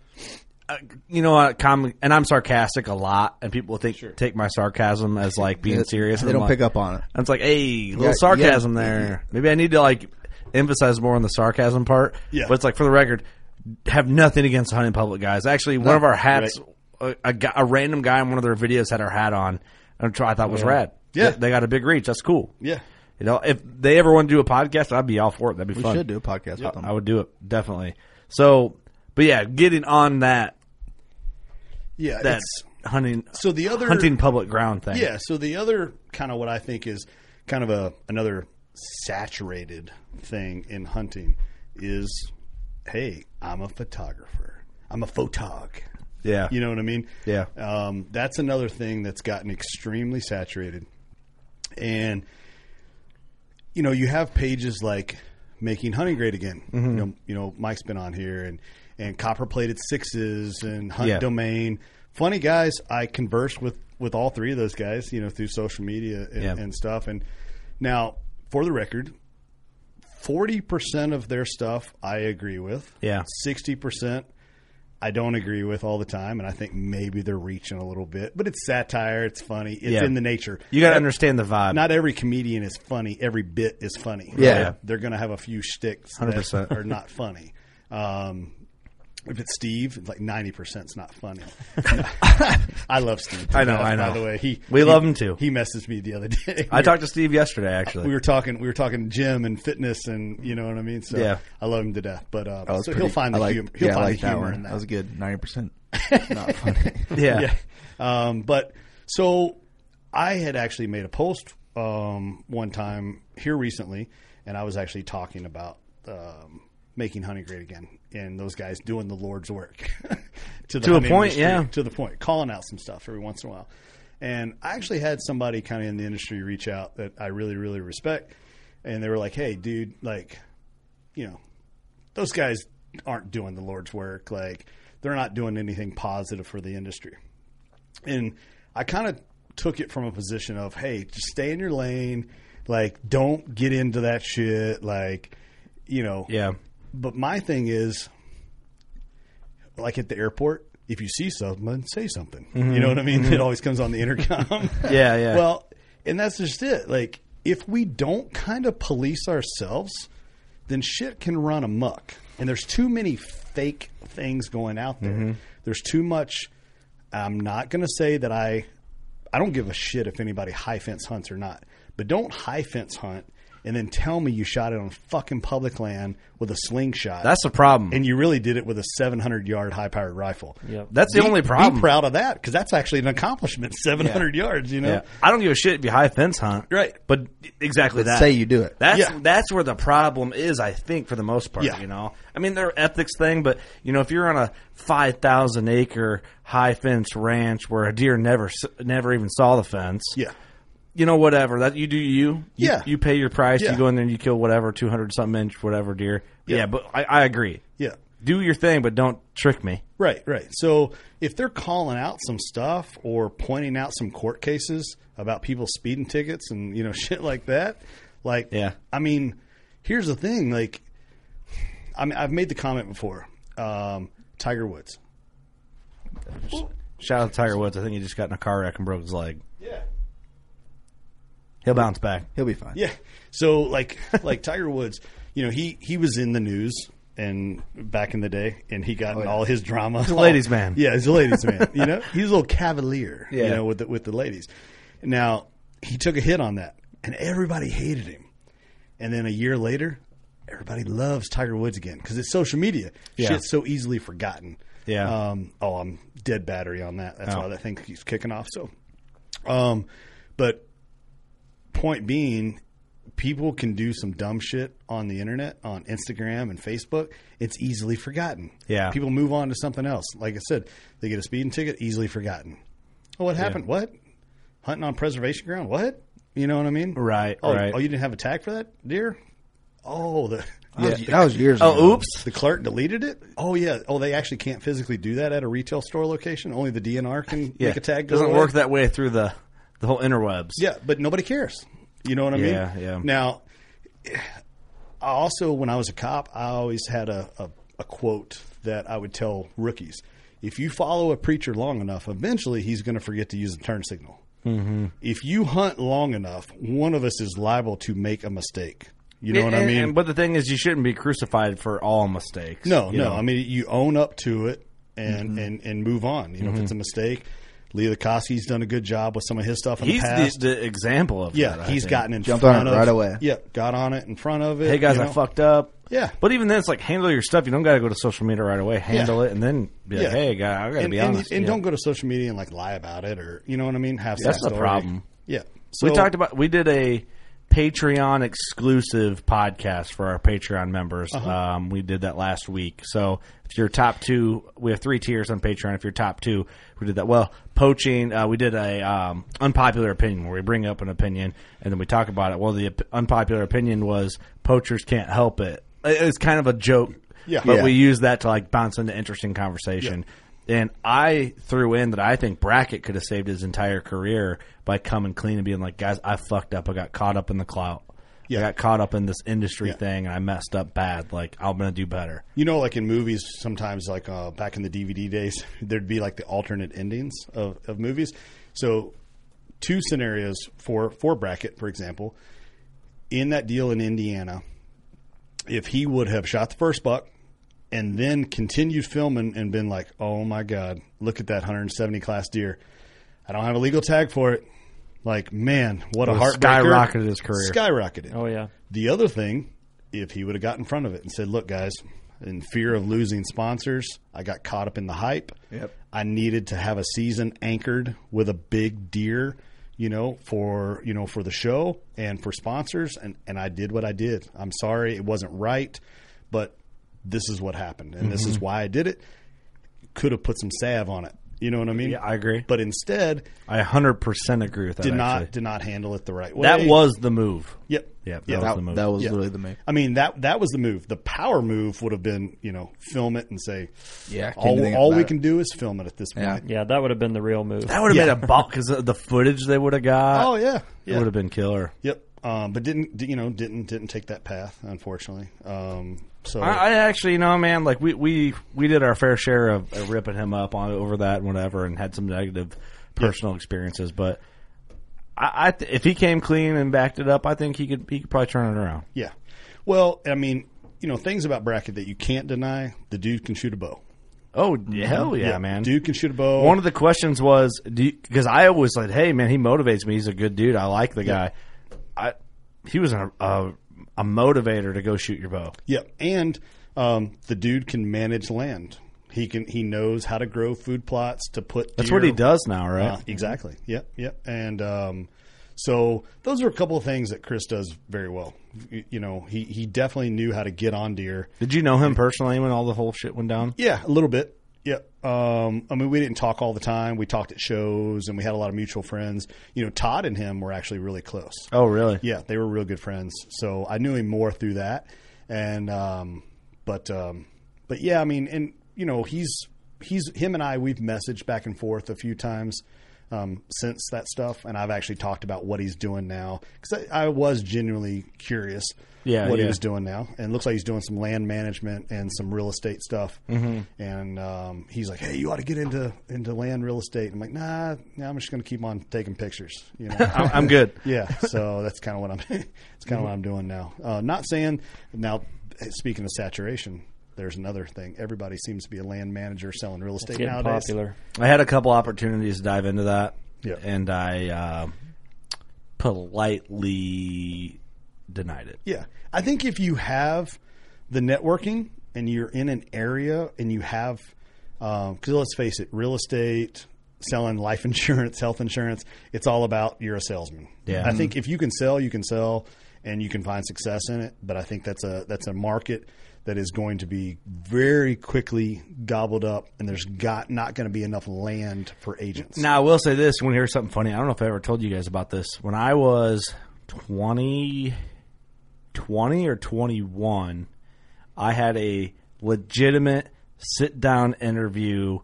uh, you know what com- and I'm sarcastic a lot and people think take my sarcasm as like being serious.
They
and I'm
don't
like-
pick up on it.
I was like, hey, a little
Yeah,
sarcasm
yeah.
there. Maybe I need to like emphasize more on the sarcasm part.
Yeah.
But it's like for the record, have nothing against the hunting public guys. Actually, one of our hats, a, a, guy- a random guy in one of their videos had our hat on, which I thought was rad.
Yeah.
They, they got a big reach. That's cool.
yeah,
You know, if they ever want to do a podcast, I'd be all for it. That'd be
We
fun.
should do a podcast with them.
I would do it definitely. So, but yeah, getting on that
yeah.
that
it's-
hunting
so the other
hunting public ground thing.
Yeah. So the other kind of what I think is kind of a another saturated thing in hunting is, hey, I'm a photographer. I'm a photog.
yeah,
You know what I mean?
Yeah.
Um, that's another thing that's gotten extremely saturated, and you know you have pages like making hunting great again.
Mm-hmm.
You know, you know Mike's been on here and and copper plated sixes and hunt
Yeah.
domain. Funny guys, I conversed with with all three of those guys. You know through social media and,
Yeah.
and stuff. And now, for the record. 40% of their stuff I agree with.
Yeah.
60% I don't agree with all the time, and I think maybe they're reaching a little bit. But it's satire, it's funny, it's
Yeah.
in the nature.
You got to understand the vibe.
Not every comedian is funny. Every bit is funny.
Yeah.
Right? they're going to have a few shticks
100%.
that are not funny. Um, if it's Steve, it's like ninety percent is not
(laughs)
funny. I love Steve. to
I know,
death,
I know.
By the way, he
We
he-
love him too.
He messaged me the other day.
I talked to Steve yesterday actually.
(laughs) We were talking. We were talking gym and fitness, and you know what I mean. So
Yeah. Oh,
I love him to death. But uh,
That was
so he'll
pretty-
find the
I liked-
humor. He'll
yeah, I
find
liked
the
that
humor
one.
in that.
was good. Ninety percent. Not funny.
yeah.
yeah. Um, but so I had actually made a post um, one time here recently, and I was actually talking about um, making hunting great again and those guys doing the Lord's work (laughs) to the
To a
hunting
point,
industry,
yeah.
to the point, calling out some stuff every once in a while. And I actually had somebody kind of in the industry reach out that I really, really respect, and they were like, "Hey, dude, like, you know, those guys aren't doing the Lord's work. Like they're not doing anything positive for the industry. And I kind of took it from a position of, hey, just stay in your lane. Like, don't get into that shit. Like, you know.
Yeah.
But my thing is, like at the airport, if you see someone, say something. You know what I mean?
(laughs)
It always comes on the intercom.
Mm-hmm. Yeah, yeah.
(laughs) Well, and that's just it. Like, if we don't kind of police ourselves, then shit can run amok. And there's too many fake things going out there. There's too much. I'm not going to say that I. I don't give a shit if anybody high fence hunts or not, but don't high fence hunt and then tell me you shot it on fucking public land with a slingshot.
That's the problem.
and you really did it with a 700 yard high powered rifle.
Yep.
That's the
Be-
only problem.
Be proud of that because that's actually an accomplishment. (laughs) 700 yards, you know.
Yeah. I don't give a shit if you high fence hunt.
Right.
But exactly that.
say you do it.
That's
Yeah.
that's where the problem is, I think, for the most part.
Yeah.
You know, I mean, there are ethics thing, but you know, if you're on a five thousand acre high fence ranch where a deer never s- never even saw the fence,
Yeah.
you know, whatever that you do, you, you
Yeah.
you pay your price,
Yeah.
you go in there and you kill whatever two hundred something inch whatever deer. Yeah, but I, I agree.
Yeah.
do your thing, but don't trick me.
Right, right. So if they're calling out some stuff or pointing out some court cases about people speeding tickets and you know (laughs) shit like that, like
Yeah.
I mean, here's the thing. Like, I mean, I've made the comment before. Um, Tiger Woods.
Shout out to Tiger Woods. I think he just got in a car wreck and broke his leg.
Yeah.
He'll bounce back.
He'll be fine.
Yeah. So (laughs) like like Tiger Woods, you know, he he was in the news and back in the day and he got in all his drama. He's
a ladies' man.
Yeah, he's a ladies man. You know? (laughs) He's a little cavalier, you
Yeah.
know, with the with the ladies. Now, he took a hit on that and everybody hated him. And then a year later, everybody loves Tiger Woods again because it's social media.
Yeah.
Shit's so easily forgotten.
Yeah.
Um, oh, I'm dead battery on that. That's
Oh.
why that thing keeps kicking off. So, um, but point being, people can do some dumb shit on the internet, on Instagram and Facebook. It's easily forgotten.
Yeah.
People move on to something else. Like I said, they get a speeding ticket, easily forgotten. Oh, what happened? What? Hunting on preservation ground? What? You know what I mean?
Right,
Oh,
right.
oh you didn't have a tag for that deer? Oh, the
That, was, that was years ago.
Oh, oops.
The clerk deleted it. Oh yeah. Oh, they actually can't physically do that at a retail store location. Only the DNR can
(laughs) Yeah.
make a tag. go
doesn't
away.
work that way through the the whole interwebs.
Yeah, but nobody cares. You know what I mean?
Yeah, yeah.
Now, I also, when I was a cop, I always had a, a, a quote that I would tell rookies. If you follow a preacher long enough, eventually he's going to forget to use the turn signal. Mm-hmm. If you hunt long enough, one of us is liable to make a mistake. You know what I
And-
mean?
and- but the thing is, you shouldn't be crucified for all mistakes.
No,
you
no.
know? Mm-hmm.
I mean, you own up to it and and and move on. You know, if it's a mistake, Leo Koski's done a good job with some of his stuff in
he's
the past.
the, the example of
yeah,
that, I
he's
think.
gotten in
Jumped
front
on it
of,
right away.
Yeah, got on it in front of it.
Hey guys,
you
I
know?
fucked up.
Yeah.
but even then, it's like handle your stuff. You don't got to go to social media right away. Handle it, and then be like,
Yeah.
"Hey, guy, I got to
And,
be
and,
honest."
and
Yeah.
don't go to social media and like lie about it or you know what I mean. Have
That's
some
the
story.
problem.
Yeah, so,
we talked about we did a Patreon exclusive podcast for our Patreon members.
Uh-huh.
Um, we did that last week. So if you're top two, we have three tiers on Patreon. If you're top two, we did that. Well, poaching. Uh, we did a um, unpopular opinion where we bring up an opinion and then we talk about it. Well, the op- unpopular opinion was poachers can't help it. It was kind of a joke.
Yeah.
but
Yeah.
we use that to like bounce into interesting conversation. And I threw in that I think Brackett could have saved his entire career by coming clean and being like, guys, I fucked up. I got caught up in the clout.
Yeah.
I got caught up in this industry
Yeah.
thing and I messed up bad. Like, I'm going to do better.
You know, like in movies, sometimes, like uh, back in the DVD days, (laughs) there'd be like the alternate endings of, of movies. So, two scenarios for for Brackett, for example, in that deal in Indiana, if he would have shot the first buck and then continued filming and been like, "Oh my god, look at that 170 class deer! I don't have a legal tag for it." Like, man, what a
Would've
heartbreaker!
skyrocketed his career.
Skyrocketed.
Oh yeah.
The other thing, if he would have got in front of it and said, "Look, guys, in fear of losing sponsors, I got caught up in the hype. Yep. I needed to have a season anchored with a big deer, you know, for you know for the show and for sponsors, and and I did what I did. I'm sorry, it wasn't right, but this is what happened, and this
Mm-hmm.
is why I did it. Could have put some salve on it." You know what I mean?
Yeah, I agree.
But instead,
I 100% agree with that.
did not
actually.
did not handle it the right way.
That was the move.
yep
Yeah, that
Yep.
was the
That,
move.
that was
Yeah.
really the move.
I mean that that was the move. The power move would have been, you know, film it and say,
Yeah, I
all,
can't think
all we
about it.
can do is film it at this
Yeah.
point.
Yeah, that would have been the real move.
That would have
Yeah.
been a ball because the footage they would have got
Oh yeah,
it would have been killer.
Yep. Um, but didn't di- you know? Didn't didn't take that path, unfortunately. Um, so
I, I actually, you know, man, like we, we we did our fair share of uh, ripping him up on over that and whatever, and had some negative personal experiences. But I, I th- if he came clean and backed it up, I think he could he could probably turn it around.
yeah. Well, I mean, you know, things about bracket that you can't deny. The dude can shoot a bow.
Oh
Mm-hmm.
hell yeah, man!
Dude can shoot a bow.
One of the questions was because I always like, hey man, he motivates me. He's a good dude. I like the guy. I he was a, a a motivator to go shoot your bow.
Yep, and um, the dude can manage land. He can. He knows how to grow food plots to put.
That's what he
deer-
does now, right?
Uh, exactly. Yep. Yep. And um, so those are a couple of things that Chris does very well. You, you know, he he definitely knew how to get on deer.
Did you know him personally when all the whole shit went down?
Yeah, a little bit. Yep. Um, I mean, we didn't talk all the time. We talked at shows, and we had a lot of mutual friends. You know, Todd and him were actually really close.
Oh really?
Yeah, they were real good friends. So I knew him more through that, and um, but um, but yeah, I mean, and you know, he's he's him and I we've messaged back and forth a few times um, since that stuff, and I've actually talked about what he's doing now because I, I was genuinely curious.
Yeah,
what he
yeah.
was doing now, and it looks like he's doing some land management and some real estate stuff.
Mm-hmm.
And um, he's like, "Hey, you ought to get into into land real estate." I'm like, "Nah, nah I'm just going to keep on taking pictures."
(laughs)
You know,
I'm, I'm good.
yeah, (laughs) so that's kind of what I'm. (laughs) It's kind of what I'm doing now. Uh, not saying now. Speaking of saturation, there's another thing. Everybody seems to be a land manager selling real estate
Getting
nowadays.
popular.
I had a couple opportunities to dive into that,
Yeah.
and I uh, politely denied it.
Yeah, I think if you have the networking and you're in an area and you have, because let's face it, real estate, selling life (laughs) insurance, health insurance, it's all about you're a salesman.
Yeah.
Mm-hmm.
I think if you can sell, you can sell, and you can find success in it. But I think that's a that's a market that is going to be very quickly gobbled up, and there's got not going to be enough land for agents.
Now I will say this: when you hear something funny, I don't know if I ever told you guys about this. When I was 20, 20 or twenty-one, I had a legitimate sit down interview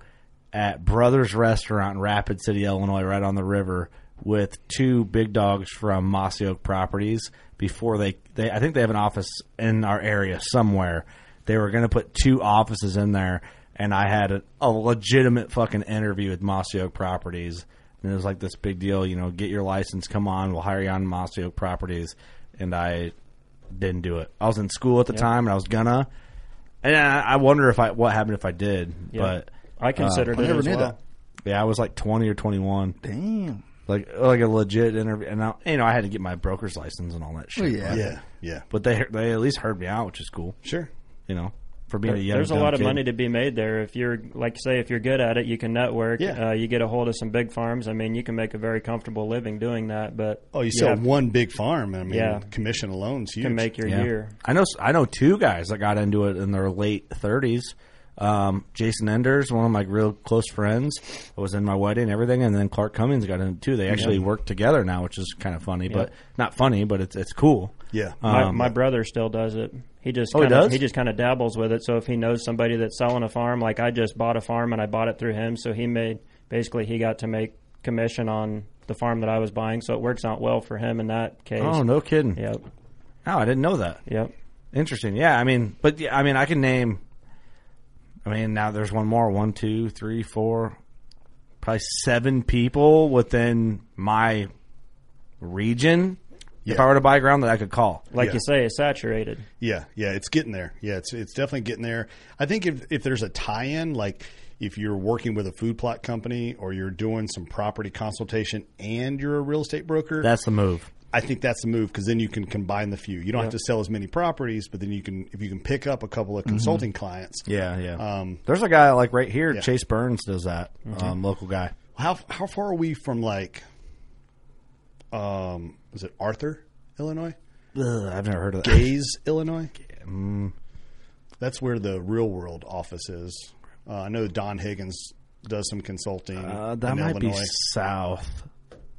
at Brothers Restaurant in Rapid City, Illinois, right on the river, with two big dogs from Mossy Oak Properties. Before they, they I think they have an office in our area somewhere. They were going to put two offices in there, and I had a, a legitimate fucking interview with Mossy Oak Properties. And it was like this big deal, you know, get your license, come on, we'll hire you on Mossy Oak Properties. And I didn't do it. I was in school at the time, and I was gonna. And I, I wonder if I what happened if I did.
Yeah.
But uh,
I considered
I
it
never
as
knew
well.
that.
yeah, I was like twenty or twenty one,
Damn.
like like a legit interview. And I, you know, I had to get my broker's license and all that
Oh,
shit.
Well, Oh, yeah.
But,
Yeah, yeah,
but they they at least heard me out, which is cool.
sure.
You know, for being a young.
There's a
dumb
lot of
kid.
money to be made there. If you're, like, say, if you're good at it, you can network.
Yeah.
Uh, you get a hold of some big farms. I mean, you can make a very comfortable living doing that. But
Oh, you sell
have-
one big farm. I mean,
Yeah.
commission alone's huge.
can make your
Yeah.
year.
I know. I know two guys that got into it in their late thirties. Um, Jason Enders, one of my real close friends, was in my wedding, and everything, and then Clark Cummings got into it too. They actually work together now, which is kind of funny, but not funny, but it's it's cool.
yeah.
My,
Um,
my brother still does it. He just
Oh, he
kinda,
does?
he just kind of dabbles with it. So if he knows somebody that's selling a farm, like I just bought a farm and I bought it through him, so he made basically he got to make commission on the farm that I was buying. So it works out well for him in that case.
Oh no, kidding!
Yep.
Oh, I didn't know that.
Yep.
Interesting. Yeah, I mean, but yeah, I mean, I can name. I mean, now there's one more. One, two, three, four, probably seven people within my region. If I were to buy ground, that I could call.
Like
Yeah.
you say, it's saturated.
Yeah, yeah, it's getting there. Yeah, it's it's definitely getting there. I think if if there's a tie-in, like if you're working with a food plot company or you're doing some property consultation and you're a real estate broker,
That's the move.
I think that's the move because then you can combine the few. You don't have to sell as many properties, but then you can if you can pick up a couple of consulting clients.
Yeah, yeah.
Um,
There's a guy like right here, Chase Burns does that. Um, local guy.
How how far are we from like, um, is it Arthur, Illinois?
Ugh, I've never heard of that. (laughs)
Gaze, Illinois. Mm, That's where the real world office is. Uh, I know Don Higgins does some consulting.
Uh, that
in
might
Illinois.
be south.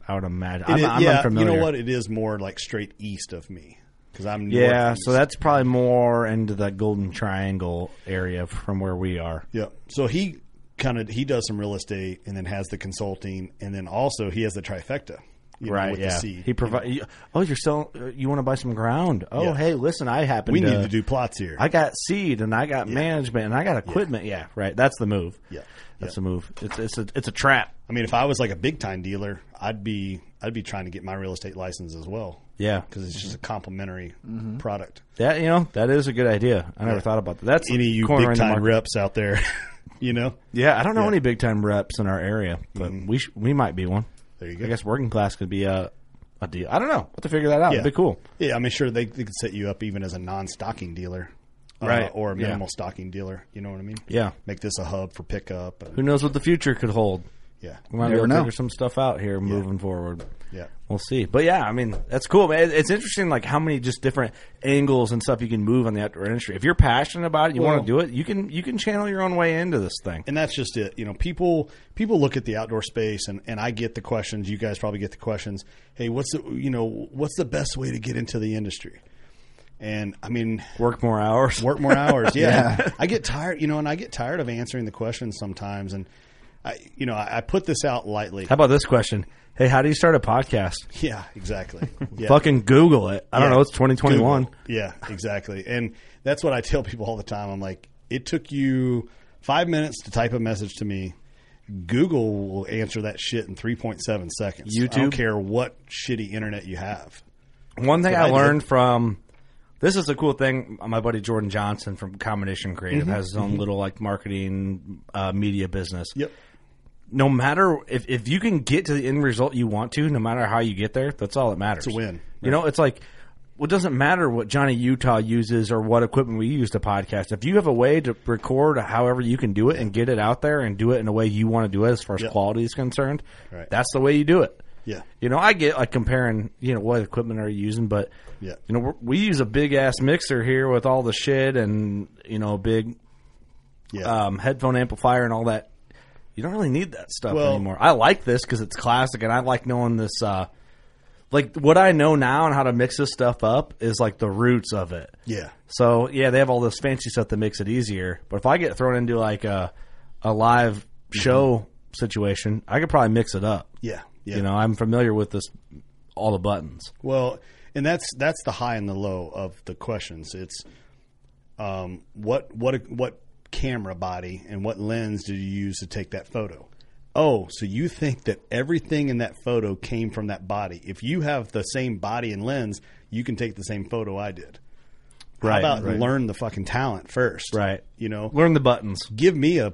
I would imagine.
It
I'm,
is-
I'm
yeah,
unfamiliar.
you know what? It is more like straight east of me because I'm
Yeah,
northeast.
so that's probably more into the Golden Triangle area from where we are.
yeah. So he kind of he does some real estate and then has the consulting and then also he has the trifecta. you know, with the
yeah.
C.
He provide. Oh, you're selling. You want to buy some ground? Oh,
Yeah.
hey, listen, I happen.
we
to,
need to do plots here.
I got seed and I got management and I got equipment. Yeah, right. That's the move.
Yeah.
that's the move. It's it's a it's a trap.
I mean, if I was like a big time dealer, I'd be I'd be trying to get my real estate license as well.
Yeah. Mm-hmm.
because it's just a complimentary product.
That you know that is a good idea. I never thought about that. That's
Any of you
corner
big
in the
time
market.
reps out there, (laughs) you know?
Yeah, I don't know
Yeah. Mm.
any big time reps in our area, but we sh- we might be one.
There you
I
go.
guess working class could be a a deal. I don't know. We'll have to figure that out.
Yeah.
It'd be cool.
Yeah, I mean, sure they, they could set you up even as a non-stocking dealer, uh,
Right.
Or a
Yeah.
minimal stocking dealer. You know what I mean?
Yeah.
Make this a hub for pickup.
(laughs)
and-
Who knows what the future could hold?
yeah,
We might
Never
be able to
know.
figure some stuff out here moving forward.
yeah.
We'll see. But yeah, I mean, that's cool, man. It- It's interesting, like, how many just different angles and stuff you can move on the outdoor industry. If you're passionate about it, you want to do it, you can you can channel your own way into this thing.
And that's just it. You know, people people look at the outdoor space, and, and I get the questions. You guys probably get the questions. Hey, what's the you know what's the best way to get into the industry? And I mean,
Work more hours.
work more
(laughs)
hours. Yeah. I get tired, you know, and I get tired of answering the questions sometimes. And I, you know, I, I put this out lightly.
How about this question? Hey, how do you start a podcast?
Yeah,
(laughs)
exactly. Yeah.
Fucking Google it. I don't
Yeah.
know. It's 2021.
Google. Yeah, exactly. And that's what I tell people all the time. I'm like, it took you five minutes to type a message to me. Google will answer that shit in 3.7 seconds. I
YouTube?
don't care what shitty internet you have.
One thing I
I did.
learned from this is a cool thing. My buddy Jordan Johnson from Combination Creative has his own little like marketing uh, media business.
Yep.
No matter if, if you can get to the end result you want to, no matter how you get there, that's all that matters.
It's a win.
You know, it's like well, it doesn't matter what Johnny Utah uses or what equipment we use to podcast. If you have a way to record however you can do it and get it out there and do it in a way you want to do it as far as
Yep.
quality is concerned,
Right.
that's the way you do it.
Yeah.
You know, I get like comparing, you know, what equipment are you using, but
Yeah.
you know, we're, we use a big ass mixer here with all the shit and you know, a big
Yeah.
um, headphone amplifier and all that. You don't really need that stuff
Well-
anymore. I like this because it's classic, and I like knowing this. Uh, like what I know now and how to mix this stuff up is like the roots of it.
Yeah.
So yeah, they have all this fancy stuff that makes it easier. But if I get thrown into like a a live show situation, I could probably mix it up.
Yeah. Yeah.
You know, I'm familiar with this all the buttons.
Well, and that's that's the high and the low of the questions. It's um, what what what camera body and what lens did you use to take that photo? Oh, so you think that everything in that photo came from that body? If you have the same body and lens, you can take the same photo I did.
Right,
How about
right.
learn the fucking talent first?
Right.
You know,
Learn the buttons.
give me a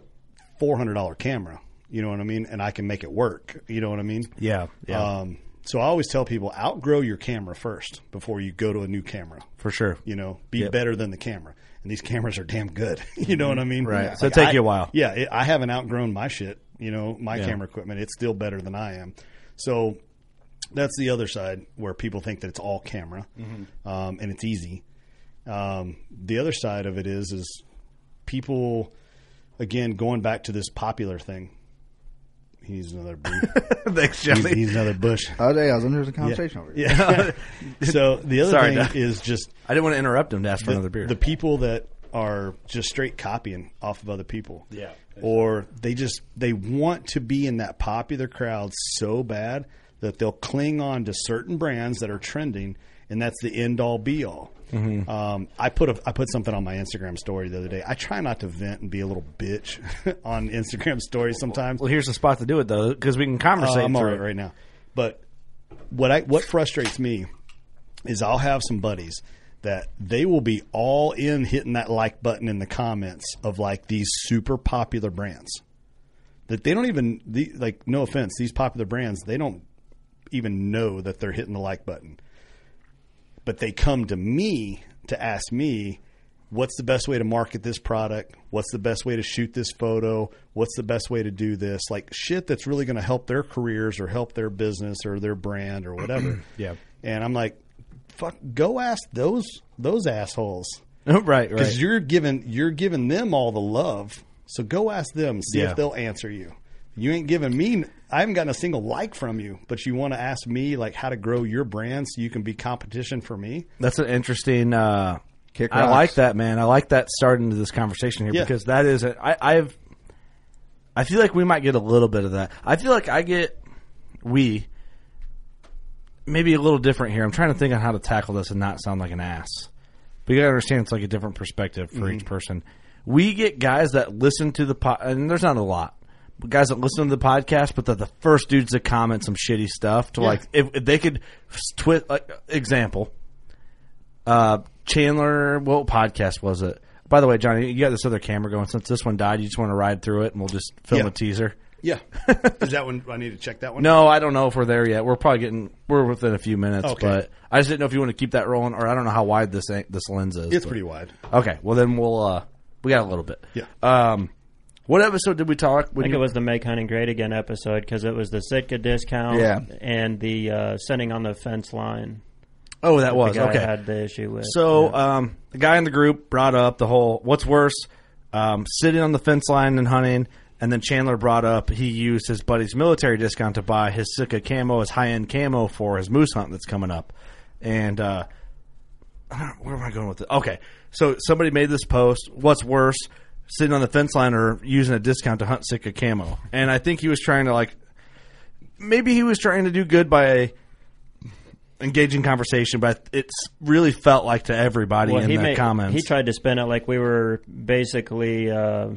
four hundred dollar camera. You know what I mean? And I can make it work. You know what I mean?
Yeah. Yeah.
Um, so I always tell people outgrow your camera first before you go to a new camera.
for sure.
You know, be better than the camera. And these cameras are damn good. (laughs) you know what I mean?
Right. So it'll take
I-
you a while.
Yeah, it, I haven't outgrown my shit. You know, my camera equipment. It's still better than I am. So that's the other side where people think that it's all camera
Mm-hmm.
um, and it's easy. Um, the other side of it is is people again going back to this popular thing. He's
(laughs)
another boo.
(laughs) Thanks,
he's,
Johnny.
he's another bush.
Oh, yeah, I was under the conversation over here.
Yeah. (laughs) so the other
Sorry,
thing
Doc.
is just
I didn't want to interrupt him to ask for
the,
another beer.
the people that are just straight copying off of other people.
Yeah.
Or they just they want to be in that popular crowd so bad that they'll cling on to certain brands that are trending, and that's the end all be all.
Mm-hmm.
Um, I put a I put something on my Instagram story the other day. I try not to vent and be a little bitch (laughs) on Instagram stories sometimes.
well, here's the spot to do it though, because we can conversate
Uh, I'm all
through
right
Oh, it. (laughs)
right now. But what I what frustrates me is I'll have some buddies that they will be all in hitting that like button in the comments of like these super popular brands that they don't even the, like. No offense, these popular brands they don't even know that they're hitting the like button, but they come to me to ask me. What's the best way to market this product? What's the best way to shoot this photo? What's the best way to do this? Like shit that's really going to help their careers or help their business or their brand or whatever.
Yeah.
And I'm like, fuck, go ask those those assholes
right.
because
Right.
you're giving you're giving them all the love. So go ask them, see
Yeah.
if they'll answer you. You ain't giving me. I haven't gotten a single like from you, but you want to ask me like how to grow your brand so you can be competition for me.
That's an interesting. Uh,
Kick
I
rocks.
like that, man. I like that starting to this conversation here
Yeah.
because that is. A, I, I've. I feel like we might get a little bit of that. I feel like I get we maybe a little different here. I'm trying to think on how to tackle this and not sound like an ass. But you gotta understand, it's like a different perspective for each person. We get guys that listen to the pod, and there's not a lot. But guys that listen to the podcast, but they're the first dudes to comment some shitty stuff. To like, if, if they could twist, like example, uh, Chandler, what podcast was it? By the way, Johnny, you got this other camera going. Since this one died, you just want to ride through it, and we'll just film
Yeah.
a teaser.
Yeah, (laughs) is that one? I need to check that one.
No, I don't know if we're there yet. We're probably getting we're within a few minutes,
Okay.
but I just didn't know if you want to keep that rolling, or I don't know how wide this an- this lens is.
it's
but-
pretty wide. Uh,
Okay, well then we'll uh we got a little bit.
Yeah.
Um, what episode did we talk?
I
When
think
you-
it was the Make Hunting Great Again episode because it was the Sitka discount
Yeah.
and the uh, sending on the fence line.
oh that
The
was
guy
okay.
had the issue with.
So um, the guy in the group brought up the whole what's worse, um, sitting on the fence line and hunting. And then Chandler brought up he used his buddy's military discount to buy his Sika camo, his high end camo for his moose hunt that's coming up. And uh, I don't- where am I going with it? Okay, so somebody made this post. What's worse, sitting on the fence line or using a discount to hunt Sika camo? And I think he was trying to like, maybe he was trying to do good by engaging conversation, but it's really felt like to everybody in the
made-
comments.
He tried to spin it like we were basically uh,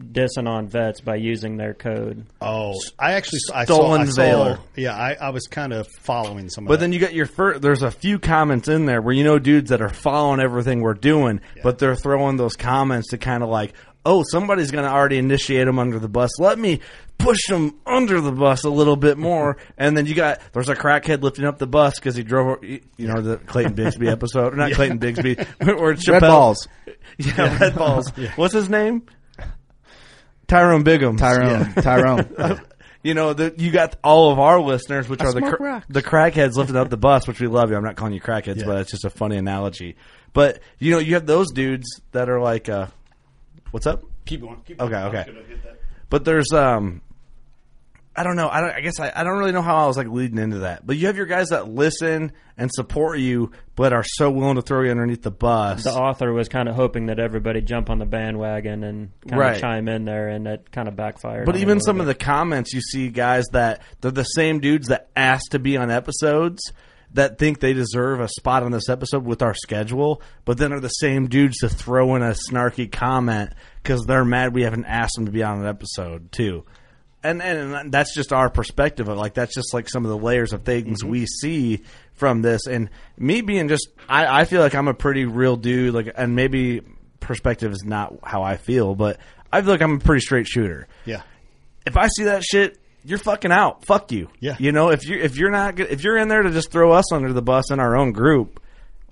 dissing on vets by using their code.
Oh, I actually I
Stolen
saw, I saw,
Valor.
Yeah, I, I was kind of following some. Of
But
that.
then you got your first. There's a few comments in there where you know dudes that are following everything we're doing, but they're throwing those comments to kind of like, oh, somebody's going to already initiate them under the bus. Let me push them under the bus a little bit
(laughs)
more. and then you got there's a crackhead lifting up the bus because he drove. You know the Clayton
(laughs)
Bigsby episode, or not Clayton Bigsby, (laughs) or Chappelle.
Red balls.
(laughs) Yeah,
(laughs)
red balls. What's his name? Tyrone Biggum.
Tyrone. Tyrone.
You know, the, you got all of our listeners, which are the
smoke
cra-
rocks.
the crackheads lifting up the bus, which we love you. I'm not calling you crackheads, but it's just a funny analogy. But you know, you have those dudes that are like, uh, "What's up?"
keep going. Keep
Okay,
going. I was
okay.
gonna hit that.
But there's um, I don't know. I, don't, I guess I, I don't really know how I was like leading into that. But you have your guys that listen and support you, but are so willing to throw you underneath the bus.
the author was kind of hoping that everybody jump on the bandwagon and kind
Right.
of chime in there, and it kind of backfired.
But even some of the comments you see, guys that they're the same dudes that asked to be on episodes that think they deserve a spot on this episode with our schedule, but then are the same dudes to throw in a snarky comment because they're mad we haven't asked them to be on an episode too. And, and and that's just our perspective of like that's just like some of the layers of things we see from this. And me being just, I, I feel like I'm a pretty real dude. Like, and maybe perspective is not how I feel, but I feel like I'm a pretty straight shooter
Yeah.
if I see that shit, you're fucking out. Fuck you.
Yeah.
You know, if you if you're not good- if you're in there to just throw us under the bus in our own group,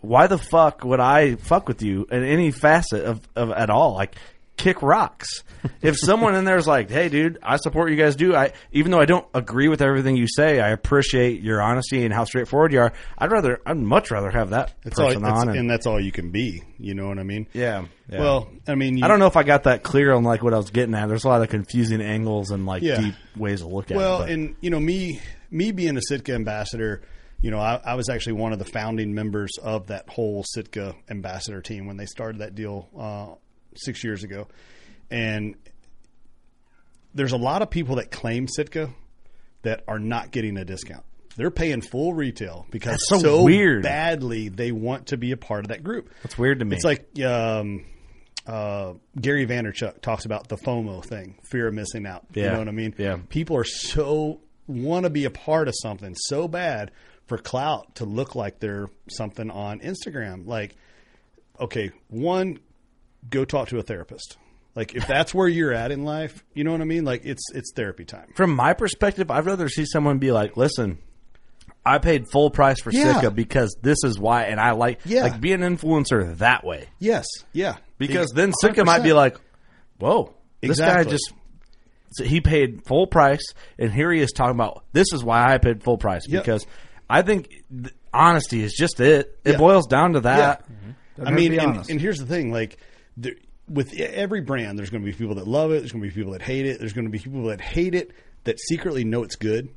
why the fuck would I fuck with you in any facet of, of at all? Like kick
(laughs)
rocks. if someone in there is like, "Hey dude, I support you guys do. I even though I don't agree with everything you say, I appreciate your honesty and how straightforward you are." I'd rather I'd much rather have that
That's all,
person
that's,
on
and,
and,
that's all you can be. You know what I mean?
yeah, yeah.
Well, I mean, you,
I don't know if I got that clear on like what I was getting at. There's a lot of confusing angles and like
Yeah.
deep ways to look at it.
Well,
but-
and you know me, me being a Sitka ambassador, you know, I, I was actually one of the founding members of that whole Sitka ambassador team when they started that deal uh, six years ago, and there's a lot of people that claim Sitka that are not getting a discount. They're paying full retail because
That's so weird.
badly they want to be a part of that group.
That's weird to me.
It's like um, uh, Gary Vaynerchuk talks about the FOMO thing, fear of missing out. You
Yeah.
know what I mean?
Yeah.
People are so want to be a part of something so bad for clout to look like they're something on Instagram. Like, okay, one, go talk to a therapist. Like if that's where you're at in life, you know what I mean? Like it's it's therapy time.
from my perspective, I'd rather see someone be like, "Listen, I paid full price for
Yeah.
Sika because this is why," and I like
Yeah.
like be an influencer that way
Yes. Yeah.
because then Sika might be
100%.
like, "Whoa, this guy
Exactly.
just." so he paid full price, and here he is talking about this is why I paid full price
Yep.
because I think th- honesty is just it. It
Yeah.
boils down to that.
I mean,
be
and,
honest.
and here's the thing: like, there, with e, every brand, there's going to be people that love it. There's going to be people that hate it. There's going to be people that hate it that secretly know it's good,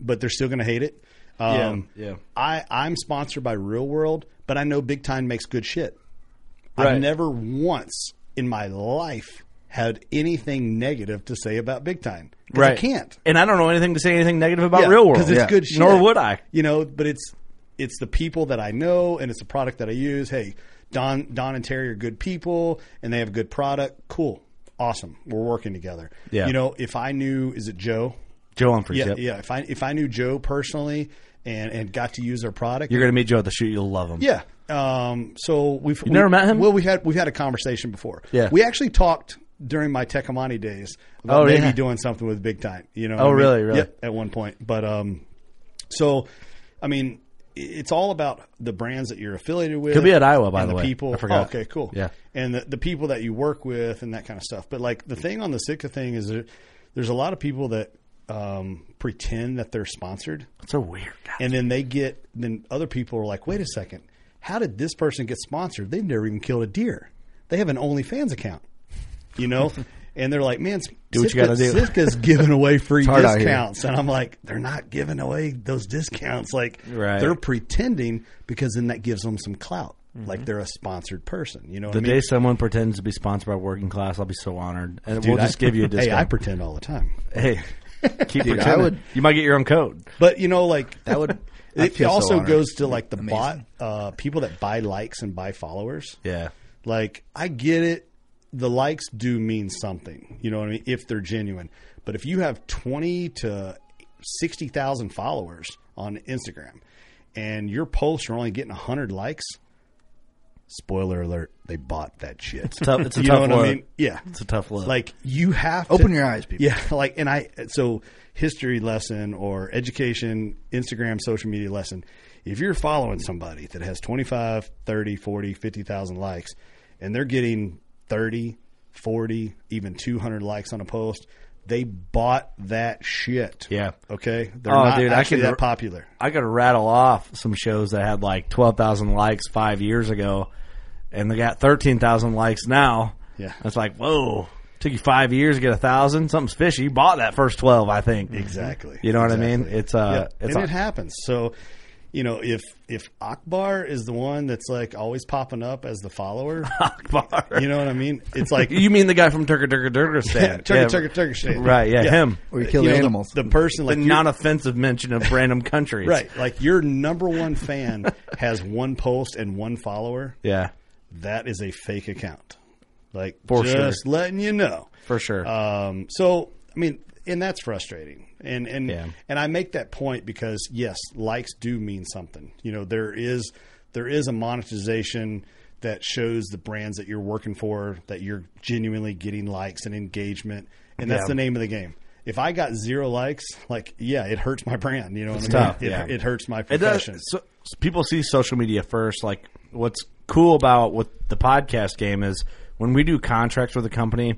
but they're still going to hate it. Um,
Yeah, yeah.
I I'm sponsored by Real World, but I know Big Time makes good shit.
Right.
I've never once in my life had anything negative to say about Big Time. 'Cause I can't.
and I don't know anything to say anything negative about
Yeah,
real world.
because it's good shit.
Nor would I.
You know, but it's it's the people that I know and it's the product that I use. Hey, Don Don and Terry are good people and they have a good product. Cool. Awesome. We're working together.
Yeah.
You know, if I knew is it Joe?
Joe Humphries.
Yeah,
yep.
yeah. If I if I knew Joe personally and and got to use their product,
You're gonna meet Joe at the shoot. You'll love him.
yeah. Um, so we've we-
never met him?
Well, we've had we've had a conversation before.
Yeah.
we actually talked during my Tecumani days about
Oh,
maybe
yeah.
doing something with Big Time. You know?
Oh,
what I mean?
really, really?
Yep, at one point, but um, so I mean, i- it's all about the brands that you're affiliated with.
He'll be at Iowa, by
and
the way.
People,
I forgot.
Oh, okay, cool.
Yeah.
and the, the people that you work with and that kind of stuff. But like the thing on the Sitka thing is that there's a lot of people that um, pretend that they're sponsored.
It's a weird guy.
And then they get, then other people are like, wait a second, how did this person get sponsored? They've never even killed a deer. They have an OnlyFans account, you know? (laughs) and they're like, man,
Do what you gotta do.
Sitka's giving away
(laughs)
free
hard out here.
discounts. And I'm like, they're not giving away those discounts. Like,
Right.
they're pretending because then that gives them some clout. Like they're a sponsored person, you know. What
Mm-hmm. The
I mean?
day someone pretends to be sponsored by Working Class, I'll be so honored, and
Dude,
we'll just
I-
give you (laughs) a
(laughs) Hey, I
discount.
pretend all the time,
Hey, (laughs) keep
Dude, I
pretending.
would-
you might get your own code.
but you know, like
That
(laughs)
would. I'd
it
feel so
also
honored.
goes to like the
Amazing.
bot uh, people that buy likes and buy followers.
Yeah,
Like, I get it. The likes do mean something, you know what I mean? If they're genuine. But if you have 20 to 60,000 followers on Instagram and your posts are only getting 100 likes, spoiler alert, they bought that shit. It's
tough- it's a
(laughs) you
tough
know what
look.
I mean? Yeah.
it's a tough look.
Like, you have to
Open your eyes, people.
Yeah. (laughs) Like, and I, so history lesson or education, Instagram, social media lesson. If you're following somebody that has 25, 30, 40, 50,000 likes and they're getting 30, 40, even 200 likes on a post, they bought that shit.
Yeah.
Okay. They're
Oh,
not
dude, I
actually
can-
that popular.
I got to rattle off some shows that had like twelve thousand likes five years ago, and they got thirteen thousand likes now.
Yeah.
it's like whoa. Took you five years to get a thousand. Something's fishy. You bought that first twelve, I think.
Exactly.
You know what I
Exactly.
mean? It's uh,
Yeah.
it's
and it happens. So, you know, if if Akbar is the one that's like always popping up as the follower,
(laughs) Akbar.
you know what I mean? It's
(laughs)
like
You mean the guy from Turkey Turkey Turkistan?
(laughs) Turkey, Turkey, Turkistan.
Right? Yeah,
Yeah.
him.
Or uh, you kill
you know, the-
animals.
The, person
the
like your-
non-offensive mention of random countries.
right, like your number one fan has one post and one follower.
Yeah.
That is a fake account. Like
For
just letting you know.
For sure.
Um, so I mean, and that's frustrating. And and
Yeah.
and I make that point because yes, likes do mean something. You know, there is there is a monetization that shows the brands that you're working for that you're genuinely getting likes and engagement, and that's
Yeah.
the name of the game. If I got zero likes, like yeah, it hurts my brand. You know, what I mean?
tough,
It,
yeah.
it hurts my
It does.
profession.
So, so people see social media first. Like, what's cool about what the podcast game is when we do contracts with a company,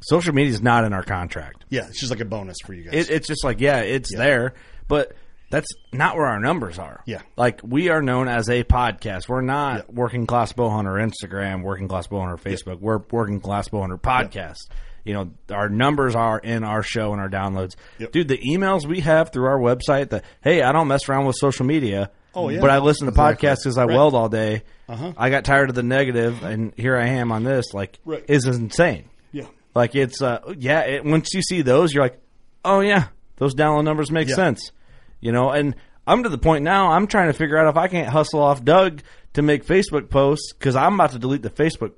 social media is not in our contract.
yeah, it's just like a bonus for you guys.
It, it's just like, yeah, it's there, but that's not where our numbers are.
Yeah.
Like, we are known as a podcast. We're not Working Class Bowhunter Instagram, Working Class Bowhunter Facebook. We're Working Class Bowhunter Podcast. You know, our numbers are in our show and our downloads.
Yep.
Dude, the emails we have through our website that, hey, I don't mess around with social media.
Oh, yeah.
But I listen to podcasts because I weld all day. Uh-huh. I got tired of the negative, and here I am on this. Like,
Right.
is insane.
Yeah.
Like it's uh yeah, it, once you see those you're like, "Oh yeah, those download numbers make
Yeah.
sense." You know, and I'm to the point now I'm trying to figure out if I can't hustle off Doug to make Facebook posts cuz I'm about to delete the Facebook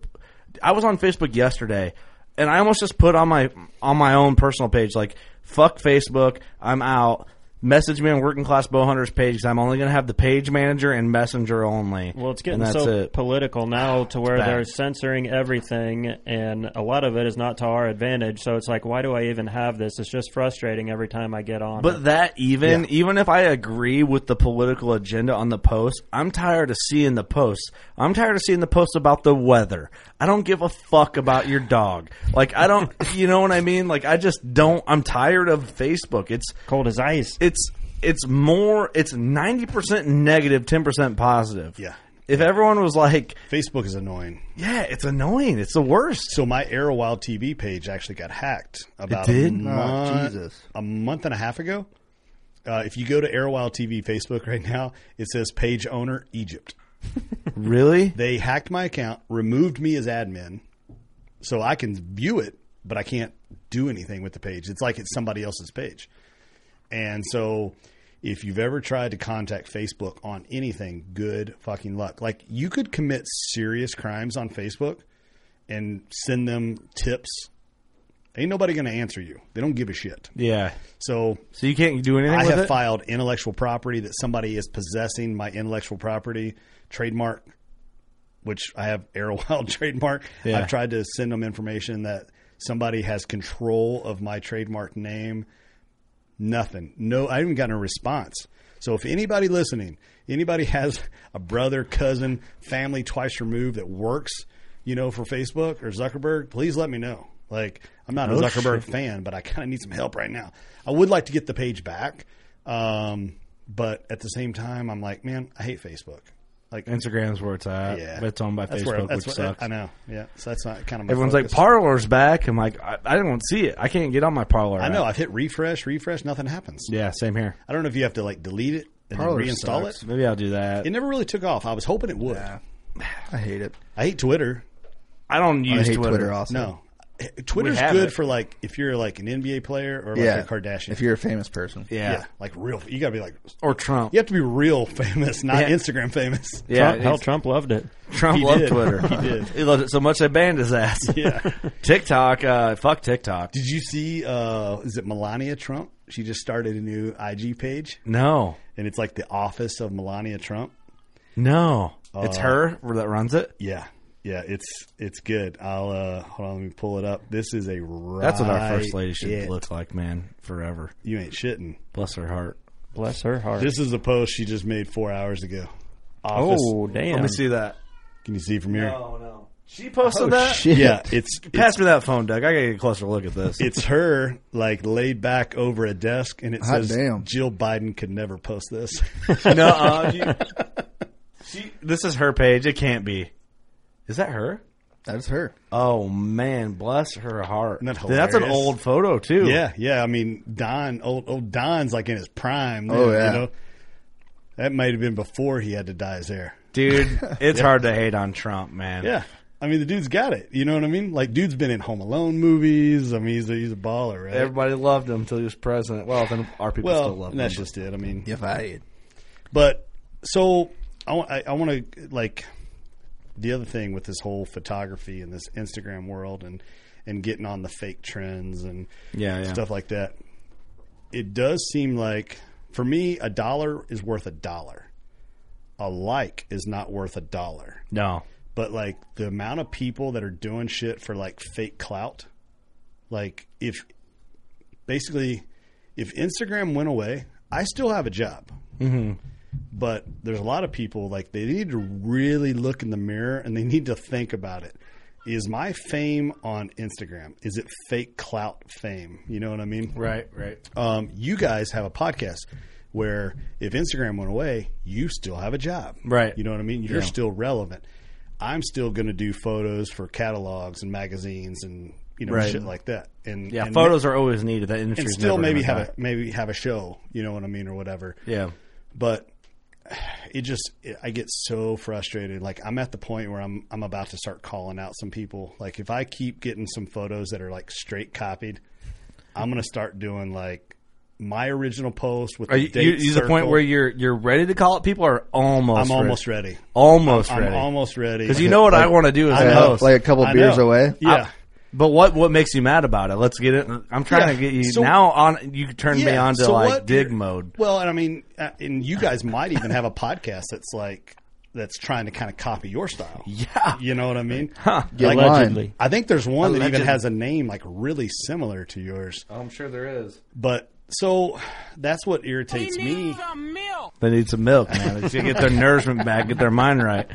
I was on Facebook yesterday and I almost just put on my on my own personal page like fuck Facebook, I'm out. Message me on Working Class Bowhunters page 'cause I'm only going to have the page manager and messenger only.
Well, it's getting
and that's
so
it.
political now to where
bad.
they're censoring everything, and a lot of it is not to our advantage. So it's like, why do I even have this? It's just frustrating every time I get on.
But that even even if I agree with the political agenda on the post, I'm tired of seeing the posts. I'm tired of seeing the posts about the weather. I don't give a fuck about your dog. Like I don't, you know what I mean? Like I just don't. I'm tired of Facebook. It's
cold as ice.
it's it's more. It's ninety percent negative, ten percent positive.
Yeah.
If everyone was like,
Facebook is annoying.
yeah, it's annoying. It's the worst.
So my Arrowwild TV page actually got hacked about
did?
A,
Oh,
month,
Jesus.
a month and a half ago. Uh, if you go to Arrowwild TV Facebook right now, it says page owner Egypt.
Really?
They hacked my account, removed me as admin, so I can view it, but I can't do anything with the page. It's like it's somebody else's page. And so if you've ever tried to contact Facebook on anything, good fucking luck. Like you could commit serious crimes on Facebook and send them tips. Ain't nobody going to answer you. They don't give a shit.
Yeah.
So
So you can't do anything
I
with
have
it.
filed intellectual property that somebody is possessing my intellectual property trademark, which I have (laughs) Arrowwild trademark.
Yeah.
I've tried to send them information that somebody has control of my trademark name. Nothing. No, I haven't gotten a response. So if anybody listening, anybody has a brother, cousin, family twice removed that works, you know, for Facebook or Zuckerberg, please let me know. Like I'm not a
Oh,
Zuckerberg fan, but I kind of need some help right now. I would like to get the page back, um, but at the same time, I'm like, man, I hate Facebook. Like,
Instagram's where it's at.
yeah,
But it's owned by
That's
Facebook,
where- that's
which
what-
sucks.
I know. Yeah, so that's not kind of my
Everyone's
focus.
like, Parlor's back. I'm like, I, I don't see it. I can't get on my Parlor.
I know.
app.
I've hit refresh, refresh, nothing happens.
Yeah, same here.
I don't know if you have to like delete it and then
Parler
reinstall
sucks.
it.
Maybe I'll do that.
It never really took off. I was hoping it would.
I hate it.
I hate Twitter.
I don't
I
use
hate
Twitter.
Twitter, also.
No. Twitter's
have
good
it.
for like if you're like an NBA player or like
Yeah.
a Kardashian.
If you're a famous person.
Yeah.
yeah. like real, you gotta be like
Or Trump.
you have to be real (laughs) famous, not
Yeah.
Instagram famous.
Yeah,
Trump, hell,
it's-
Trump loved it.
Trump
He
loved
did.
Twitter.
He did.
(laughs) He loved it so much they banned his ass.
(laughs) Yeah.
TikTok, uh, fuck TikTok.
Did you see? uh Is it Melania Trump? She just started a new IG page,
No,
and it's like the office of Melania Trump.
no, it's
Uh,
her that runs it.
Yeah, yeah, it's it's good. I'll uh hold on, let me pull it up. This is a right
That's what our first lady should
it.
look like, man, forever.
You ain't shitting.
Bless her heart.
Bless her heart.
This is the post she just made four hours ago. Office.
oh, damn.
Let me see that.
Can you see from here?
no, she
Oh,
posted that.
Shit.
Yeah, it's
Pass me that phone, Doug. I gotta get a closer look at this.
it's her like laid back over a desk, and it
Hot
says
damn.
Jill Biden could never post this. (laughs)
no, uh, you- she, this is her page. It can't be. Is that her?
That's her.
Oh man, bless her heart.
Isn't that
(laughs) That's an
hilarious?
old photo too.
Yeah, yeah. I mean, Don, old, old Don's like in his prime. There,
Oh, yeah.
You know? That might have been before he had to dye his hair.
dude, it's hard to hate on Trump, man.
Yeah. I mean, the dude's got it. You know what I mean? Like, dude's been in Home Alone movies. I mean, he's a, he's a baller, right?
Everybody loved him until he was president. Well, then our people
well,
still love him.
that's just it. I mean,
If I did.
But so I, wa- I, want to like the other thing with this whole photography and this Instagram world and and getting on the fake trends and
Yeah, yeah.
stuff like that. It does seem like for me a dollar is worth a dollar. A like is not worth a dollar.
no.
But like the amount of people that are doing shit for like fake clout, like if basically if Instagram went away, I still have a job. Mm-hmm. But there's a lot of people like they need to really look in the mirror and they need to think about it. Is my fame on Instagram? Is it fake clout fame? You know what I mean?
Right, right.
Um, you guys have a podcast where if Instagram went away, you still have a job.
Right.
You know what I mean? You're still relevant. I'm still going to do photos for catalogs and magazines and you know
Right.
shit like that. And
Yeah,
and
photos are always needed. That
and
industry's
still
never
maybe
gonna
have a
die.
maybe have a show, you know what I mean, or whatever.
Yeah.
But it just it, I get so frustrated. Like I'm at the point where I'm I'm about to start calling out some people. Like if I keep getting some photos that are like straight copied, I'm gonna start doing like my original post with
Are you,
the date
you, you the point
circled.
where you're you're ready to call it people or almost
I'm
ready?
almost ready.
Almost
I'm
ready.
almost ready.
Because you know what I want to do as
I
a
know.
host.
Like a couple
I
beers
know.
away.
Yeah.
I- but what what makes you mad about it? Let's get it. I'm trying
Yeah,
to get you
so-
now on. You turn me
Yeah,
on to
so
like
what-
dig mode.
Well, and I mean, uh, and you guys might even have a (laughs) podcast that's like that's trying to kind of copy your style.
Yeah.
you know what I mean.
Get
Like-
line.
Allegedly.
I think there's one that even
Allegedly.
has a name like really similar to yours.
I'm sure there is.
But so that's what irritates me.
They need some milk, man. They should get their (laughs) nourishment back, get their mind
(laughs)
right.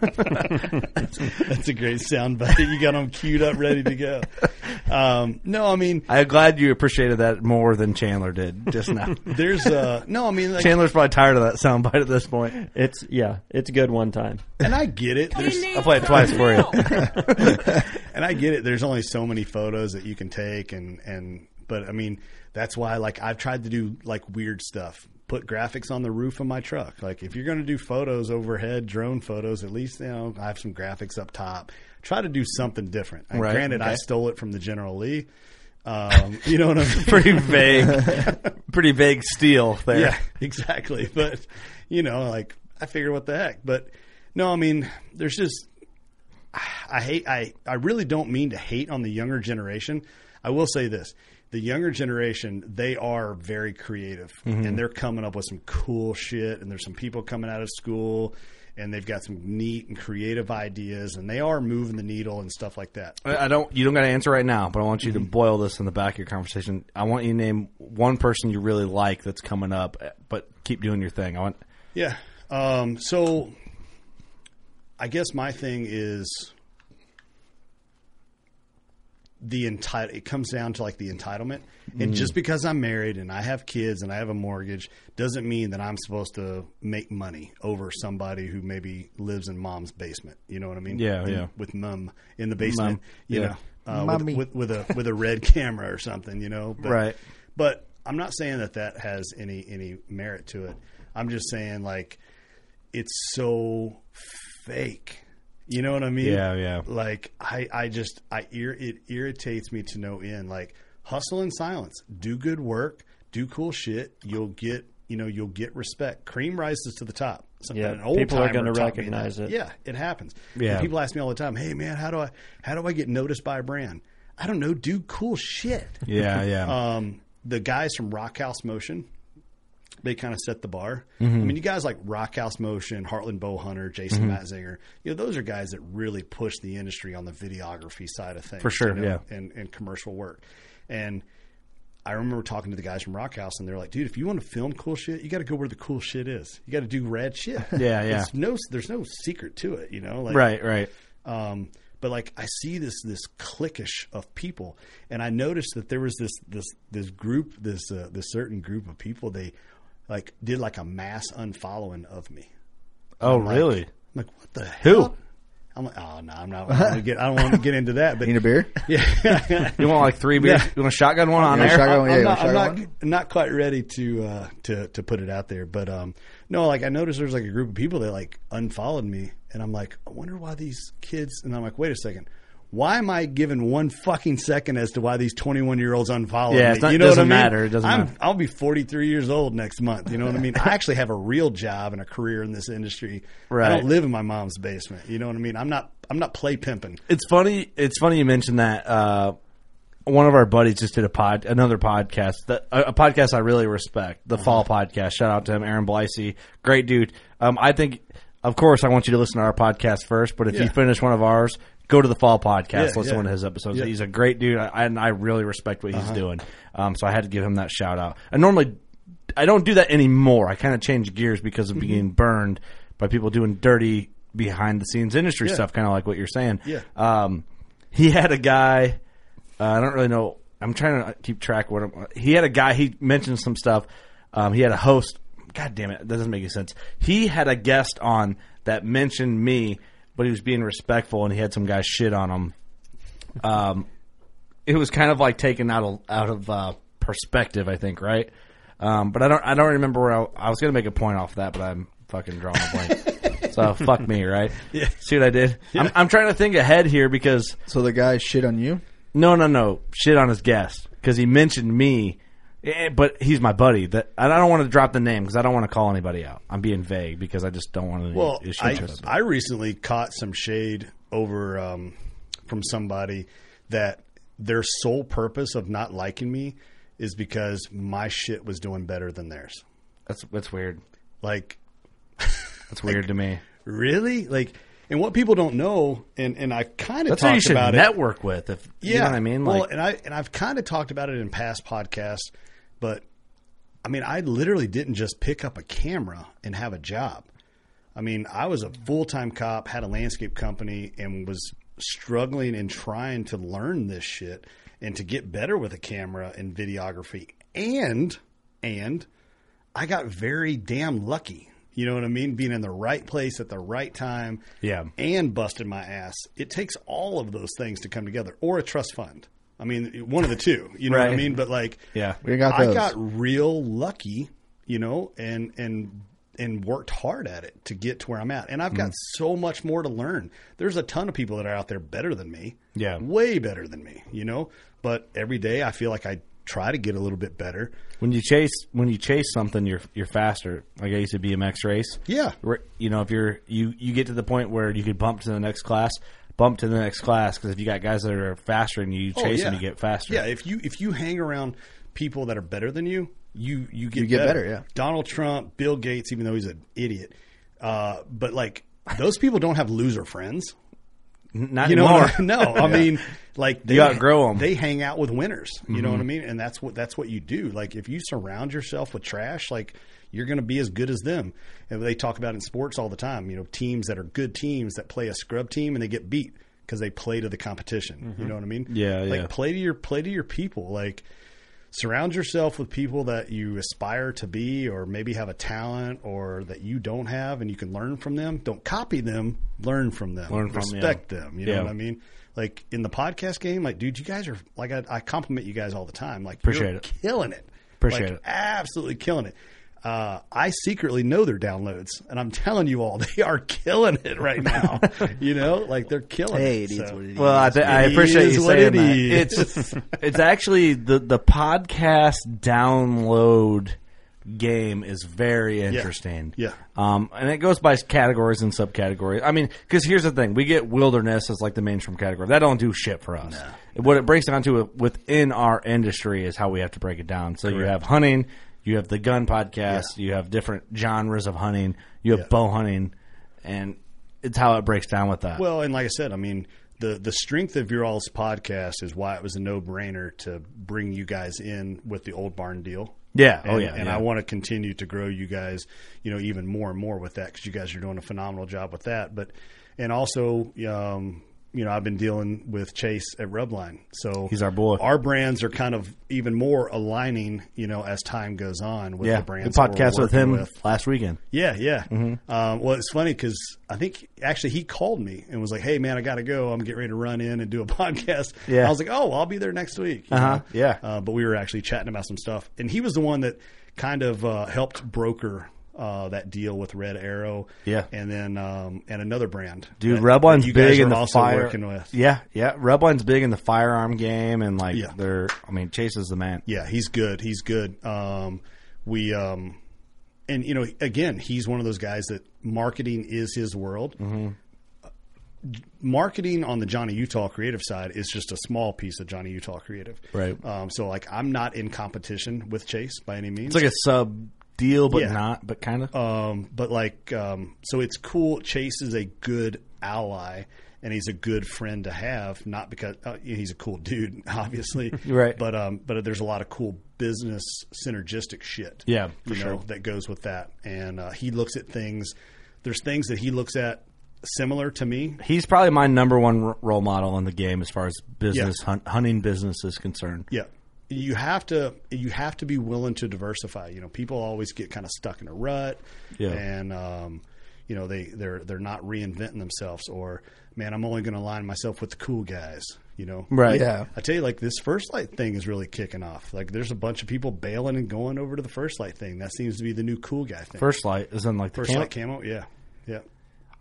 (laughs) That's a great sound bite. You got them queued up, ready to go. Um, no, I mean,
I'm glad you appreciated that more than Chandler did just
(laughs)
now.
there's uh, no, I mean, like,
Chandler's probably tired of that soundbite at this point.
It's yeah, it's good one time.
and I get it. There's,
I'll play it twice for you.
(laughs) and I get it. There's only so many photos that you can take, and and but I mean, that's why like I've tried to do like weird stuff. Put graphics on the roof of my truck. Like if you're going to do photos overhead, drone photos, at least you know I have some graphics up top. Try to do something different. And
Right,
Granted, I
okay.
stole it from the General Lee. Um, (laughs) you know what I mean?
pretty vague, pretty vague steal there.
Yeah, (laughs) exactly. But you know, like I figure, what the heck? But no, I mean, there's just I hate. I I really don't mean to hate on the younger generation. I will say this: the younger generation, they are very creative, and they're coming up with some cool shit. And there's some people coming out of school. And they've got some neat and creative ideas, and they are moving the needle and stuff like that.
I I don't. You don't got to answer right now, but I want you to boil this in the back of your conversation. I want you to name one person you really like that's coming up, but keep doing your thing. I want.
Yeah. Um, so I guess my thing is the entitle it comes down to like the entitlement. And
Mm.
just because I'm married and I have kids and I have a mortgage doesn't mean that I'm supposed to make money over somebody who maybe lives in mom's basement. You know what I mean?
Yeah,
In-
yeah.
With mum in the basement. You
yeah.
know. Uh,
Mommy.
with, with with a with a red (laughs) camera or something, you know. But,
Right.
But I'm not saying that that has any any merit to it. I'm just saying like it's so fake. You know what I mean?
Yeah, yeah.
Like I, I just, I ir- it irritates me to no end. Like hustle in silence, do good work, do cool shit. You'll get, you know, you'll get respect. Cream rises to the top. So-
Yeah,
an old
people are
timer
gonna
taught me
recognize it.
that. Yeah, it happens.
Yeah.
And people ask me all the time, "Hey, man, how do I, how do I get noticed by a brand? I don't know. Do cool shit."
(laughs) Yeah, yeah.
um, the guys from Rock House Motion, they kind of set the bar.
Mm-hmm.
I mean, you guys like Rock House Motion, Heartland Bowhunter, Jason
Mm-hmm.
Matzinger, you know, those are guys that really push the industry on the videography side of things.
For sure,
you know,
yeah.
And, and commercial work. And I remember talking to the guys from Rock House, and they're like, dude, if you want to film cool shit, you got to go where the cool shit is. You got to do rad shit.
(laughs) Yeah, yeah.
It's no, there's no secret to it, you know? Like,
right, right.
um, but like I see this this cliquish of people, and I noticed that there was this this this group this uh, this certain group of people they like did like a mass unfollowing of me.
Oh,
Like-
really?
I'm like what the
Who?
hell? I'm like, oh no, I'm not. I don't wanna get. I don't want to get into that. But
(laughs) Need a beer?
(laughs) yeah,
You want like three beers?
Yeah.
You want a shotgun one on
Yeah,
there?
shotgun one.
I'm, not,
wanna
I'm
shotgun
not, not quite ready to uh, to to put it out there, but um, no, like I noticed there's like a group of people that like unfollowed me, and I'm like, I wonder why these kids. And I'm like, wait a second, why am I given one fucking second as to why these 21 year olds unfollow
Yeah,
me?
it's not-
you know
doesn't
what I mean?
matter. It doesn't
I'm,
matter.
I'll be 43 years old next month. You know what I mean? I actually have a real job and a career in this industry. I
Right.
don't live in my mom's basement. You know what I mean? I'm not. I'm not play pimping.
It's funny. It's funny you mentioned that. Uh, one of our buddies just did a pod, another podcast, that, a, a podcast I really respect,
Mm-hmm.
the Fall Podcast. Shout out to him, Aaron Blicey, great dude. Um, I think, of course, I want you to listen to our podcast first, but if you
Yeah.
finish one of ours, go to the Fall Podcast,
Yeah,
listen to
yeah.
one of his episodes.
Yeah. Uh-huh.
He's a great dude, I, and I really respect what he's doing. Um, so I had to give him that shout out. I normally, I don't do that anymore. I kind of change gears because
Mm-hmm.
of being burned by people doing dirty behind the scenes industry stuff, kind of like what you're saying
Yeah.
um, he had a guy. Uh, I don't really know. I'm trying to uh, keep track of what I'm, he had a guy. He mentioned some stuff. Um, he had a host. God damn it, that doesn't make any sense. He had a guest on that mentioned me, but he was being respectful, and he had some guy shit on him. Um, it was kind of like taken out of out of uh, perspective, I think, right? Um, but I don't I don't remember where I, I was going to make a point off that, but I'm fucking drawing a (laughs) blank. so fuck me, right? Yeah. See what I did? I'm, I'm trying to think ahead here because
So the guy shit on you?
no, no, no, shit on his guest because he mentioned me, eh, but he's my buddy. That and I don't want to drop the name because I don't want to call anybody out. I'm being vague because I just don't want any
Well,
issues.
I,
with it.
I recently caught some shade over um, from somebody that their sole purpose of not liking me is because my shit was doing better than theirs.
That's that's weird.
Like,
That's weird to me.
really? Like, and what people don't know, and, and I kind of
That's how you
talked
should
about it.
network with. If
Yeah,
you know what I mean. Like,
well, and I and I've kind of talked about it in past podcasts, but I mean, I literally didn't just pick up a camera and have a job. I mean, I was a full time cop, had a landscape company, and was struggling and trying to learn this shit and to get better with a camera and videography. And and I got very damn lucky. You know what I mean? Being in the right place at the right time.
Yeah.
And busted my ass. It takes all of those things to come together or a trust fund. I mean, one of the two. You know what I
Right.
mean? But like,
Yeah.
We got
I
those.
got real lucky, you know, and and and worked hard at it to get to where I'm at. And I've got so much more to learn. There's a ton of people that are out there better than me.
Yeah.
Way better than me, you know? But every day I feel like I try to get a little bit better.
when you chase when you chase something, you're you're faster. Like I used to BMX race.
Yeah.
Where, you know if you're you you get to the point where you could bump to the next class, bump to the next class because if you got guys that are faster and you
Oh,
chase them,
yeah.
you get faster.
Yeah, if you if you hang around people that are better than you, you you get
You get better, yeah.
Donald Trump, Bill Gates, even though he's an idiot, uh, but like those people don't have loser friends.
N- not
You know,
anymore.
what I- (laughs)
(laughs)
no, I mean, like they
You outgrow 'em. Mm-hmm.
They hang out with winners. You know what I mean? And that's what that's what you do. Like if you surround yourself with trash, like you're going to be as good as them. And they talk about in sports all the time. You know, teams that are good teams that play a scrub team and they get beat because they play to the competition. You know what I mean?
Mm-hmm. Yeah,
like
yeah.
play to your play to your people. Like surround yourself with people that you aspire to be or maybe have a talent or that you don't have and you can learn from them don't copy them learn from them
Learn from, yeah.
respect them you know
Yeah.
what i mean like in the podcast game like dude you guys are like i, I compliment you guys all the time like
Appreciate
you're
it.
killing it
Appreciate
Like,
it.
absolutely killing it uh, I secretly know their downloads, and I'm telling you all, (laughs) they are killing it
(laughs)
right now. you know, like they're killing
Hey,
it.
it is
so.
what it is.
Well, I, th- I
It
appreciate
is
you
what
saying
it
that.
is.
It's it's actually the the podcast download game is very interesting.
Yeah.
Um, and it goes by categories and subcategories. I mean, because here's the thing: we get wilderness as like the mainstream category. That don't do shit for us. What it breaks down to within our industry is how we have to break it down. So you have hunting, you have the gun podcast, you have different genres of hunting, you have
Yeah.
bow hunting, and it's how it breaks down with that.
Well, and like I said, I mean, the the strength of your all's podcast is why it was a no brainer to bring you guys in with the old barn deal.
yeah. oh
And-
yeah.
and
yeah.
I want to continue to grow you guys, you know, even more and more with that because you guys are doing a phenomenal job with that. But and also, um, you know, I've been dealing with Chase at Rubline. So
He's our boy.
Our brands are kind of even more aligning, you know, as time goes on with
yeah,
the brands.
we
that we're
podcast with
working
him
with.
last weekend.
Yeah, yeah.
Mm-hmm.
Um, well, it's funny because I think actually he called me and was like, "Hey, man, I got to go. I'm getting ready to run in and do a (laughs) podcast."
Yeah.
I was like, "Oh, I'll be there next week." you
Uh-huh,
know?
yeah.
Uh, but we were actually chatting about some stuff, and he was the one that kind of uh, helped broker. Uh, that deal with Red Arrow,
Yeah.
and then um, and another brand,
Dude,
that-
Rubline's
that you guys
big in
were
the
also
fire.
working with.
Yeah, yeah. Rubline's big in the firearm game, and like
Yeah.
they're. I mean, Chase is the man.
Yeah, he's good. He's good. Um, we um, and you know, again, he's one of those guys that marketing is his world. Marketing on the Johnny Utah creative side is just a small piece of Johnny Utah creative,
Right.
Um, so, like, I'm not in competition with Chase by any
It's
means.
like a sub deal, but
Yeah.
not, but kind of.
Um, but like, um, so it's cool. Chase is a good ally, and he's a good friend to have. Not because uh, he's a cool dude, (laughs) obviously,
Right.
But um, but there's a lot of cool business synergistic shit,
Yeah,
you know, that goes with that. And uh, he looks at things. There's things that he looks at similar to me.
He's probably my number one r- role model in the game as far as business
Yeah.
hunt, hunting business is concerned.
Yeah. You have to you have to be willing to diversify. You know, people always get kind of stuck in a rut,
Yeah.
and um, you know they they're they're not reinventing themselves. Or man, I'm only going to align myself with the cool guys. You know,
Right.
Yeah.
I tell you, like this first light thing is really kicking off. Like, there's a bunch of people bailing and going over to the first light thing. That seems to be the new cool guy thing.
First light is in like the
first
camp.
light camo, yeah, yeah.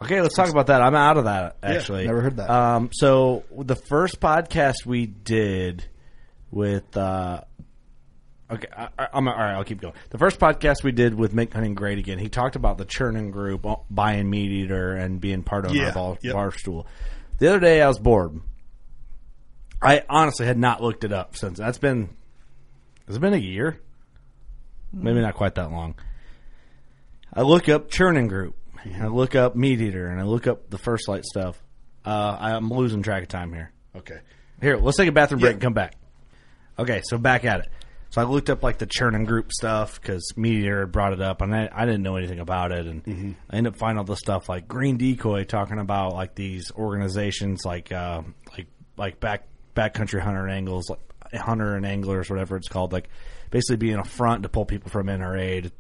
Okay, let's talk about that. I'm out of that actually.
never heard that.
Um, so the first podcast we did with uh, okay, I, I- I'm all right. I'll keep going. The first podcast we did with Make Hunting Great Again. He talked about the Churning Group uh, buying Meat Eater and being part of
Yeah,
our ball,
yep.
bar stool. The other day I was bored. I honestly had not looked it up since. That's been has it been a year? Maybe not quite that long. I look up churning group. and I look up meat eater, and I look up the first light stuff. Uh, I'm losing track of time here.
Okay,
Here, let's take a bathroom
Yeah.
break and come back. Okay, so back at it. So I looked up like the churning group stuff because Meteor had brought it up, and I, I didn't know anything about it, and I ended up finding all the stuff like Green Decoy talking about like these organizations like uh, like like back backcountry hunter and angles like hunter and anglers whatever it's called like basically being a front to pull people from NRA to,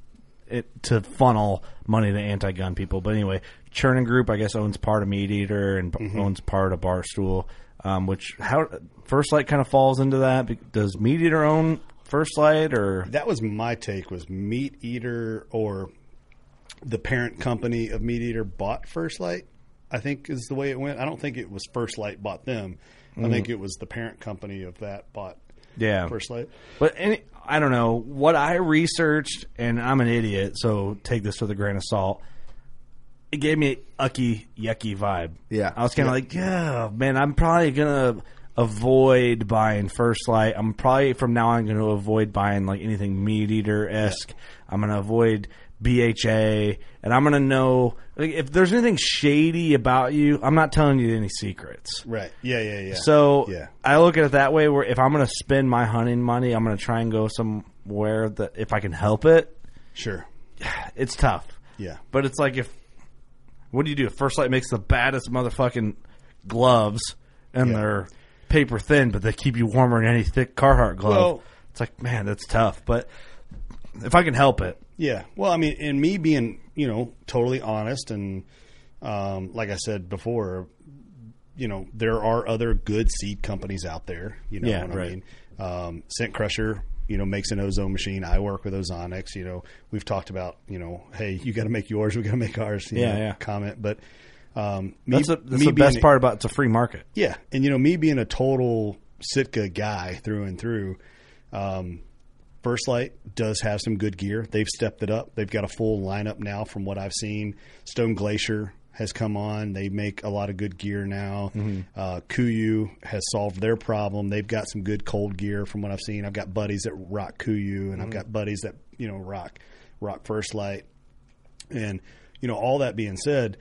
it, to funnel money to anti-gun people. But anyway, Churning Group, I guess, owns part of Meat Eater and owns part of Barstool, um, which how First Light kind of falls into that. Be- Does Meat Eater own First Light or
that was my take. Was Meat Eater or the parent company of Meat Eater bought First Light? I think is the way it went. I don't think it was First Light bought them. I think it was the parent company of that bought
yeah?
First Light.
But any, I don't know what I researched, and I'm an idiot, so take this with a grain of salt. It gave me a ucky, yucky vibe.
Yeah.
I was kind of like, yeah, man, I'm probably gonna avoid buying First Light. I'm probably from now on going to avoid buying like anything meat eater esque. I'm gonna avoid BHA, and I'm gonna know like, if there's anything shady about you. I'm not telling you any secrets.
Right. Yeah. Yeah. Yeah.
So
yeah.
I look at it that way. Where if I'm going to spend my hunting money, I'm going to try and go somewhere that if I can help it,
Sure.
it's tough.
Yeah.
But it's like if what do you do? If First Light makes the baddest motherfucking gloves, and
Yeah.
they're paper thin, but they keep you warmer than any thick Carhartt glove.
Well-
it's like man, that's tough. But if I can help it,
Yeah. Well, I mean, and me being, you know, totally honest and um, like I said before, you know, there are other good seed companies out there. You know
Yeah,
what
right.
I mean? Um, Scent Crusher, you know, makes an ozone machine. I work with Ozonics. You know, we've talked about, you know, hey, you got to make yours. We got to make ours. you
Yeah,
know,
yeah.
Comment, but um, me,
that's, a, that's
me
the best
being-
part about it's a free market.
yeah, and you know, me being a total Sitka guy through and through, um, First Light does have some good gear. They've stepped it up. They've got a full lineup now, from what I've seen. Stone Glacier has come on. They make a lot of good gear now. Uh, Kuyu has solved their problem. They've got some good cold gear, from what I've seen. I've got buddies that rock Kuyu, and I've got buddies that you know rock rock First Light. And you know, all that being said,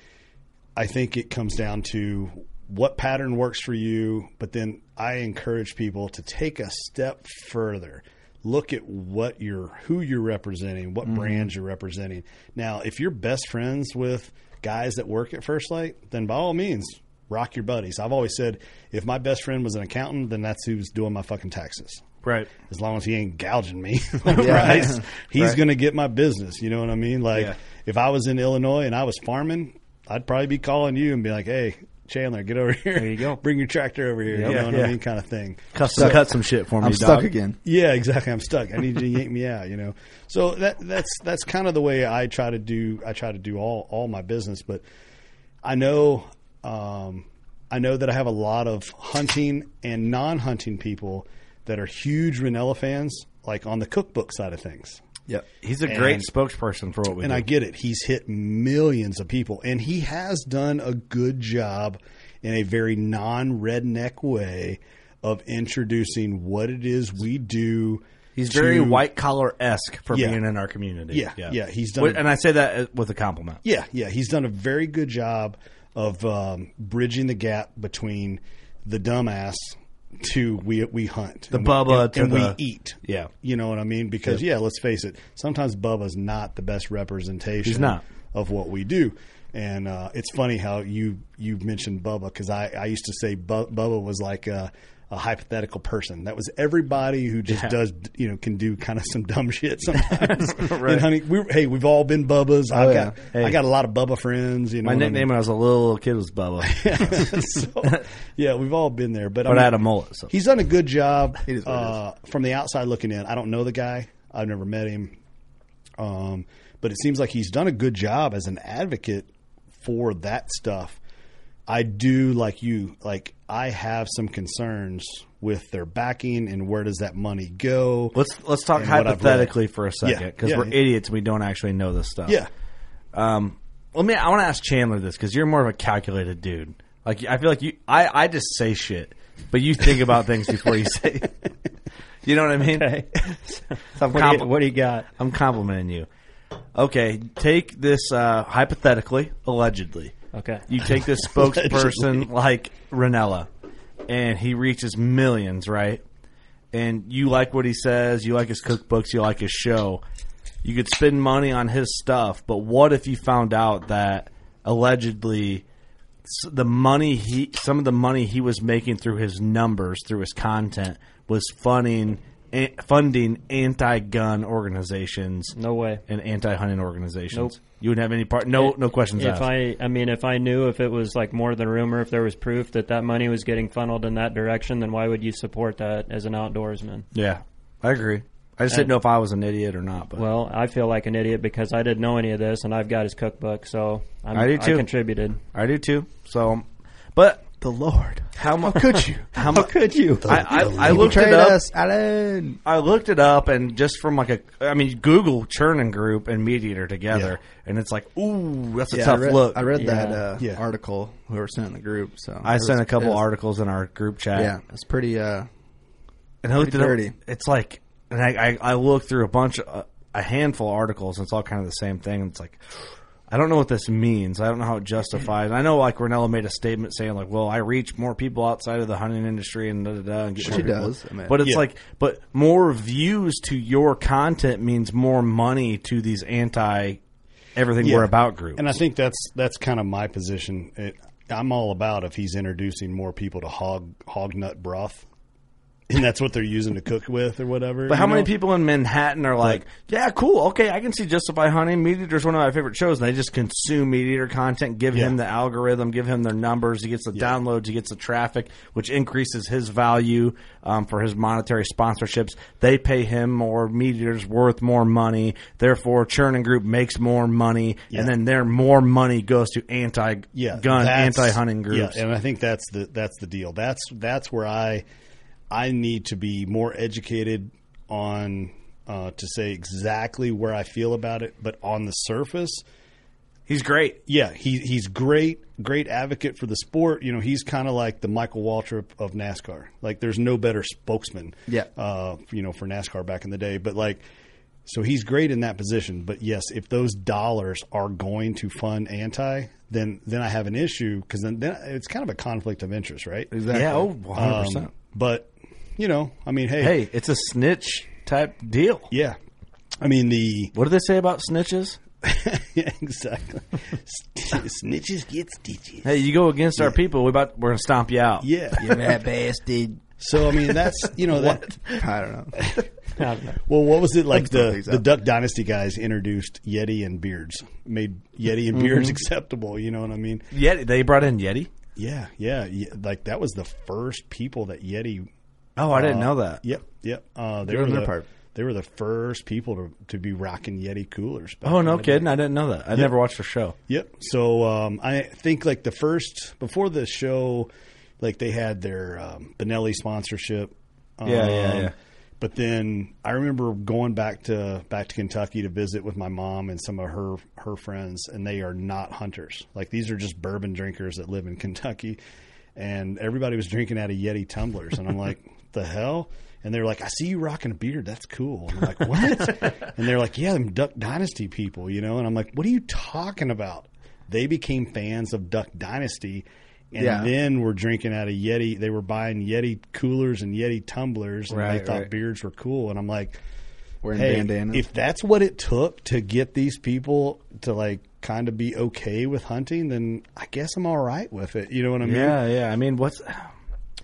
I think it comes down to what pattern works for you, but then I encourage people to take a step further. Look at what you're who you're representing, what brands you're representing. Now, if you're best friends with guys that work at First Light, then by all means, Rock your buddies. I've always said if my best friend was an accountant, then that's who's doing my fucking taxes.
Right.
As long as he ain't gouging me, (laughs) on price, he's going to get my business. You know what I mean? Like
Yeah.
if I was in Illinois and I was farming, I'd probably be calling you and be like, "Hey, Chandler, get over (laughs) here. There
you go.
Bring your tractor over here." You
Yeah,
know what I
yeah.
mean? Kind of thing.
Cut, cut some shit for me.
I'm
dog.
stuck again.
Yeah, exactly. I'm stuck. I need you to yank me out. You know. So that that's that's kind of the way I try to do. I try to do all all my business, but I know um, I know that I have a lot of hunting and non-hunting people that are huge Ranella fans, like on the cookbook side of things.
Yep.
He's a great
And-
spokesperson for what we
And
do.
I get it. He's hit millions of people, and he has done a good job in a very non-redneck way of introducing what it is we do.
He's
to-
very white collar esque for
Yeah.
being in our community.
Yeah, yeah, he's done-
Wait, and I say that uh, with a compliment.
Yeah, yeah, he's done a very good job of um, bridging the gap between the dumbass to we we hunt the
Bubba
and,
to
and
the-
we eat.
Yeah.
you know what I mean? Because yeah, let's face it, sometimes Bubba's not the best representation.
He's not.
of what we do. And uh, it's funny how you you mentioned Bubba because I, I used to say Bu- Bubba was like a, a hypothetical person. That was everybody who just does you know can do kind of some dumb (laughs) shit
(laughs)
sometimes. And honey, we, hey, we've all been Bubbas. I've
yeah.
got
Hey.
I got a lot of Bubba friends. You know,
My
what I
nickname when I was a little, little kid was Bubba, (laughs)
(laughs) mean? So, yeah, we've all been there. But,
but
mean,
I had a mullet. So.
He's done a good job
It is what it
uh, from the outside looking in. I don't know the guy. I've never met him. Um, but it seems like he's done a good job as an advocate for that stuff. I do like you, like I have some concerns with their backing and where does that money go?
Let's let's talk
And what I've
hypothetically
read.
for a second
Yeah,
because
yeah.
we're idiots. and We don't actually know this stuff.
Yeah.
Um, well, man, I want to ask Chandler this because you're more of a calculated dude. Like I feel like you, I, I just say shit, but you think about
(laughs)
things before you say. (laughs) you know what I mean? (laughs)
Okay.
So I'm,
What do,
compli-
you, what do you got?
I'm complimenting you. Okay, take this uh, hypothetically, allegedly.
Okay.
You take this
(laughs)
spokesperson like Ranella, and he reaches millions, right? And you like what he says, you like his cookbooks, you like his show. You could spend money on his stuff, but what if you found out that allegedly s- the money he, some of the money he was making through his numbers, through his content, was funding an- funding anti-gun organizations
No way.
and anti-hunting organizations.
Nope.
You wouldn't have any part. No, no questions
If
asked.
I, I mean, if I knew if it was like more than rumor, if there was proof that that money was getting funneled in that direction, then why would you support that as an outdoorsman?
yeah, I agree. I just didn't know if I was an idiot or not. But
Well, I feel like an idiot because I didn't know any of this, and I've got his cookbook, so I'm,
I do too.
contributed. (laughs)
I do too. So, but
The Lord.
how much could you? How, mu-
could you?
I, I, I
You
looked it
betrayed
up.
us, Alan.
I looked it up, and just from like a, I mean, Google Churning Group and Mediator together, and it's like, ooh, that's a
Yeah,
tough
I read,
look.
I read that
Yeah.
uh,
Yeah.
article whoever sent in the group. So
I
It was-
sent a
it
couple
was-
articles in our group chat.
Yeah, it's pretty. Uh,
and I looked
Pretty
it
dirty.
up. It's like, and I, I, I looked through a bunch, of, a handful of articles, and it's all kind of the same thing. And it's like, I don't know what this means. I don't know how it justifies. I know like Renella made a statement saying like, well, I reach more people outside of the hunting industry and da da da. And get more
She
people.
does. I mean-
but it's
Yeah.
like, but more views to your content means more money to these anti everything we're
Yeah.
about groups.
And I think that's that's kind of my position. It, I'm all about if he's introducing more people to hog hog nut broth, and that's what they're using to cook with or whatever.
But how
you
many
know?
people in Manhattan are like, yeah, cool, okay, I can see Justify Hunting. Meat Eater's one of my favorite shows, and they just consume Meat Eater content, give him
Yeah.
the algorithm, give him their numbers, he gets the downloads, he gets the traffic, which increases his value um, for his monetary sponsorships. They pay him more, Meat Eater's worth more money, therefore Churning Group makes more money, and then their more money goes to anti-gun,
yeah, that's-
anti-hunting groups.
Yeah, and I think that's the that's the deal. That's that's where I I need to be more educated on uh, to say exactly where I feel about it. But on the surface,
He's great.
yeah, he he's great, great advocate for the sport. You know, he's kind of like the Michael Waltrip of NASCAR. Like, there's no better spokesman.
Yeah.
uh, you know, for NASCAR back in the day, but like. So he's great in that position, but yes, if those dollars are going to fund anti, then then I have an issue because then, then it's kind of a conflict of interest, right?
Exactly.
Yeah, oh,
Um,
100%.
but you know, I mean, hey,
hey, it's a snitch type deal.
yeah, I mean the (laughs)
What do they say about snitches?
yeah, exactly. Snitches get stitches.
Hey, you go against our people. We about we're gonna stomp you out.
Yeah.
that
(laughs)
bastard.
So I mean, (laughs) that's you know that.
I don't know.
I don't know.
Well, what was it like?
Let's throw
The
these
the
out.
Duck Dynasty guys introduced Yeti and beards, made Yeti and beards acceptable. You know what I mean?
Yeti. They brought in Yeti.
Yeah, yeah, yeah. Like that was the first people that Yeti.
Oh, I didn't
uh,
know that.
Yep, yep. Uh, they
Doing
were
their
the,
part.
They were the first people to to be rocking Yeti coolers. back
Oh
in
no,
the day.
kidding! I didn't know that. I never watched the show.
Yep. So um, I think like the first before the show, like they had their um, Benelli sponsorship. Um,
Yeah, yeah, yeah.
But then I remember going back to back to Kentucky to visit with my mom and some of her her friends, and they are not hunters. Like these are just bourbon drinkers that live in Kentucky, and everybody was drinking out of Yeti tumblers, and I'm like, (laughs) "What the hell. And they're like, I see you rocking a beard. That's cool. And I'm like, what? (laughs) and they're like, yeah, them Duck Dynasty people, you know? And I'm like, what are you talking about? They became fans of Duck Dynasty and
Yeah.
then were drinking out of Yeti. They were buying Yeti coolers and Yeti tumblers and they
Right,
thought
right.
beards were cool. And I'm like,
Wearing
hey,
bandanas.
if that's what it took to get these people to like kind of be okay with hunting, then I guess I'm all right with it. You know what I mean?
Yeah, yeah. I mean, what's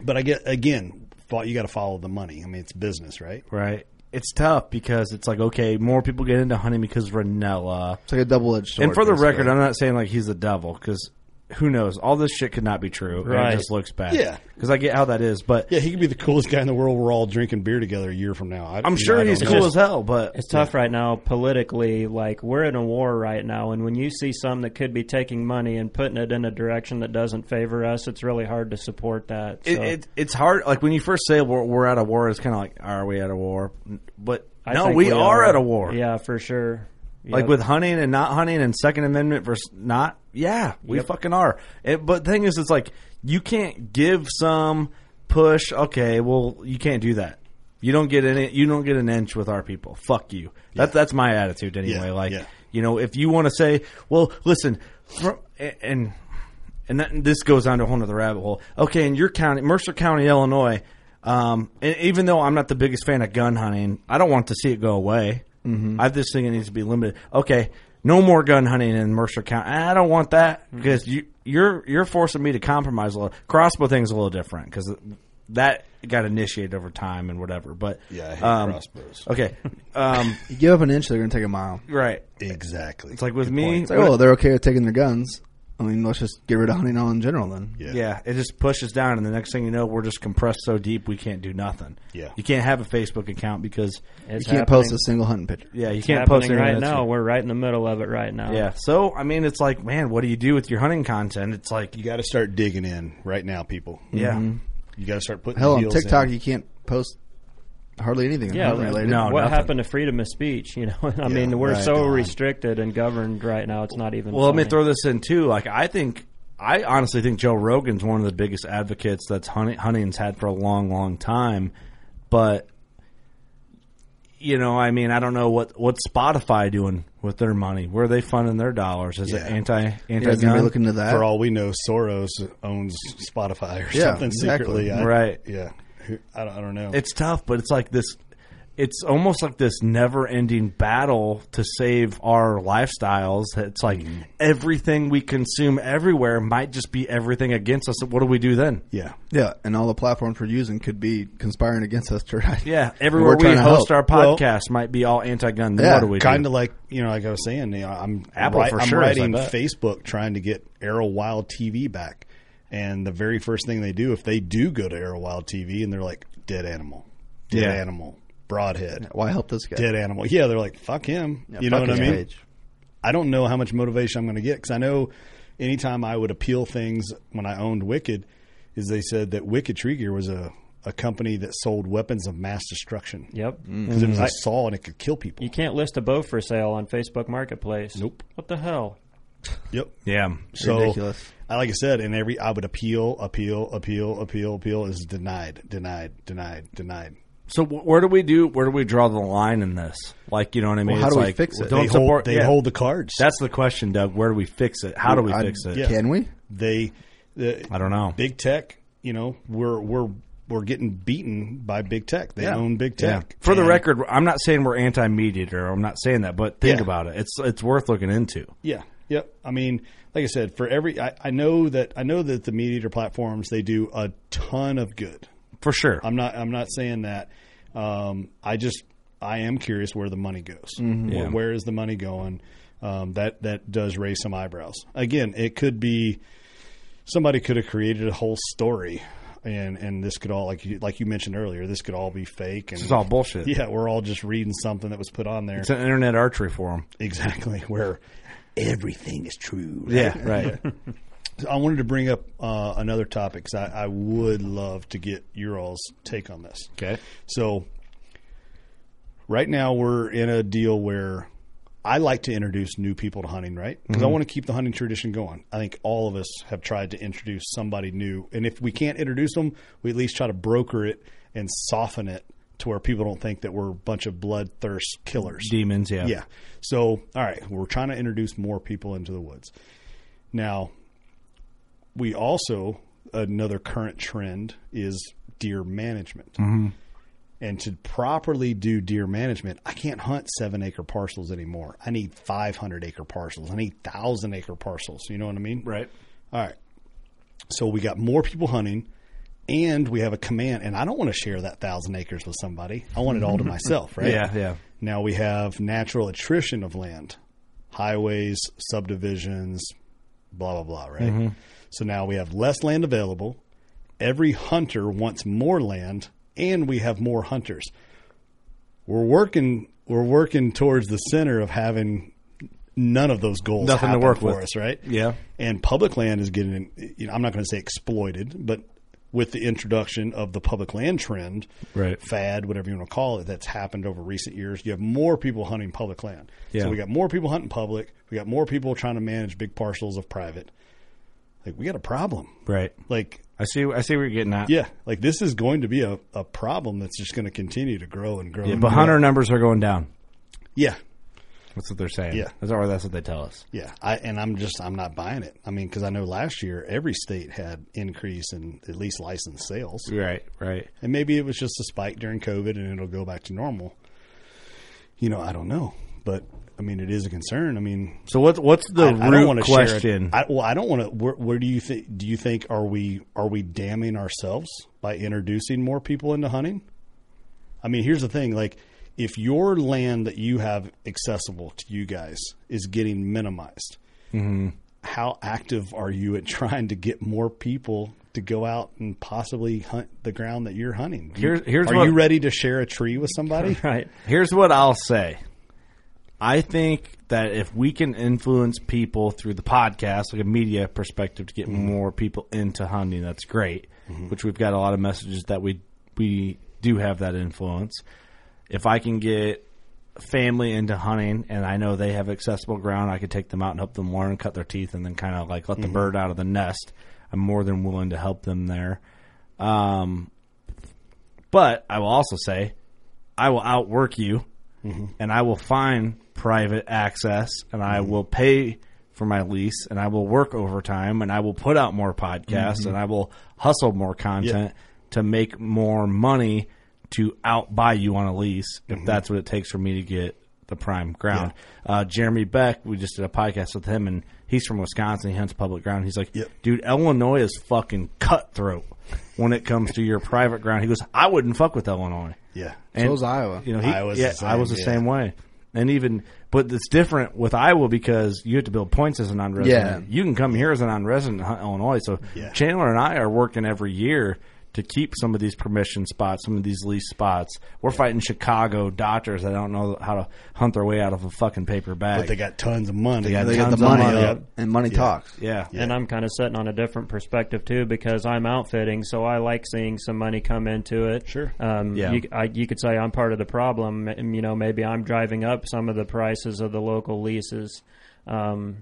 But I get, again, fo- you got to follow the money. I mean, it's business, right?
right? It's tough because it's like okay, more people get into hunting because of Ranella.
it's like a double edged sword.
And for the
basically.
record, I'm not saying like he's the devil because who knows? All this shit could not be true. And
Right.
it just looks bad.
Yeah.
Because I get how that is, but
Yeah, he could be the coolest guy in the world. We're all drinking beer together a year from now. I,
I'm
you
sure
know, I
he's
don't
cool
know.
as hell. But
It's tough right now politically. Like we're in a war right now, and when you see some that could be taking money and putting it in a direction that doesn't favor us, it's really hard to support that.
it,
So
it, it's hard. Like when you first say we're, we're at a war, it's kind of like, are we at a war? But
I
no,
think
we, are, at a war.
Yeah, for sure.
Like
Yep.
with hunting and not hunting and Second Amendment versus not. Yeah, we fucking are. It, but the thing is, it's like you can't give some push. Okay, well, you can't do that. You don't get any. You don't get an inch with our people. Fuck you. That, that's my attitude anyway.
Yeah,
Like
yeah.
you know, if you want to say, well, listen, fr- and and that, this goes on to a whole other rabbit hole. Okay, in your county, Mercer County, Illinois, um, and even though I'm not the biggest fan of gun hunting, I don't want to see it go away.
Mm-hmm.
I just think it needs to be limited. Okay, no more gun hunting in Mercer County. I don't want that
Mm-hmm.
because you you're you're forcing me to compromise a little. Crossbow thing's a little different because that got initiated over time and whatever. But
Yeah, I hate
um,
crossbows.
Okay,
(laughs)
um,
you give up an inch, they're going to take a mile.
right.
Exactly.
It's like with me,
It's like, oh, they're okay with taking their guns. I mean, let's just get rid of hunting all in general then.
yeah.
Yeah, it just pushes down, and the next thing you know, we're just compressed so deep we can't do nothing.
Yeah.
you can't have a Facebook account because
It's
you can't
happening.
post a single hunting picture.
yeah, you
It's
can't post
happening
anything
right
that's-
now. We're right in the middle of it right now.
Yeah, so I mean, it's like, man, what do you do with your hunting content? It's like,
You got to start digging in right now, people. Mm-hmm.
yeah, Mm-hmm.
You got to start putting
Hell, on
deals
TikTok,
In.
you can't post hardly anything
Yeah,
hunting related.
no.
what
nothing.
happened to freedom of speech? (laughs) You know, I mean, we're
right.
so
Gone.
restricted and governed right now. It's not even.
Well, let me
funny.
throw this in too. Like, I think I honestly think Joe Rogan's one of the biggest advocates that's hunting, hunting's had for a long, long time. But you know, I mean, I don't know what what Spotify doing with their money. Where are they funding their dollars? Is
Yeah.
it anti
You
anti
guys going to
gun?
be looking to that?
For all we know, Soros owns Spotify or
Yeah,
something
exactly.
secretly. I,
Right.
Yeah. Who- I don't, I don't know.
it's tough, but it's like this. It's almost like this never-ending battle to save our lifestyles. It's like
Mm-hmm.
everything we consume everywhere might just be everything against us. What do we do then?
yeah.
yeah, and all the platforms we're using could be conspiring against us to ride.
Yeah, everywhere
We're
we
trying to
host
help.
our
Well-
podcast might be all anti-gun. Then
Yeah,
what do we do?
Kind of like you know, like I was saying, you know, I'm
Apple
wri-
for
I'm
sure is
writing
like that.
Facebook trying to get Arrow Wild TV back, and the very first thing they do if they do go to Arrow Wild TV and they're like dead animal, dead
Yeah.
animal, broadhead,
Why help this guy?
dead animal. Yeah, they're like fuck him. you know
Fuck
what I
his
mean?
page.
I don't know how much motivation I'm going to get because I know anytime I would appeal things when I owned Wicked, is they said that Wicked Tree Gear was a, a company that sold weapons of mass destruction.
Yep.
Because it
Mm-hmm.
was a saw and it could kill people.
You can't list a bow for sale on Facebook Marketplace.
Nope.
What the
(laughs)
hell?
Yep.
yeah,
So,
Ridiculous.
I, like I said, in every I would appeal, appeal, appeal, appeal, appeal is denied, denied, denied, denied.
So wh- where do we do? Where do we draw the line in this? Like you know what I mean?
how
It's
do we
like,
fix it?
Don't
they
support.
hold, they
yeah.
hold the cards.
That's the question, Doug. Where do we fix it? How do we
I-
fix it?
yeah.
Can we?
they. The,
I don't know.
big tech, you know, we're we're were getting beaten by big tech. They
Yeah.
own big tech.
Yeah. For the
And-
record, I'm not saying we're anti-meat eater. I'm not saying that, but think
Yeah.
about it. It's it's worth looking into.
Yeah. Yep. I mean, like I said, for every I, I know that I know that the meat eater platforms they do a ton of good.
For sure.
I'm not I'm not saying that. Um, I just I am curious where the money goes. Where,
Mm-hmm. Yeah.
where is the money going? Um, that that does raise some eyebrows. Again, it could be somebody could have created a whole story, and and this could all like you, like you mentioned earlier, this could all be fake. And
This is all bullshit.
(laughs) yeah, we're all just reading something that was put on there.
It's an internet archery forum.
exactly (laughs) where everything is true. right?
Yeah, right.
I wanted to bring up uh, another topic because I, I would love to get your all's take on this.
Okay.
So, right now we're in a deal where I like to introduce new people to hunting, right? Because I want to keep the hunting tradition going. I think all of us have tried to introduce somebody new. And if we can't introduce them, we at least try to broker it and soften it to where people don't think that we're a bunch of bloodthirst killers.
(laughs) Demons, yeah.
Yeah. So, all right, we're trying to introduce more people into the woods. Now, we also another current trend is deer management.
Mm-hmm.
And to properly do deer management, I can't hunt seven acre parcels anymore. I need 500 acre parcels. I need thousand acre parcels. You know what I mean?
Right.
All right. So we got more people hunting and we have a command. And I don't want to share that thousand acres with somebody. I want
(laughs)
it all to myself, right?
Yeah, yeah.
Now we have natural attrition of land, highways, subdivisions, blah, blah, blah, right?
Mm-hmm.
So now we have less land available. Every hunter wants more land and we have more hunters. We're working we're working towards the center of having none of those goals
Nothing to
happen
work
for
with.
us, right?
Yeah.
And public land is getting, you know, I'm not going to say exploited, but with the introduction of the public land trend,
Right.
fad, whatever you want to call it, that's happened over recent years, you have more people hunting public land.
Yeah.
So we got more people hunting public. We got more people trying to manage big parcels of private. Like, we got a problem.
Right.
Like,
I see I see what you're getting at.
yeah, like this is going to be a, a problem that's just going to continue to grow and grow.
Yeah,
and
but
grow.
hunter numbers are going down.
Yeah.
That's what they're saying.
Yeah.
That's or that's what they tell us.
Yeah, I, and I'm just I'm not buying it. I mean, because I know last year every state had increase in at least licensed sales,
Right, right.
and maybe it was just a spike during COVID, and it'll go back to normal. You know, I don't know, but I mean, it is a concern. I mean,
So what's what's the
I, I don't
root
want to
question?
Share it. I, well, I don't want to. Where, where do you think? Do you think are we are we damning ourselves by introducing more people into hunting? I mean, here's the thing: like, if your land that you have accessible to you guys is getting minimized,
Mm-hmm.
how active are you at (laughs) trying to get more people? To go out and possibly hunt the ground that you're hunting. Do you-
Here's- here's
are
what-
you ready to share a tree with
(laughs)
somebody?
Right.
Here's what I'll say. I think that if we can influence people through the podcast, like a media perspective, to get more people into hunting, that's great. Which we've got a lot of messages that we we do have that influence. If I can get family into hunting, and I know they have accessible ground, I could take them out and help them learn, cut their teeth, and then kind of like let the bird out of the nest. I'm more than willing to help them there. Um, but I will also say, I will outwork you, and I will find private access, and I will pay for my lease, and I will work overtime, and I will put out more podcasts, and I will hustle more content to make more money to outbuy you on a lease if that's what it takes for me to get the prime ground. Uh, Jeremy Beck, we just did a podcast with him, and he's from Wisconsin. He hunts public ground. He's like,
Yep.
dude, Illinois is fucking cutthroat when it comes to your private ground. He goes, I wouldn't fuck with Illinois.
Yeah.
And,
is Iowa.
You know, he,
Iowa's
yeah,
the same,
Iowa's the
yeah.
same way. And even, but it's different with Iowa because you have to build points as a non-resident.
Yeah.
You can come here as a non-resident in Illinois. So
Yeah.
Chandler and I are working every year to keep some of these permission spots, some of these lease spots. We're fighting Chicago doctors that don't know how to hunt their way out of a fucking paper bag.
But they got tons of money.
got
They got the
Tons of
money,
money.
up, and money talks.
yeah.
And I'm kind of sitting on a different perspective too because I'm outfitting, so I like seeing some money come into it.
Sure.
Um,
Yeah.
You, I, you could say I'm part of the problem. and, You know, maybe I'm driving up some of the prices of the local leases. Um,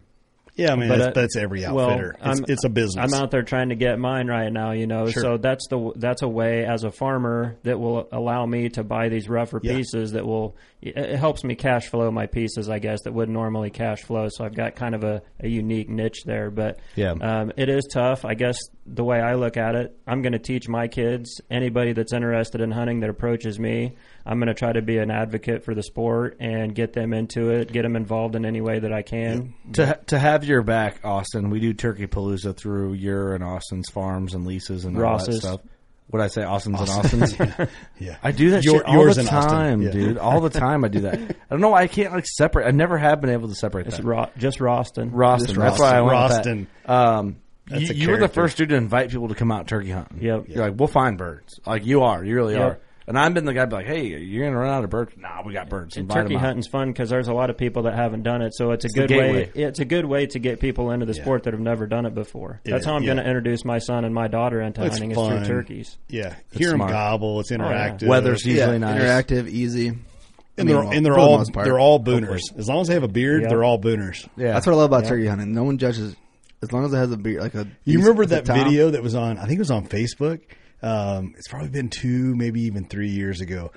Yeah, I mean
But,
that's,
uh,
that's every
well,
outfitter. it's,
I'm-
it's a business.
I'm out there trying to get mine right now, you know. So that's the that's a way as a farmer that will allow me to buy these rougher
Yeah.
pieces that will it it helps me cash flow my pieces, I guess, that wouldn't normally cash flow. So I've got kind of a, a unique niche there, but
Yeah.
um, it is tough. I guess the way I look at it, I'm going to teach my kids anybody that's interested in hunting that approaches me. I'm going to try to be an advocate for the sport and get them into it, get them involved in any way that I can.
To to have your back, Austin. We do Turkey Palooza through your and Austin's farms and leases and all
Ross's.
that stuff. What I say, Austin's and (laughs) Austin's.
yeah,
I do that
Your-
shit all
yours
the
and Austin.
time,
Yeah.
dude. All the time I do
(laughs)
that. I don't know why I can't like separate. I never have been able to separate
It's
that.
Ro- just Roston.
Roston. That's why I went
Roston.
With that. Um,
That's
you,
a
you were the
character.
first dude to invite people to come out turkey hunting.
Yep.
You're like, we'll find birds. Like you are. You really
Yep.
are. And I've been the guy be like, hey, you're gonna run out of birds. Nah, we got birds.
And
Invite
turkey
'em out.
hunting's fun because there's a lot of people that haven't done it, so it's a
the
good way.
gateway.
It's a good way to get people into the sport that have never done it before. That's how I'm
yeah.
going to introduce my son and my daughter into
It's
hunting
fun.
is through turkeys.
yeah. Hear them
smart.
gobble. It's interactive.
Weather's
yeah.
usually nice.
Interactive, easy. I mean,
and they're and they're
for the
all
most part.
they're all booners. As long as they have a beard,
Yeah.
they're all booners.
Yeah.
That's what I love about turkey hunting. No one judges as long as it has a beard. Like a
You
decent-
remember
at the
that
top.
video that was on? I think it was on Facebook. Um, it's probably been two, maybe even three years ago.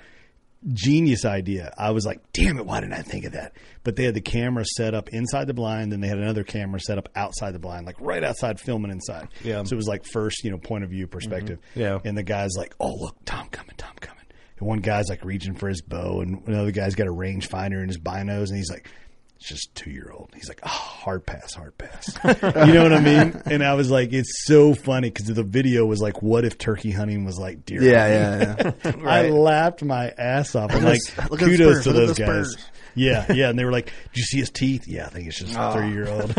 Genius idea. I was like, damn it, why didn't I think of that? But they had the camera set up inside the blind, then they had another camera set up outside the blind, like right outside filming inside.
Yeah. Mm-hmm.
So it was like first, you know, point of view perspective.
Yeah.
And the guy's like, oh, look, Tom coming, Tom coming. And one guy's like reaching for his bow, and another guy's got a rangefinder in his binos, and he's like, it's just two year old. He's like, oh, hard pass, hard
(laughs)
pass. you know what I mean? And I was like, it's so funny because the video was like, what if turkey hunting was like deer?
Yeah, yeah, yeah.
hunting? I laughed my ass off. I'm
Look
like,
at his- look at his
kudos
spurs,
to
look at
those
his
guys.
spurs.
Yeah, yeah. And they were like, do you see his teeth? Yeah, I think it's just a three year old.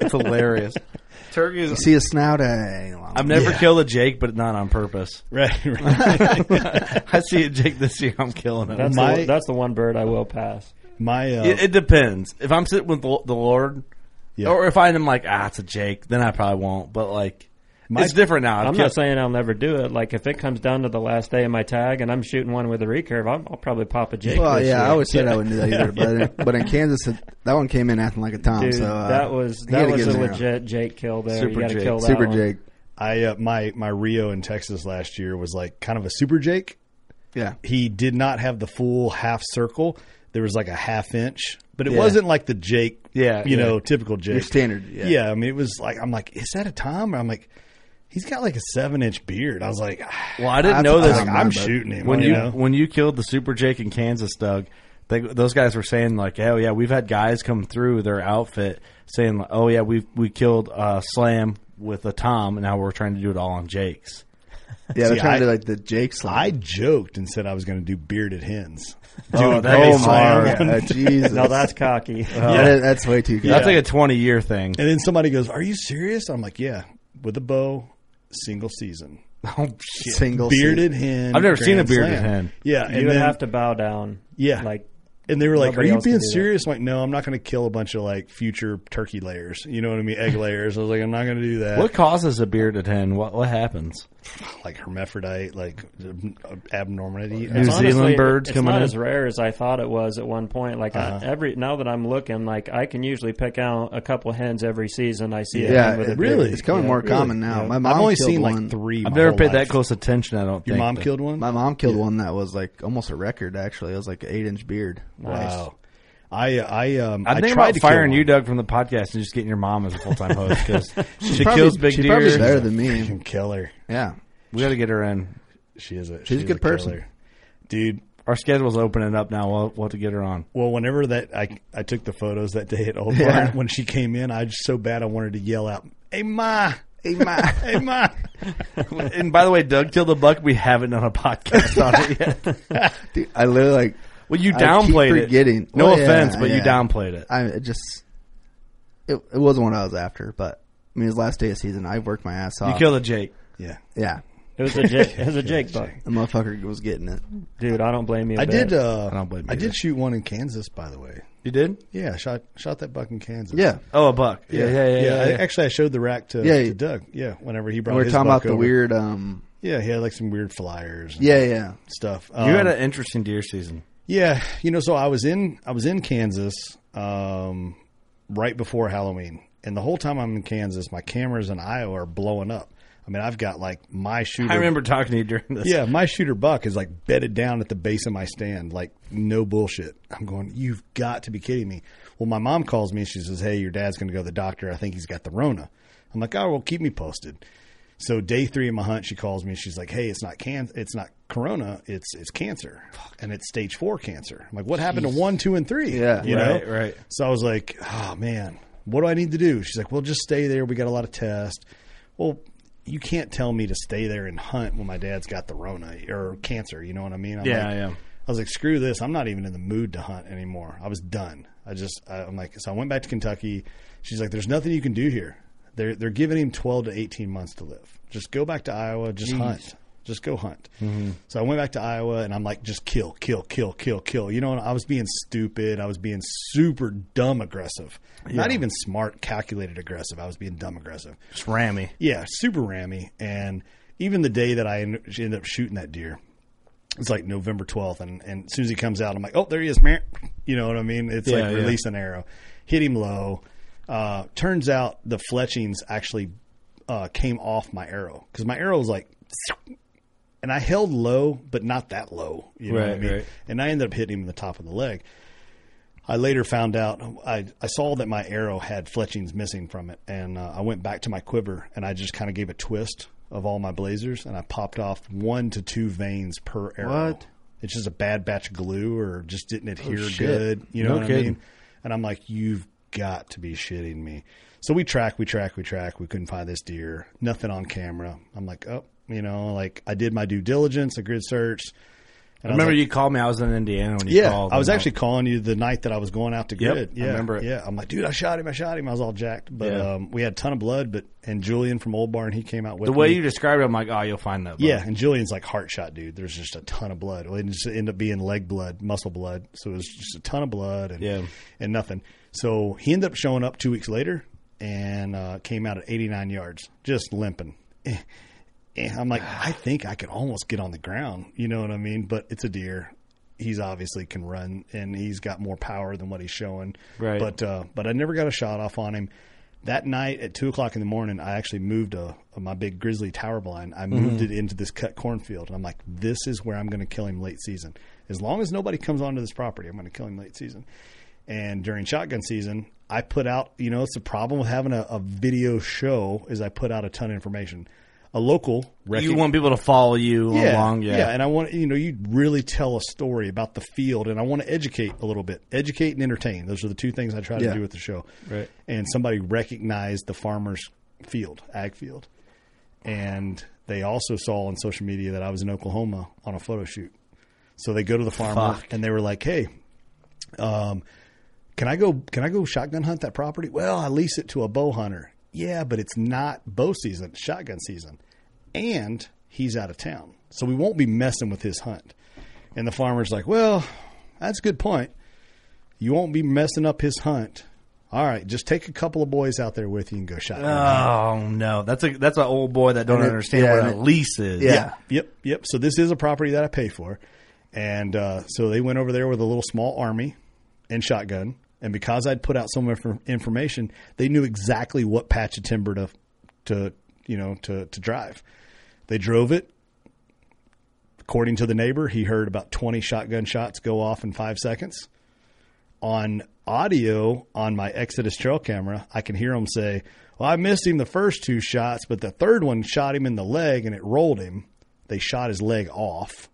It's hilarious. Turkeys.
See a snout hang along.
(laughs) I've never killed a Jake, but not on purpose.
(laughs) right, right.
(laughs) I see a Jake this year. I'm killing it.
That's,
My-
the, that's the one bird I will pass.
My, uh,
It, it depends. If I'm sitting with the, the Lord,
Yeah.
or if I'm like, ah, it's a Jake, then I probably won't. But like, it's different now. I've
I'm
killed-
not saying I'll never do it. Like if it comes down to the last day of my tag and I'm shooting one with a recurve, I'm, I'll probably pop a jig.
Well,
this
yeah,
year.
I always said I wouldn't do that either. But but in Kansas, it- that one came in acting like a tom.
Dude,
so uh,
that was
he had
that
to
was
get
a
in there.
legit Jake kill there.
Super
you got to
Jake.
kill that
Super
one.
Jake.
I, uh, my, my Rio in Texas last year was like kind of a super Jake.
Yeah,
he did not have the full half circle. There was like a half inch, but it wasn't like the Jake,
Yeah,
you
yeah.
know, typical Jake
Your standard, yeah.
I mean, it was like I'm like, is that a Tom? I'm like, he's got like a seven inch beard. I was like, ah,
Well, I didn't
I-
know
I
this.
was like,
don't
I'm
mind, but
shooting him
when
you,
you
know?
when you killed the Super Jake in Kansas, Doug, they, those guys were saying like, "Oh yeah, we've had guys come through their outfit saying, like, oh yeah, we we killed uh, Slam with a Tom, and now we're trying to do it all on Jakes."
yeah. They're
See,
trying to
I-
do like the Jake
I
slide.
joked and said I was going to do bearded hens.
Oh, that
crazy
is
slam.
(laughs) hard.
Yeah, uh, Jesus,
No, that's
(laughs)
cocky.
That is- that's way too good.
That's like a twenty year thing.
And then somebody goes, "Are you serious?" I'm like, "Yeah, with a bow, single season."
Oh shit!
single
Bearded hen.
I've never seen a
grand
bearded
slam.
hen.
Yeah,
You would have to bow down.
Yeah.
like
And they were like,
Nobody
"Are you
else can
being
do that.
serious?" I'm like, "No, I'm not going to kill a bunch of like future turkey layers. You know what I mean? Egg layers." I was like, "I'm not going to do that."
What causes a bearded hen? What what happens?
Like hermaphrodite, like abnormality.
New Zealand birds
it's
coming
not
in?
as rare as I thought it was at one point. Like I, every now that I'm looking, like I can usually pick out a couple hens every season. I see. a
Yeah,
hen with a
it-
big-
Really?
It's coming more common now. My mom
I've only
killed
seen
one.
like three.
I've
my
never
whole
paid that
life.
close attention. I don't.
Your
think,
mom
but-
killed one.
My mom killed one that was like almost a record. Actually, it was like an eight-inch beard.
Wow. I I
I'm
um I
thinking
tried
about
to
firing
kill
you,
one.
Doug, from the podcast and just getting your mom as a full time host because
(laughs)
she
probably-
kills big
she's
deer.
probably better than me.
(laughs)
Freaking killer.
Yeah,
We got to get her in.
She is a she's,
a good person.
killer. dude.
Our schedule's opening up now. We'll, we'll have to get her on.
Well, whenever that I I took the photos that day at Old
Yeah.
Barn when she came in, I just so bad I wanted to yell out, "Hey ma,
hey, my,
(laughs) hey ma."
and by the way, Doug killed the buck. We haven't done a podcast on it yet.
dude, I literally like.
(laughs) Well,
I
you
keep
downplayed it.
forgetting.
No
Well, yeah,
offense, but you
yeah.
downplayed it.
I it just it, it wasn't what I was after, but I mean, his last day of season, I worked my ass off.
You killed a Jake.
Yeah.
yeah,
It was a Jake. It was a Jake buck,
the motherfucker was getting it.
Oh.
dude. I don't blame you. I
I did. Uh,
I don't blame you
I
either.
did shoot one in Kansas, by the way.
You did?
Yeah, I shot shot that buck in Kansas.
Yeah,
Oh, a buck. Yeah, yeah, yeah. yeah,
I-
yeah.
Actually, I showed the rack to,
Yeah.
to Doug. Yeah, whenever he brought.
we were
his
talking
buck
about the
over.
weird. um
Yeah, he had like some weird flyers. And
Yeah, yeah.
Stuff.
you
Um,
had an interesting deer season.
Yeah, you know, so I was in I was in Kansas um, right before Halloween, and the whole time I'm in Kansas, my cameras in Iowa are blowing up. I mean, I've got like my shooter.
I remember talking to you during this.
Yeah, my shooter buck is like bedded down at the base of my stand, like no bullshit. I'm going, you've got to be kidding me. Well, my mom calls me and she says, hey, your dad's going to go to the doctor. I think he's got the Rona. I'm like, oh, well, keep me posted. So day three of my hunt, she calls me and she's like, "Hey, it's not can, it's not corona, it's it's cancer, and it's stage four cancer." I'm like, "What happened to one, two, and three?
Yeah,
you
right,
know,
right.
So I was like, "Oh man, what do I need to do?" She's like, "Well, just stay there. We got a lot of tests." Well, you can't tell me to stay there and hunt when my dad's got the rona or cancer. You know what I mean? I'm
Yeah,
like-
yeah.
I was like, "Screw this! I'm not even in the mood to hunt anymore. I was done. I just I, I'm like, so I went back to Kentucky. She's like, "There's nothing you can do here. They're they're giving him 12 to 18 months to live. Just go back to Iowa. Just hunt." Just go hunt. So I went back to Iowa and I'm like, just kill, kill, kill, kill, kill. You know, and I was being stupid. I was being super dumb aggressive. Not even smart, calculated aggressive. I was being dumb aggressive.
Just rammy.
Yeah, super rammy. And even the day that I en- she ended up shooting that deer, it's like November 12th. And, and as soon as he comes out, I'm like, oh, there he is. meh." (laughs) You know what I mean? It's
Yeah,
like
yeah.
release an arrow, hit him low. Uh, turns out the fletchings actually uh, came off my arrow because my arrow was like, and I held low, but not that low. You know what I
Right,
mean?
right.
And I ended up hitting him in the top of the leg. I later found out I, I saw that my arrow had fletchings missing from it, and uh, I went back to my quiver and I just kind of gave a twist of all my blazers, and I popped off one to two veins per arrow.
What?
It's just a bad batch of glue, or just didn't adhere
shit.
good. You know
Oh, No
what I
kidding.
mean? And I'm like, you've got to be shitting me. So we track, we track, we track. We couldn't find this deer. Nothing on camera. I'm like, oh, you know, like I did my due diligence, a grid search.
I
And was
remember
like,
you called me. I was in Indiana when you
yeah,
called.
I was
and uh,
actually calling you the night that I was going out to
Yep,
grid.
I
yeah,
remember it.
Yeah, I'm like, dude, I shot him, I shot him. I was all jacked, but
Yeah.
um, we had a ton of blood. But and Julian from Old Barn, he came out with
the way
me.
you described it, I'm like, oh, you'll find that. bud.
Yeah, and Julian's like heart shot, dude. There's just a ton of blood. Well, It just ended up being leg blood, muscle blood. So it was just a ton of blood and
Yeah.
and nothing. So he ended up showing up two weeks later and uh, came out at 89 yards, just limping. Eh, eh. I'm like, I think I could almost get on the ground. You know what I mean? But it's a deer. He's obviously can run and he's got more power than what he's showing.
Right.
But uh, but I never got a shot off on him. That night at two o'clock in the morning, I actually moved a, a- my big grizzly tower blind. I
Mm-hmm.
moved it into this cut cornfield, and I'm like, "This is where I'm going to kill him late season. As long as nobody comes onto this property, I'm going to kill him late season." And during shotgun season, I put out. You know, it's the problem with having a, a video show is I put out a ton of information. A local
you
recog-
want people to follow you along. Yeah,
and I want you know you really tell a story about the field, and I want to educate a little bit, educate and entertain. Those are the two things I try to
Yeah.
do with the show.
Right.
And somebody recognized the farmer's field, ag field, and they also saw on social media that I was in Oklahoma on a photo shoot. So they go to the farmer
Fuck.
and they were like, "Hey, um, can I go? Can I go shotgun hunt that property? Well, I lease it to a bow hunter. Yeah, but it's not bow season; it's shotgun season, and he's out of town, so we won't be messing with his hunt. And the farmer's like, "Well, that's a good point. You won't be messing up his hunt. All right, just take a couple of boys out there with you and go shotgun." hunt."
Oh no, that's a that's an old boy that don't
And it-
understand
yeah,
what
and
a
it-
lease is.
Yeah.
Yep, yep. So this is a property that I pay for, and uh, so they went over there with a little small army and shotgun. And because I'd put out some infor- information, they knew exactly what patch of timber to, to you know, to to drive. They drove it. According to the neighbor, he heard about twenty shotgun shots go off in five seconds. On audio on my Exodus trail camera, I can hear him say, "Well, I missed him the first two shots, but the third one shot him in the leg and it rolled him." They shot his leg off.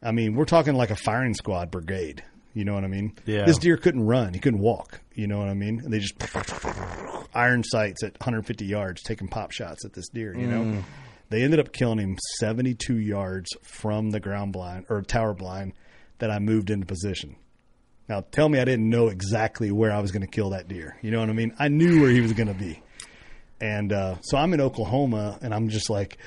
I mean, we're talking like a firing squad brigade. You know what I mean?
Yeah.
This deer couldn't run. He couldn't walk. You know what I mean? And they just iron sights at 150 yards, taking pop shots at this deer. You know, they ended up killing him 72 yards from the ground blind or tower blind that I moved into position. Now tell me I didn't know exactly where I was going to kill that deer. You know what I mean? I knew where he was going to be. And uh, so I'm in Oklahoma and I'm just like,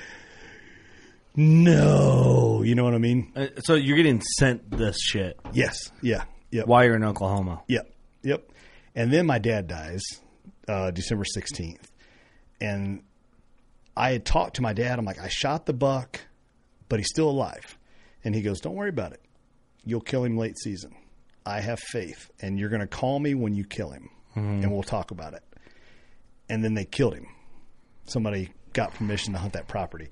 no. You know what I mean?
Uh, So you're getting sent this shit
Yes. Yeah. Yep.
while you're in Oklahoma.
Yep. Yep. And then my dad dies uh, December 16th. And I had talked to my dad. I'm like, I shot the buck, but he's still alive. And he goes, Don't worry about it. You'll kill him late season. I have faith. And you're going to call me when you kill him, and we'll talk about it. and then they killed him. Somebody got permission to hunt that property.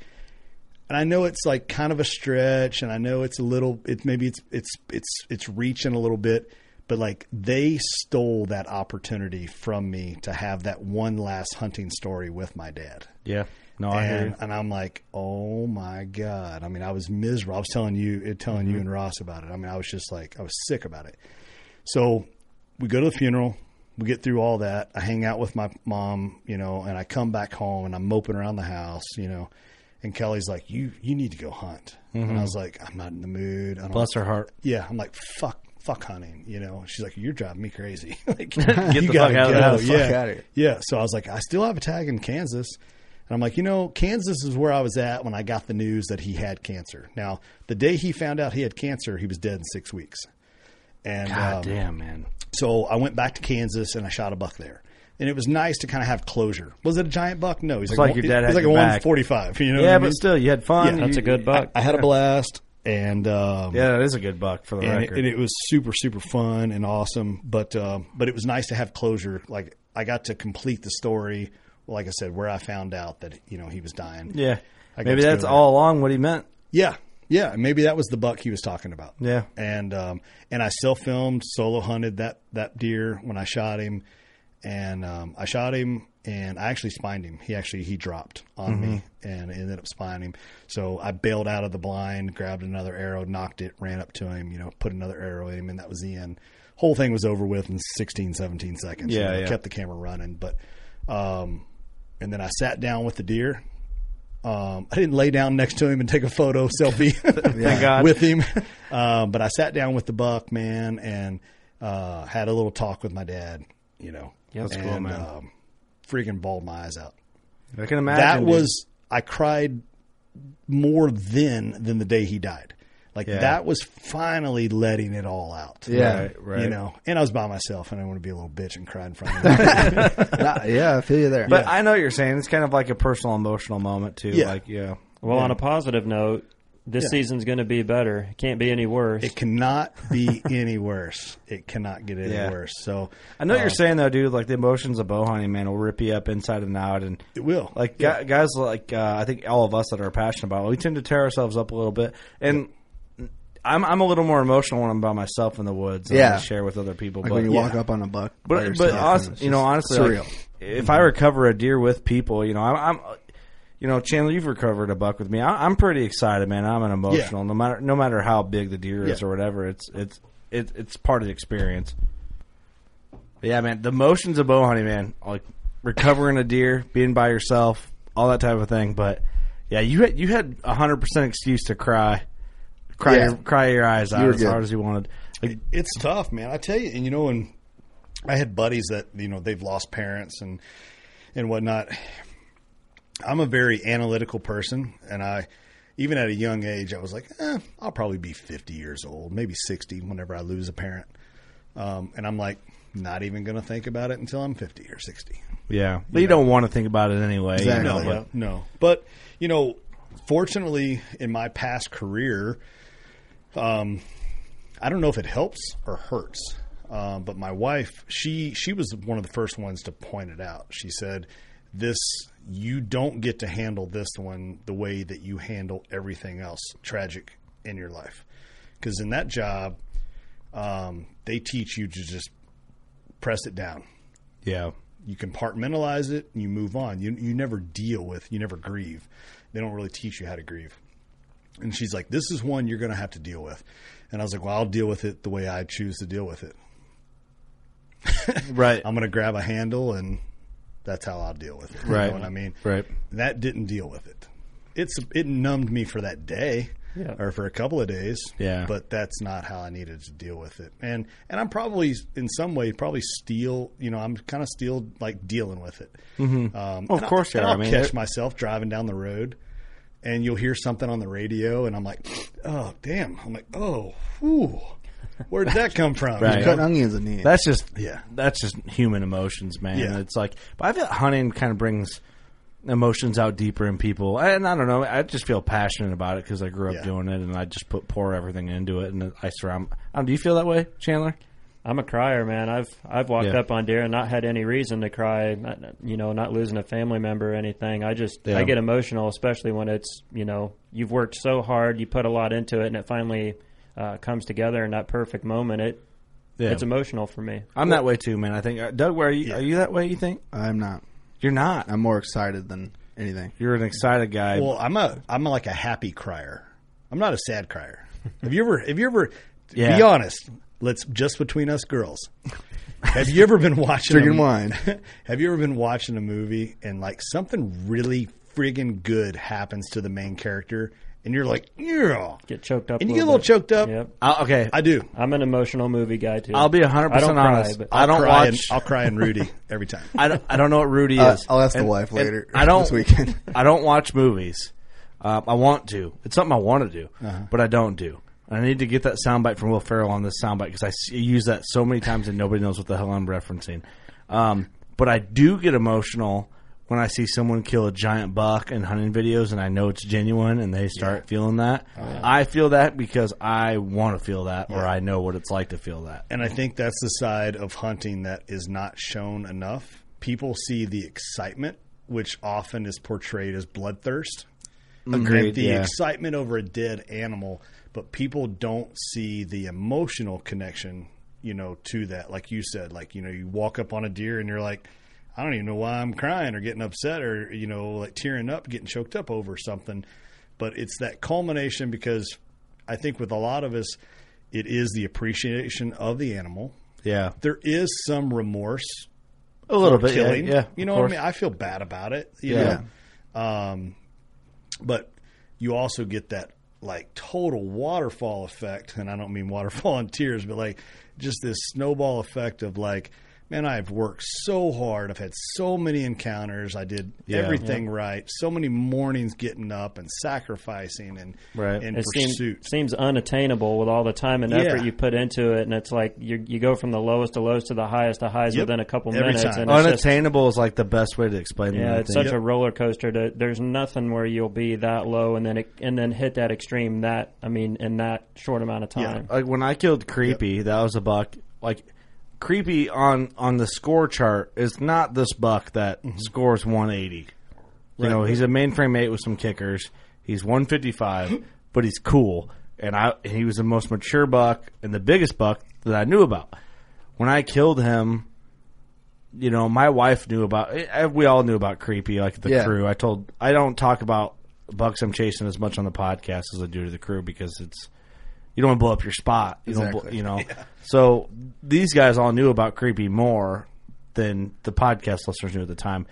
And I know it's like kind of a stretch, and I know it's a little. It maybe it's it's it's it's reaching a little bit, but like they stole that opportunity from me to have that one last hunting story with my dad
Yeah. No, I hear
and,
you.
and I'm like, oh my god! I mean, I was miserable. I was telling you, it telling
Mm-hmm.
you and Ross about it. I mean, I was just like, I was sick about it. So we go to the funeral. We get through all that. I hang out with my mom, you know, and I come back home and I'm moping around the house, you know. And Kelly's like, you you need to go hunt. And
Mm-hmm.
I was like, I'm not in the mood. I don't
Bless her heart.
yeah, I'm like, fuck, fuck hunting, you know. She's like, you're driving me crazy. (laughs) like,
the
you
fuck
gotta
out of the
go.
house.
Yeah,
Fuck outta here.
yeah. So I was like, I still have a tag in Kansas, and I'm like, you know, Kansas is where I was at when I got the news that he had cancer. Now, the day he found out he had cancer, he was dead in six weeks. And
God
um,
damn, man.
so I went back to Kansas and I shot a buck there. And it was nice to kind of have closure. Was it a giant buck? No, he's
like your dad
it
had
was like
your
a
back.
145. You know, what
Yeah,
I
but
mean?
still, you had fun.
Yeah,
That's a good buck.
I had a blast, and um,
Yeah, that is a good buck for the
and it,
record.
and it was super super fun and awesome but um, but it was nice to have closure like i got to complete the story like i said where i found out that you know he was dying
yeah.
I
Maybe
guess
that's
so.
all along what he meant.
yeah yeah and maybe that was the buck he was talking about
Yeah.
and um, and i still filmed solo hunted that that deer when i shot him and um, i shot him and i actually spined him he actually he dropped on me
Mm-hmm.
and ended up spining him so i bailed out of the blind grabbed another arrow knocked it ran up to him you know put another arrow in him and that was the end whole thing was over with in 16 17 seconds
Yeah,
you know,
yeah.
kept the camera running but um, and then i sat down with the deer um, I didn't lay down next to him and take a photo
(laughs)
selfie (laughs)
Thank God.
with him. Um, but I sat down with the buck, man, and uh, had a little talk with my dad, you know.
That's cool,
and,
man.
Um, freaking bawled my eyes out.
I can imagine.
That
dude.
was, I cried more then than the day he died. Like
Yeah.
that was finally letting it all out.
Yeah.
Right, right.
You know, and I was by myself, and I want to be a little bitch and cry in front of
(laughs)
him.
Nah, yeah, I feel you there.
But I know what you're saying. It's kind of like a personal emotional moment, too.
Yeah.
Like, yeah.
Well, on a positive note, this season's going to be better. It can't be any worse.
it cannot be any worse. It cannot get any
Yeah.
worse. So
I know what
Uh,
you're saying, though, dude. Like, the emotions of bow hunting, man, will rip you up inside and out. And
It will.
Like gu guys, like uh, I think all of us that are passionate about, it, we tend to tear ourselves up a little bit, and I'm I'm a little more emotional when I'm by myself in the woods. than
Yeah.
I share with other people,
like
but
when you
yeah.
walk up on a buck, by
but
yourself
but
and
honest,
it's
you know,
just
honestly,
surreal.
like, if I recover a deer with people, you know, I'm, I'm you know, Chandler, you've recovered a buck with me. I, I'm pretty excited, man. I'm an emotional, no matter no matter how big the deer is
Yeah.
or whatever. It's it's it's it's part of the experience. But yeah, man, the emotions of bow hunting, man, like recovering a deer, being by yourself, all that type of thing. But yeah, you had you had a hundred percent excuse to cry, cry
Yeah.
your, cry your eyes out
were
as
good.
hard as you wanted. Like,
it's tough, man. I tell you, and you know, and I had buddies that you know they've lost parents and and whatnot. I'm a very analytical person, and I even at a young age, I was like, eh, I'll probably be 50 years old, maybe 60, whenever I lose a parent. Um, and I'm like, not even going to think about it until I'm 50 or 60.
yeah, but you don't want to think about it anyway. You
Exactly.
know,
No,
but-
no, no. But you know, fortunately, in my past career, um, I don't know if it helps or hurts. Um, but my wife, she she was one of the first ones to point it out. She said, "This you don't get to handle this one the way that you handle everything else tragic in your life, because in that job, um, they teach you to just press it down."
yeah.
you compartmentalize it and you move on. You you never deal with, you never grieve. They don't really teach you how to grieve. And she's like, "This is one you're going to have to deal with." And I was like, "Well, I'll deal with it the way I choose to deal with it.
Right.
I'm going to grab a handle and that's how I'll deal with it." You
Right.
know what I mean?
Right.
That didn't deal with it. It's it numbed me for that day.
Yeah.
Or for a couple of days,
Yeah.
But that's not how I needed to deal with it, and and I'm probably in some way probably still, you know, I'm kind of still like dealing with it. Mm-hmm. Um,
Well, of
and
course you
I, and
are. I
I'll
mean,
catch
it-
myself driving down the road, and you'll hear something on the radio, and I'm like, oh damn! I'm like, oh, whew. where'd that come from?
Right.
You
cutting
come-
onions in the end.
That's just
Yeah.
That's just human emotions, man.
Yeah.
It's like, but I feel hunting kind of brings emotions out deeper in people, and I don't know. I just feel passionate about it because I grew up
Yeah.
um, doing it, and I just put pour everything into it, and I surround. I don't, do you feel that way, Chandler?
I'm a crier, man. I've I've walked
Yeah.
up on deer and not had any reason to cry. not- You know, not losing a family member or anything. I just
Yeah.
I get emotional, especially when it's you know you've worked so hard, you put a lot into it, and it finally uh, comes together in that perfect moment. It
Yeah.
it's emotional for me.
I'm that way too, man. I think uh, Doug, where are you? Are you that way? You think
I'm not.
you're not?
I'm more excited than anything.
You're an excited guy.
Well, I'm a I'm like a happy crier. I'm not a sad crier. Have you ever? Have you ever?
Yeah.
Be honest. Let's just between us girls. Have you ever been watching
Drinking wine.
(laughs) Have you ever been watching a movie and like something really friggin' good happens to the main character and you're like, yeah,
Get choked up,
and you get a little
bit.
choked up.
Yep.
I, okay,
I do.
I'm an emotional movie guy too.
I'll be 100
I don't
percent
cry,
honest.
but
I don't
Cry in-
watch.
I'll cry in
(laughs)
Rudy every time.
I don't, I don't know what Rudy
Uh,
is.
I'll ask the
And-
wife
and
later.
I don't.
this weekend.
(laughs) I don't watch movies. Um, I want to. It's something I want to do,
Uh-huh.
but I don't do. And I need to get that soundbite from Will Ferrell on this soundbite because I s- use that so many times and nobody knows what the hell I'm referencing. Um, but I do get emotional when I see someone kill a giant buck in hunting videos and I know it's genuine and they start feeling that.
Oh,
I feel that because I want to feel that or I know what it's like to feel that.
And I think that's the side of hunting that is not shown enough. People see the excitement, which often is portrayed as bloodthirst.
Agreed,
And the
yeah.
excitement over a dead animal, but people don't see the emotional connection, you know, to that. Like you said, like, you know, you walk up on a deer and you're like, I don't even know why I'm crying or getting upset or, you know, like tearing up, getting choked up over something. But it's that culmination because I think with a lot of us, it is the appreciation of the animal.
Yeah.
There is some remorse
A little bit. yeah,
killing.
Yeah.
you
of
know what I
course.
mean? I feel bad about it. You
Yeah.
Know? Um, but you also get that like total waterfall effect, and I don't mean waterfall in tears, but like just this snowball effect of like, man, I've worked so hard. I've had so many encounters. I did everything right. So many mornings getting up and sacrificing and
Right.
and
it
pursuit.
seems, seems unattainable with all the time and
Yeah.
effort you put into it, and it's like you you go from the lowest to lowest to the highest to highs
Yep.
within a couple
Every
minutes,
time.
and it's just
Unattainable is like the best way to explain it.
Yeah,
I
it's
think.
such a roller coaster. To, there's nothing where you'll be that low and then it, and then hit that extreme. That I mean, in that short amount of time.
like when I killed Creepy, that was a buck. Like Creepy on on the score chart is not this buck that scores 180. You know, he's a mainframe eight with some kickers. He's 155, but he's cool. And I and he was the most mature buck and the biggest buck that I knew about. When I killed him, you know, my wife knew about. eh, We all knew about creepy, like the
Yeah.
crew. I told I don't talk about bucks I'm chasing as much on the podcast as I do to the crew because it's you don't want to blow up your spot. You don't, bl-
Exactly.
you know. So these guys all knew about creepy more than the podcast listeners knew at the time.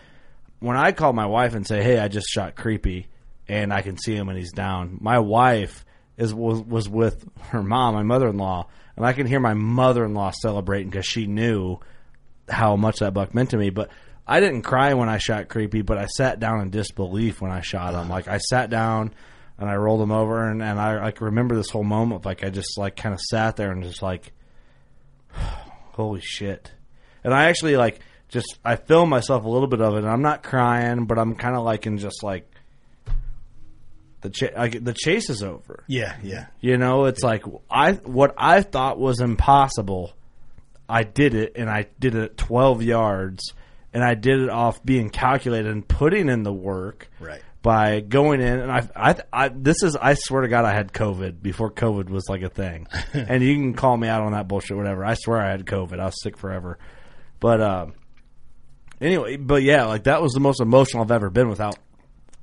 When I call my wife and say, "Hey, I just shot creepy," and I can see him and he's down, my wife is was, was with her mom, my mother in law, and I can hear my mother in law celebrating because she knew how much that buck meant to me. But I didn't cry when I shot Creepy, but I sat down in disbelief when I shot him. Like I sat down and I rolled him over, and, and I like remember this whole moment. of, Like I just like kind of sat there and just like, (sighs) holy shit. And I actually like just I film myself a little bit of it. and I'm not crying, but I'm kind of like in just like the cha- like the chase is over.
Yeah, yeah.
You know, it's like I what I thought was impossible, I did it, and I did it at twelve yards, and I did it off being calculated and putting in the work,
Right.
By going in, and I, I, I, this is, I swear to God, I had COVID before COVID was like a thing, and you can call me out on that bullshit, whatever. I swear I had COVID. I was sick forever, but um, anyway, but yeah, like that was the most emotional I've ever been without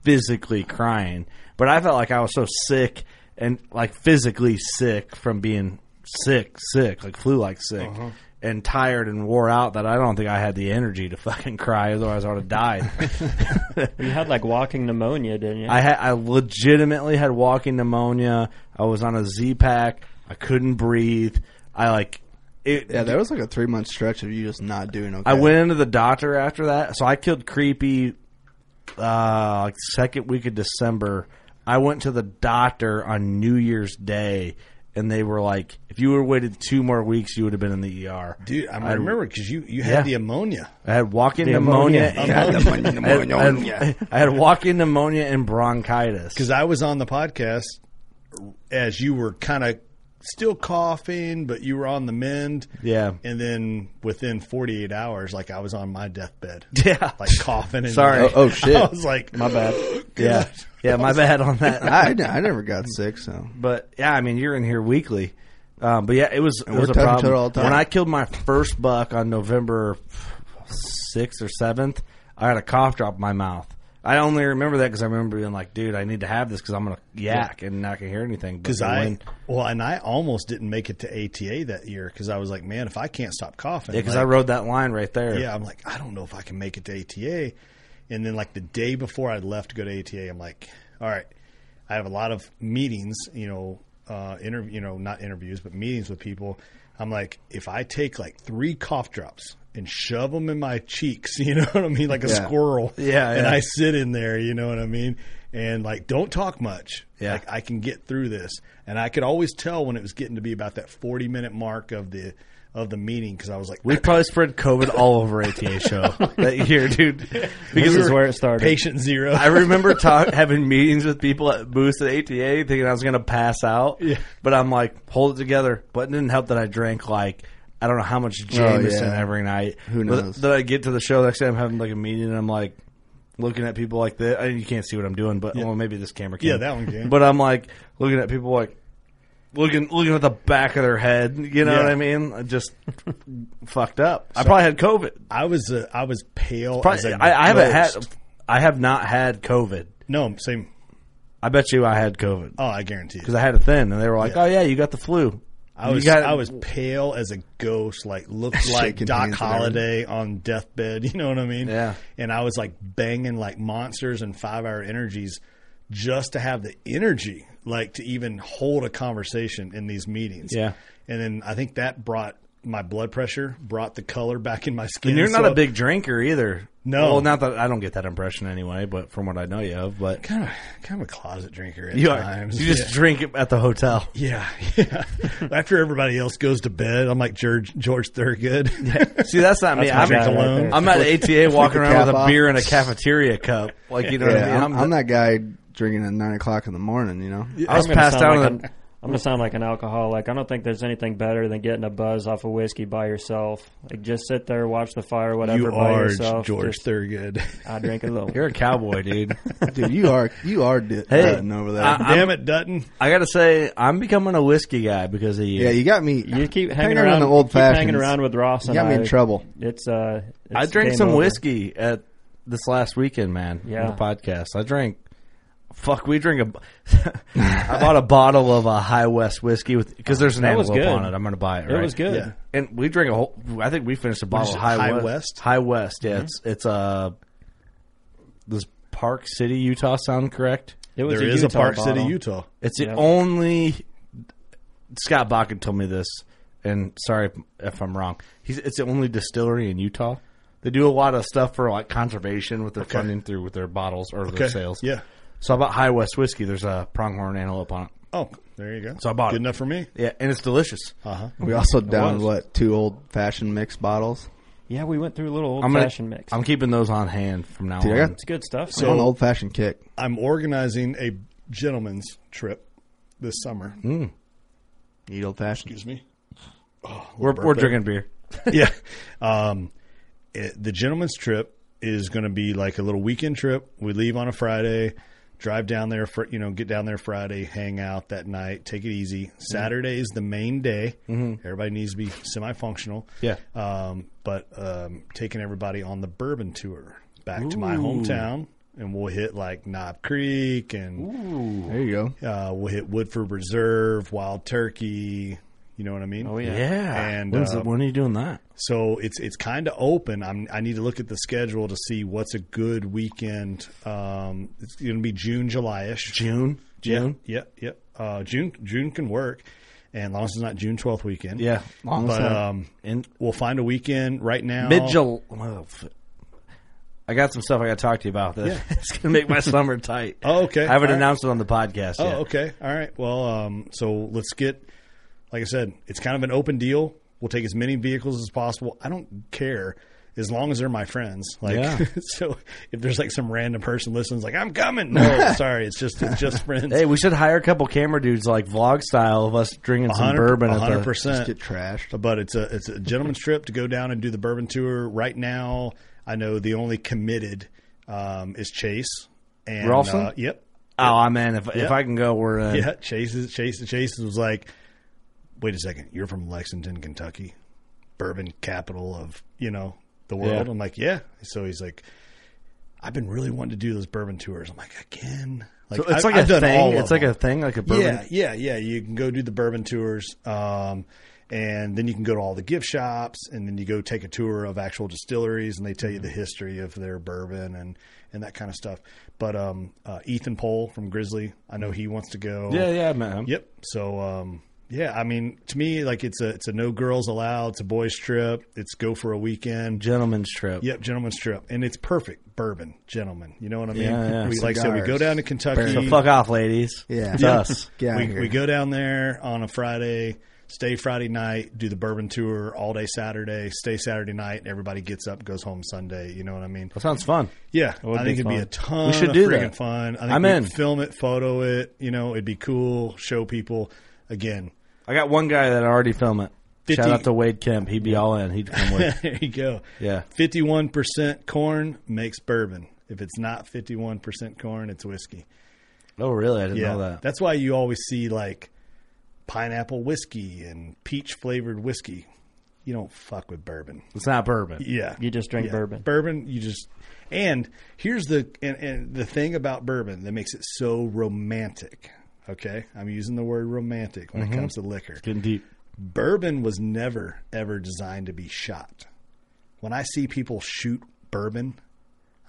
physically crying. But I felt like I was so sick and like physically sick from being sick, sick, like flu like sick. And tired and wore out that I don't think I had the energy to (laughs) fucking cry, otherwise I would have died.
You had like walking pneumonia, didn't you?
I had I legitimately had walking pneumonia. I was on a Z pack. I couldn't breathe. I like it.
Yeah, there was like a three month stretch of you just not doing okay. (laughs)
I went into the doctor after that. So I killed creepy uh like second week of December. I went to the doctor on New Year's Day and they were like, if you were waited two more weeks, you would have been in the ER.
Dude, I remember because you, you had
Yeah.
the ammonia.
I had walk in pneumonia.
pneumonia.
and- (laughs) I had- I had, I had walk in pneumonia and bronchitis.
because I was on the podcast as you were kind of still coughing, but you were on the mend.
Yeah.
And then within 48 hours, like I was on my deathbed.
(laughs) Yeah.
Like coughing. And
Sorry.
like-
Oh,
oh, shit.
(laughs) I was like,
My bad.
yeah, yeah, my bad on that.
I, I, I never got sick, so
But yeah, I mean, you're in here weekly. Um, but yeah, it was it was
we're
a
touching
problem.
it all the time.
When I killed my first buck on November sixth or seventh, I had a cough drop in my mouth. I only remember that because I remember being like, "Dude, I need to have this because I'm gonna yak and not gonna hear anything." But
Because I
when-
well, and I almost didn't make it to ATA that year because I was like, man, if I can't stop coughing,
yeah, because
like-
I rode that line right there.
yeah, I'm like, I don't know if I can make it to ATA. And then like the day before I left to go to ATA, I'm like, all right, I have a lot of meetings, you know, uh, interview, you know, not interviews, but meetings with people. I'm like, if I take like three cough drops and shove them in my cheeks, (laughs) you know what I mean, like a
Yeah.
squirrel,
Yeah,
and
yeah.
I sit in there, you know what I mean, and like don't talk much,
Yeah.
like I can get through this, and I could always tell when it was getting to be about that 40 minute mark of the of the meeting because I was like,
we probably spread COVID all over ATA show (laughs) that year, dude. Because
This
we
is
were-
where it started.
patient zero.
I remember talk, having meetings with people at Boost at ATA thinking I was going to pass out.
Yeah.
But I'm like, hold it together. But it didn't help that I drank like, I don't know how much
Oh,
Jameson
yeah.
every night. Who
knows?
That I get to the show the next day, I'm having like a meeting and I'm like looking at people like this. I, you can't see what I'm doing, but well, maybe this camera can.
Yeah, that one can.
But I'm like looking at people like, Looking, looking at the back of their head, you know
Yeah.
what I mean? I Just (laughs) fucked up. I probably had COVID.
I was uh, I was pale. as
Probably,
a
I, I haven't
ghost.
had. I have not had COVID.
no same.
I bet you I had COVID
Oh, I guarantee.
because
You.
I had a thin, and they were like,
Yeah.
"Oh yeah, you got the flu."
I
You
was
got-
I was pale as a ghost. Like
(laughs)
looked like
Shaking
Doc
hands and everything.
Holliday on deathbed. (laughs) You know what I mean?
Yeah.
And I was like banging like monsters and five hour energies just to have the energy like to even hold a conversation in these meetings.
Yeah.
And then I think that brought my blood pressure, brought the color back in my skin.
And you're not
So-
a big drinker either.
No.
well, not that I don't get that impression anyway, but from what I know you of,
(laughs)
but
kind of kind of a closet drinker at
you are,
times.
you just
Yeah.
drink it at the hotel.
Yeah, yeah. (laughs) After everybody else goes to bed, I'm like George George Thurgood.
See, that's not me.
my
I'm,
guy right
alone. (laughs)
there.
I'm at ATA walking
the
around with
cap
a
off.
beer and a cafeteria cup, like you know what I mean.
yeah, I'm,
the-
I'm that guy drinking at nine o'clock in the morning. You know,
I was
I'm gonna
passed
sound
out.
Like
on
an, I'm gonna sound like an alcoholic. I don't think there's anything better than getting a buzz off of whiskey by yourself. Like just sit there, watch the fire, whatever.
(laughs) you
by
are
yourself.
George
Just- uh,
Thurgood. (laughs)
I drink alone.
you're a cowboy, dude.
dude, you are you are di- nutting over there.
I-
Damn it, Dutton.
I gotta say, I'm becoming a whiskey guy because of you.
yeah, you got me.
You keep
Hanging
hanging
around
around
the old
keep hanging
fashions.
around with Ross.
You
and
got me
I.
in trouble.
It's uh, it's
I drank
game
some
over.
whiskey at this last weekend, man. on
Yeah.
the podcast. I drank. Fuck, we drink a. (laughs) b- I bought a bottle of a High West whiskey with because there's an
That was
antelope
good.
on it. I'm going to buy it.
It
right?
was good.
Yeah.
And we drink a whole. I think we finished a bottle
is
of
it,
High,
High
West.
West?
High West.
Mm-hmm.
Yeah, it's it's uh this Park City, Utah. Sound correct?
It was
There is
Utah
a Park
bottle.
City, Utah.
It's the
Yeah.
only. Scott Bakken told me this, and sorry if, if I'm wrong. He's, it's the only distillery in Utah. They do a lot of stuff for like conservation with their funding through with their bottles or their
Okay.
sales.
Yeah.
So I bought High West whiskey. There's a pronghorn antelope on it.
Oh, there you go.
So I bought
Good
it.
enough for me.
Yeah, and it's delicious.
We also downed
was.
what two old fashioned mixed bottles.
Yeah, we went through a little old
I'm gonna,
fashioned mix.
I'm keeping those on hand from now
Dude, I
on.
got-
it's good stuff.
I'm on
man.
an old fashioned kick.
I'm organizing a gentleman's trip this summer.
Need old fashioned.
Excuse me.
we're we're drinking beer.
yeah. Um, it, the gentleman's trip is going to be like a little weekend trip. We leave on a Friday, drive down there for you know, get down there Friday, hang out that night, take it easy.
Mm-hmm.
Saturday is the main day. Everybody needs to be semi-functional.
Yeah.
Um, but um, taking everybody on the bourbon tour back to my hometown, and we'll hit like Knob Creek and
There you go.
uh, we'll hit Woodford Reserve, Wild Turkey. You know what I mean?
Oh yeah.
And,
When's
uh,
the- when are you doing that?
So it's it's kind of open. I'm, I need to look at the schedule to see what's a good weekend. Um, it's going to be June, July ish.
June. June.
Yeah, yeah. Uh, June June can work, and as long as it's not June 12th weekend.
Yeah. Long
But
time.
um,
And
we'll find a weekend right now.
Mid July. I got some stuff I got to talk to you about. That (laughs) it's going to make my summer tight.
(laughs) Oh, okay.
I haven't
All right.
announced it on the podcast
Oh,
yet.
okay. All right. Well, um, so let's get. Like I said, it's kind of an open deal. We'll take as many vehicles as possible. I don't care as long as they're my friends. Like,
Yeah.
(laughs) so if there's like some random person listens, like I'm
(laughs)
coming. No, sorry, it's just it's just friends.
Hey, we should hire a couple camera dudes like vlog style of us drinking some
100
bourbon. at the-
100%.
Get trashed.
But it's a it's a gentleman's trip to go down and do the bourbon tour. Right now, I know the only committed um, is Chase and
Ralston?
Uh, yep,
Oh, I mean, if if
Yeah.
I can go, we're in.
yeah. Chase is, Chase Chase was like, wait a second, you're from Lexington, Kentucky, bourbon capital of you know the world.
Yeah.
I'm like, yeah. So he's like, I've been really wanting to do those bourbon tours. I'm like, again. Like,
So it's
I-
like
I've
a
done all
thing.
of
It's like
them.
a thing, like a bourbon.
Yeah, yeah, yeah. You can go do the bourbon tours, um, and then you can go to all the gift shops, and then you go take a tour of actual distilleries, and they tell you
Mm-hmm.
the history of their bourbon and and that kind of stuff. But um, uh, Ethan Pohl from Grizzly, I know he wants to go.
Mm-hmm. yeah, yeah, man.
Yep. So um, yeah, I mean, to me, like it's a it's a no girls allowed. It's a boys trip. It's go for a weekend.
Gentleman's trip.
Yep, gentleman's trip, and it's perfect bourbon, gentlemen. You know what I mean?
Yeah, yeah.
We like I said, we go
Cigars.
down to Kentucky.
So fuck off, ladies.
Yeah.
it's
Yeah.
us.
Get out of
(laughs) we,
here.
we go down there on a Friday, stay Friday night, do the bourbon tour all day Saturday, stay Saturday night, and everybody gets up, goes home Sunday. You know what I mean?
That sounds fun.
Yeah,
would
I think
be
it'd be a
fun.
ton.
We should
of
do
friggin'
that.
Fun. I think
I'm
we'd
in.
Film it, photo it. You know, it'd be cool. Show people again.
I got one guy that I already film it.
50
Shout out to Wade Kemp. He'd be all in. He'd come
(laughs)
with.
there you go.
Yeah.
fifty-one percent corn makes bourbon. If it's not fifty-one percent corn, it's whiskey.
oh, really? I didn't know that.
That's why you always see like pineapple whiskey and peach flavored whiskey. You don't fuck with bourbon.
It's not bourbon.
Yeah.
You just drink
Yeah.
bourbon.
Bourbon, you just and here's the and, and the thing about bourbon that makes it so romantic. Okay? I'm using the word romantic when
Mm-hmm.
it comes to liquor.
Getting deep.
Bourbon was never ever designed to be shot. When I see people shoot bourbon,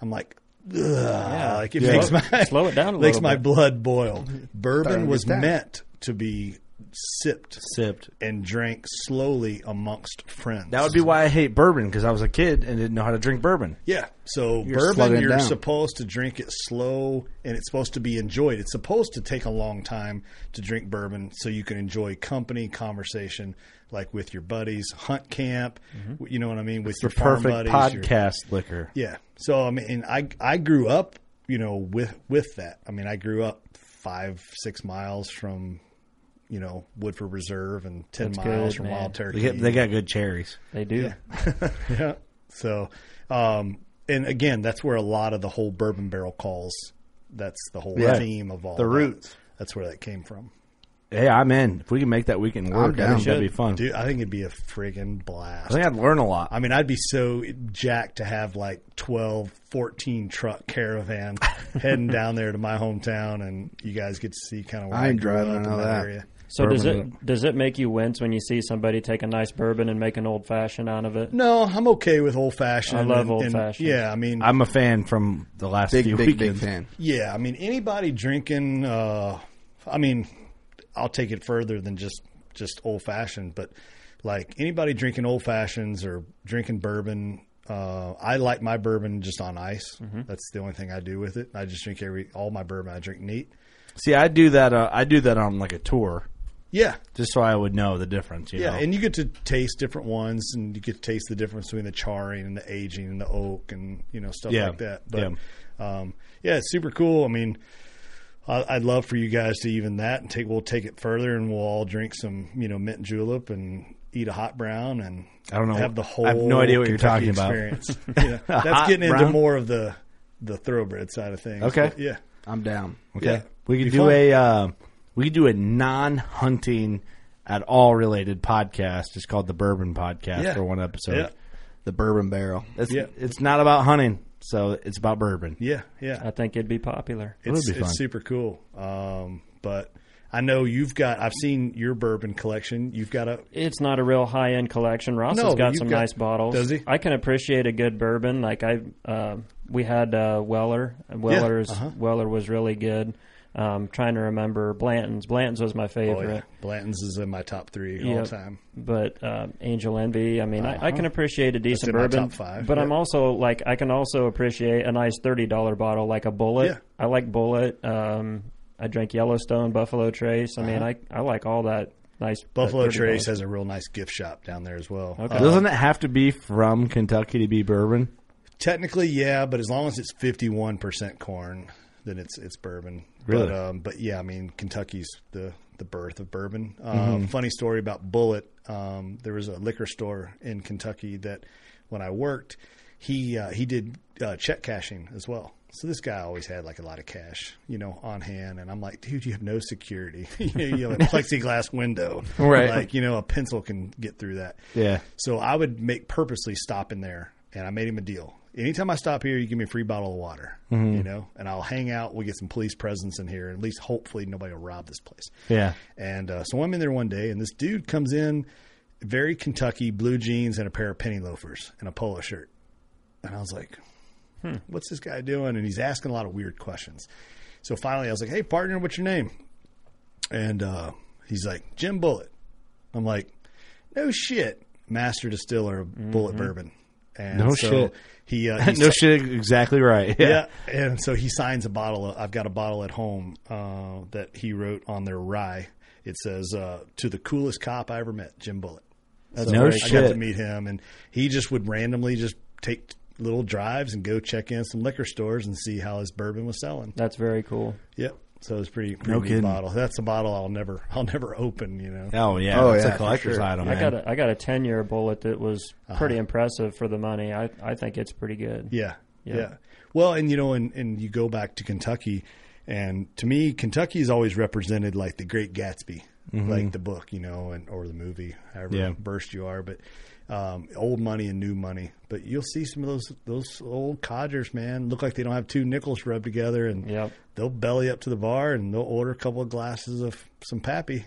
I'm like, Ugh. like it makes my
slow it down
(laughs)
a
makes
little
my
bit. (laughs)
blood boil. Bourbon
to
was
get down.
meant to be sipped
Sipped.
and drank slowly amongst friends.
That would be why I hate bourbon because I was a kid and didn't know how to drink bourbon.
Yeah. So
slugging
bourbon,
it
you're
down.
supposed to drink it slow, and it's supposed to be enjoyed. It's supposed to take a long time to drink bourbon, so you can enjoy company, conversation, like with your buddies, hunt camp. w- You know what I mean? With
The
your farm
perfect
buddies, your-
podcast liquor.
yeah. So I mean, I I grew up, you know, with with that. I mean, I grew up five six miles from. You know, Woodford Reserve and ten
That's
miles
good,
from
man.
Wild Turkey.
They, get, they got good cherries.
They do.
Yeah. So, um, and again, that's where a lot of the whole bourbon barrel calls. That's the whole
Yeah.
theme of all
The
that.
roots.
That's where that came from.
Hey, I'm in. If we can make that weekend work, I
down.
think that'd be fun.
Dude, I think it'd be a friggin'
I
blast.
think I'd learn a lot.
I mean, I'd be so jacked to have like 12, 14 truck caravan heading down there to my hometown, and you guys get to see kind of where
I ain't
grew
driving, I
up in
know
that,
that.
area.
So does
Bourbon.
it does it make you wince when you see somebody take a nice bourbon and make an old fashioned out of it?
No, I'm okay with old fashioned.
I love
and-
old
and-
fashioned.
Yeah, I mean,
I'm a fan from the last
Big,
few
big, big
weekends.
fan.
Yeah, I mean anybody drinking. Uh, I mean, I'll take it further than just just old fashioned, but like anybody drinking old fashions or drinking bourbon. Uh, I like my bourbon just on ice. That's the only thing I do with it. I just drink every all my bourbon. I drink neat.
See, I do that. Uh, I do that on like a tour,
Yeah,
just so I would know the difference. You
yeah,
know?
and you get to taste different ones, and you get to taste the difference between the charring and the aging and the oak, and you know stuff
Yeah,
like that. But yeah. Um, yeah, it's super cool. I mean, I, I'd love for you guys to even that and take. We'll take it further, and we'll all drink some, you know, mint julep and eat a hot brown, and
I don't know.
Have the whole.
I have no idea what you're
Kentucky
talking about.
experience.
(laughs)
yeah,
Hot
that's getting into
brown?
more of the the thoroughbred side of things.
Okay.
But yeah.
I'm down.
Okay.
Yeah.
We could
Be
do
fun.
a uh, we could do a non hunting at all related podcast. It's called the Bourbon Podcast
Yeah.
for one episode.
Yeah.
The bourbon barrel.
It's
Yeah.
it's not about hunting, so it's about bourbon.
Yeah. Yeah.
I think it'd be popular.
It would
it's,
be fun.
it's super cool. Um, but I know you've got. I've seen your bourbon collection. You've got a.
It's not a real high end collection. Ross
No,
has
but
got
you've
some
got-
nice bottles.
Does he?
I can appreciate a good bourbon. Like I, uh, we had uh, Weller. Weller's
uh-huh.
Weller was really good. Um, trying to remember Blanton's. Blanton's was my
Oh,
favorite.
yeah. Blanton's is in my top three all
Yeah.
time. Uh-huh.
but um, Angel Envy. I mean, I, I can appreciate a decent
in my
bourbon,
top five,
but
yeah.
I'm also like I can also appreciate a nice thirty dollar bottle like a Bullet.
Yeah.
I like Bullet. Um, I drink Yellowstone, Buffalo Trace. I mean, I I like all that Nice
Uh-huh. Buffalo
uh, 30
Trace
bucks.
has a real nice gift shop down there as well.
Okay.
Uh,
Doesn't it have to be from Kentucky to be bourbon?
technically, yeah, but as long as it's fifty-one percent corn, then it's it's bourbon.
Really?
But, um, but yeah, I mean, Kentucky's the the birth of bourbon. Um,
Mm-hmm.
Funny story about Bullet. Um, there was a liquor store in Kentucky that when I worked, he uh, he did uh, check cashing as well. So this guy always had like a lot of cash, you know, on hand, and I'm like, dude, you have no security. (laughs) you
(laughs)
know, you have a plexiglass window,
Right.
Like you know, a pencil can get through that.
Yeah.
So I would make purposely stop in there, and I made him a deal. Anytime I stop here, you give me a free bottle of water,
Mm-hmm.
you know, and I'll hang out. We'll get some police presence in here. At least, hopefully, nobody will rob this place.
Yeah.
And uh, so I'm in there one day, and this dude comes in, very Kentucky, blue jeans and a pair of penny loafers and a polo shirt. And I was like, hmm, what's this guy doing? And he's asking a lot of weird questions. So finally, I was like, hey, partner, what's your name? And uh, he's like, Jim Bullet. I'm like, no shit, master distiller of Bullet Bourbon. And
Mm-hmm. No
so
shit. (laughs)
He, uh, he
no shit. Exactly right. Yeah.
yeah. And so he signs a bottle. Of, I've got a bottle at home uh, that he wrote on their rye. It says, uh, "To the coolest cop I ever met, Jim Bullet." That's
No
great. I got to
shit.
meet him, and he just would randomly just take little drives and go check in some liquor stores and see how his bourbon was selling.
That's very cool.
Yep. So it's pretty, pretty
No
neat
kidding.
bottle. That's a bottle I'll never, (laughs) I'll never open. You know.
(laughs) Oh yeah.
Oh,
it's
yeah,
a
for
collector's
sure.
item.
I
man.
got a I got a ten year bullet that was pretty impressive for the money. I I think it's pretty good.
Uh-huh. Yeah, yeah.
Yeah.
Well, and you know, and, and you go back to Kentucky, and to me, Kentucky is always represented like the Great Gatsby,
Mm-hmm.
like the book, you know, and or the movie, however
Yeah.
burst you are. But um, old money and new money. But you'll see some of those those old codgers, man, look like they don't have two nickels rubbed together, and
Yep.
they'll belly up to the bar and they'll order a couple of glasses of some pappy,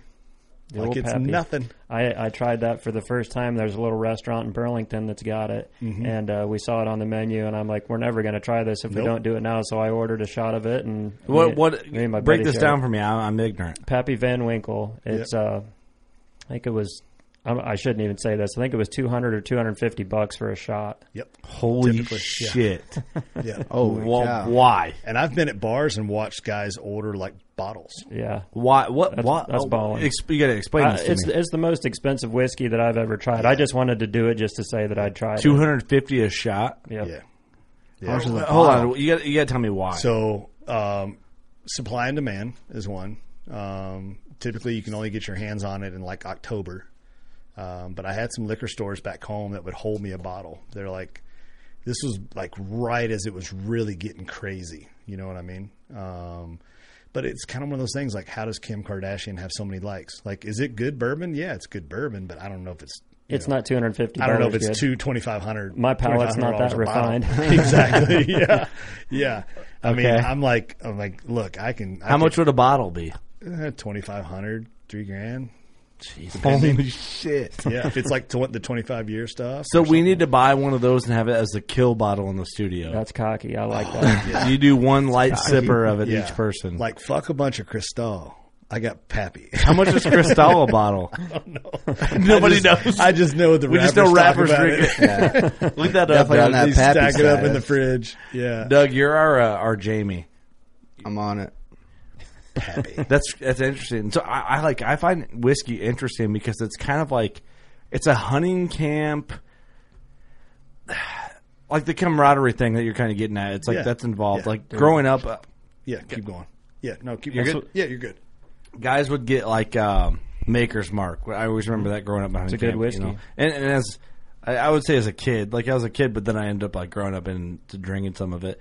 The
like
old
it's
Pappy.
nothing.
I, I tried that for the first time. There's a little restaurant in Burlington that's got it,
Mm-hmm.
and uh, we saw it on the menu. And I'm like, we're never going to try this if
Nope.
we don't do it now. So I ordered a shot of it. And
What?
me-
What?
me and my
break
buddy
this
shared
down
it.
for me. I, I'm ignorant.
Pappy Van Winkle. It's uh, I think it was. I, I shouldn't even say this. I think it was 200 or 250 bucks for a shot.
Yep.
Holy
Typically, yeah.
shit! (laughs)
(laughs)
Yeah.
Oh,
Wha-
wow.
Why?
And I've been at bars and watched guys order like bottles.
Yeah.
Why? What?
That's-
what?
that's balling.
Ex- you got to explain
Uh,
this to
it's
me.
it's the most expensive whiskey that I've ever tried. I just wanted to do it just to say that I tried
Two
it.
hundred fifty a shot.
Yeah.
Yeah.
Wait, Hold on. You got. You got to tell me why.
So, um, supply and demand is one. Um, typically, you can only get your hands on it in like October. Um, but I had some liquor stores back home that would hold me a bottle. They're like, this was like right as it was really getting crazy. You know what I mean? Um, but it's kind of one of those things like, how does Kim Kardashian have so many likes? Like, is it good bourbon? Yeah, it's good bourbon, but I don't know if it's. you
It's
know,
not 250.
I don't know if it's
good.
two twenty five hundred.
My palate's not that refined.
(laughs) exactly.
(laughs)
Yeah. Yeah. I mean,
Okay.
I'm like, I'm like, look, I can. I
How much would a bottle be?
Twenty five hundred, three grand.
Holy shit!
Yeah. if it's like tw- the twenty five year stuff.
So we need to buy one of those and have it as the kill bottle in the studio.
That's cocky. I
(laughs)
like that.
You do one light sipper of it
Yeah.
each person.
Like fuck a bunch of Cristal. I got Pappy. (laughs)
how much is Cristal a bottle? (laughs) Nobody
I just,
knows.
I just know the
we
rappers
just know
talk
rappers
about
drink
it.
it. (laughs) Look
(laughs)
that up,
Definitely on
Doug.
that
They
Pappy
stack it up in the
status.
fridge. Yeah.
Doug, you're our uh, our Jamie.
I'm on it.
Pappy.
(laughs) That's that's interesting. So I, I like I find whiskey interesting because it's kind of like it's a hunting camp, (sighs) like the camaraderie thing that you're kind of getting at. It's like
Yeah.
that's involved.
Yeah.
like growing up, uh,
Yeah. Keep going. Yeah. No. Keep.
You're
going.
good?
Yeah. You're good.
guys would get like um, Maker's Mark. I always remember that growing up. Behind
It's a good
camp, you know?
whiskey.
And, and as I, I would say, as a kid, like I was a kid, but then I ended up like growing up and to drinking some of it.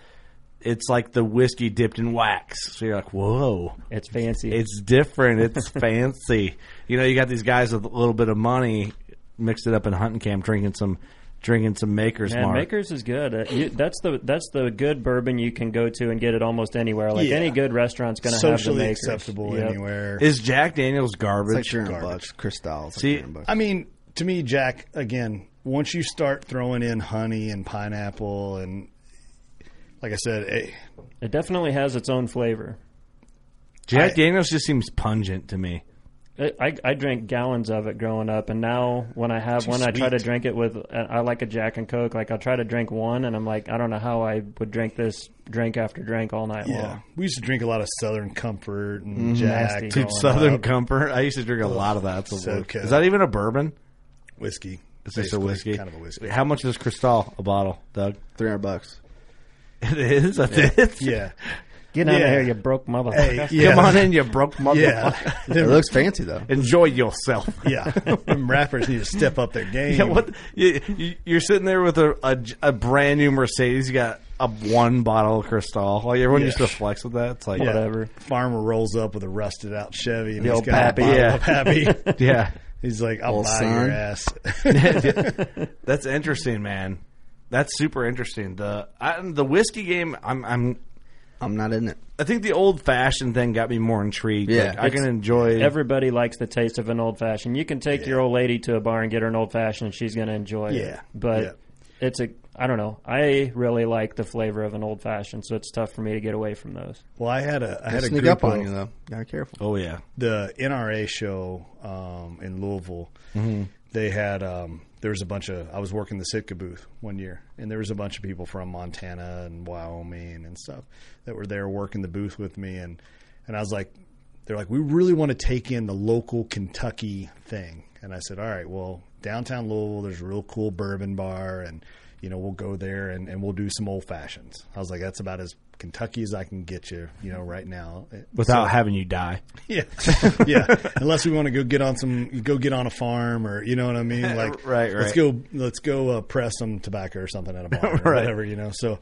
It's like the whiskey dipped in wax. So you're like, whoa.
It's fancy.
It's different.
(laughs)
It's fancy. You know, you got these guys with a little bit of money, mixed it up in hunting camp, drinking some, drinking some Maker's
Man,
Mark.
Makers is good. Uh, you, that's the that's the good bourbon you can go to and get it almost anywhere. Like
Yeah.
any good restaurant's going to have the
Socially
Makers.
acceptable
Yep.
anywhere.
Is Jack Daniels garbage?
Like cheering
garbage.
bucks. Cristal's. like
See,
cheering bucks.
I mean, to me, Jack, again, once you start throwing in honey and pineapple and like I said, eh,
It definitely has its own flavor.
Jack
I-
Daniels just seems pungent to me.
It, I, I drank gallons of it growing up, and now when I have
Too
one, I try to
sweet.
drink it with. uh, I like a Jack and Coke. Like I'll try to drink one, and I'm like, I don't know how I would drink this drink after drink all night
Yeah,
long.
we used to drink a lot of Southern Comfort and Jack,
Nasty.
growing
Dude,
Southern
up.
Comfort. I used to drink a lot of that. It's the
so
worst.
good.
Is that even a bourbon?
whiskey.
It's just a
basically,
whiskey.
kind of a whiskey.
How much is Cristal a bottle,
(laughs)
Doug?
Three hundred bucks.
It is. That's it.
Yeah,
Get out
Yeah.
of here, you broke motherfucker.
hey, yeah,
Come on in, you broke mother.
(laughs) yeah,
It looks fancy though.
Enjoy yourself.
(laughs) yeah. Them rappers need to step up their game.
(laughs) Yeah, what you, you, you're sitting there with a, a j- a brand new Mercedes. You got a one bottle of Cristal. Like everyone
Yeah.
used to flex with that. It's like
Yeah.
Whatever.
Farmer rolls up with a rusted out Chevy and
The
he's
old
got
pappy,
a bottle
yeah.
of pappy.
(laughs) yeah.
He's like, I'll
Old
buy
son.
your ass.
That's interesting, man. That's super interesting. The I, the whiskey game. I'm I'm
I'm not in it.
I think the old fashioned thing got me more intrigued.
Yeah.
Like, I can enjoy
Everybody likes the taste of an old fashioned. You can take your old lady to a bar and get her an old fashioned; she's going to enjoy it.
Yeah.
but
Yeah.
it's a. I don't know. I really like the flavor of an old fashioned, so it's tough for me to get away from those.
well, I had a I
They
had a
sneak
group
up on
of-
you though. Gotta be careful.
Oh yeah,
the NRA show um, in Louisville, they had um, there was a bunch of I was working the Sitka booth one year, and there was a bunch of people from Montana and Wyoming and stuff that were there working the booth with me, and and I was like, they're like, we really want to take in the local Kentucky thing, and I said, all right, well, downtown Louisville, there's a real cool bourbon bar, and you know we'll go there and, and we'll do some old fashions. I was like, that's about as Kentucky as I can get you, you know, right now.
without having you die.
(laughs) Yeah, yeah. Unless we want to go get on some, go get on a farm, or you know what I mean.
(laughs)
Like,
Right,
Let's
right.
go, let's go uh, press some tobacco or something
(laughs)
at a barn, or
Right.
whatever, you know. So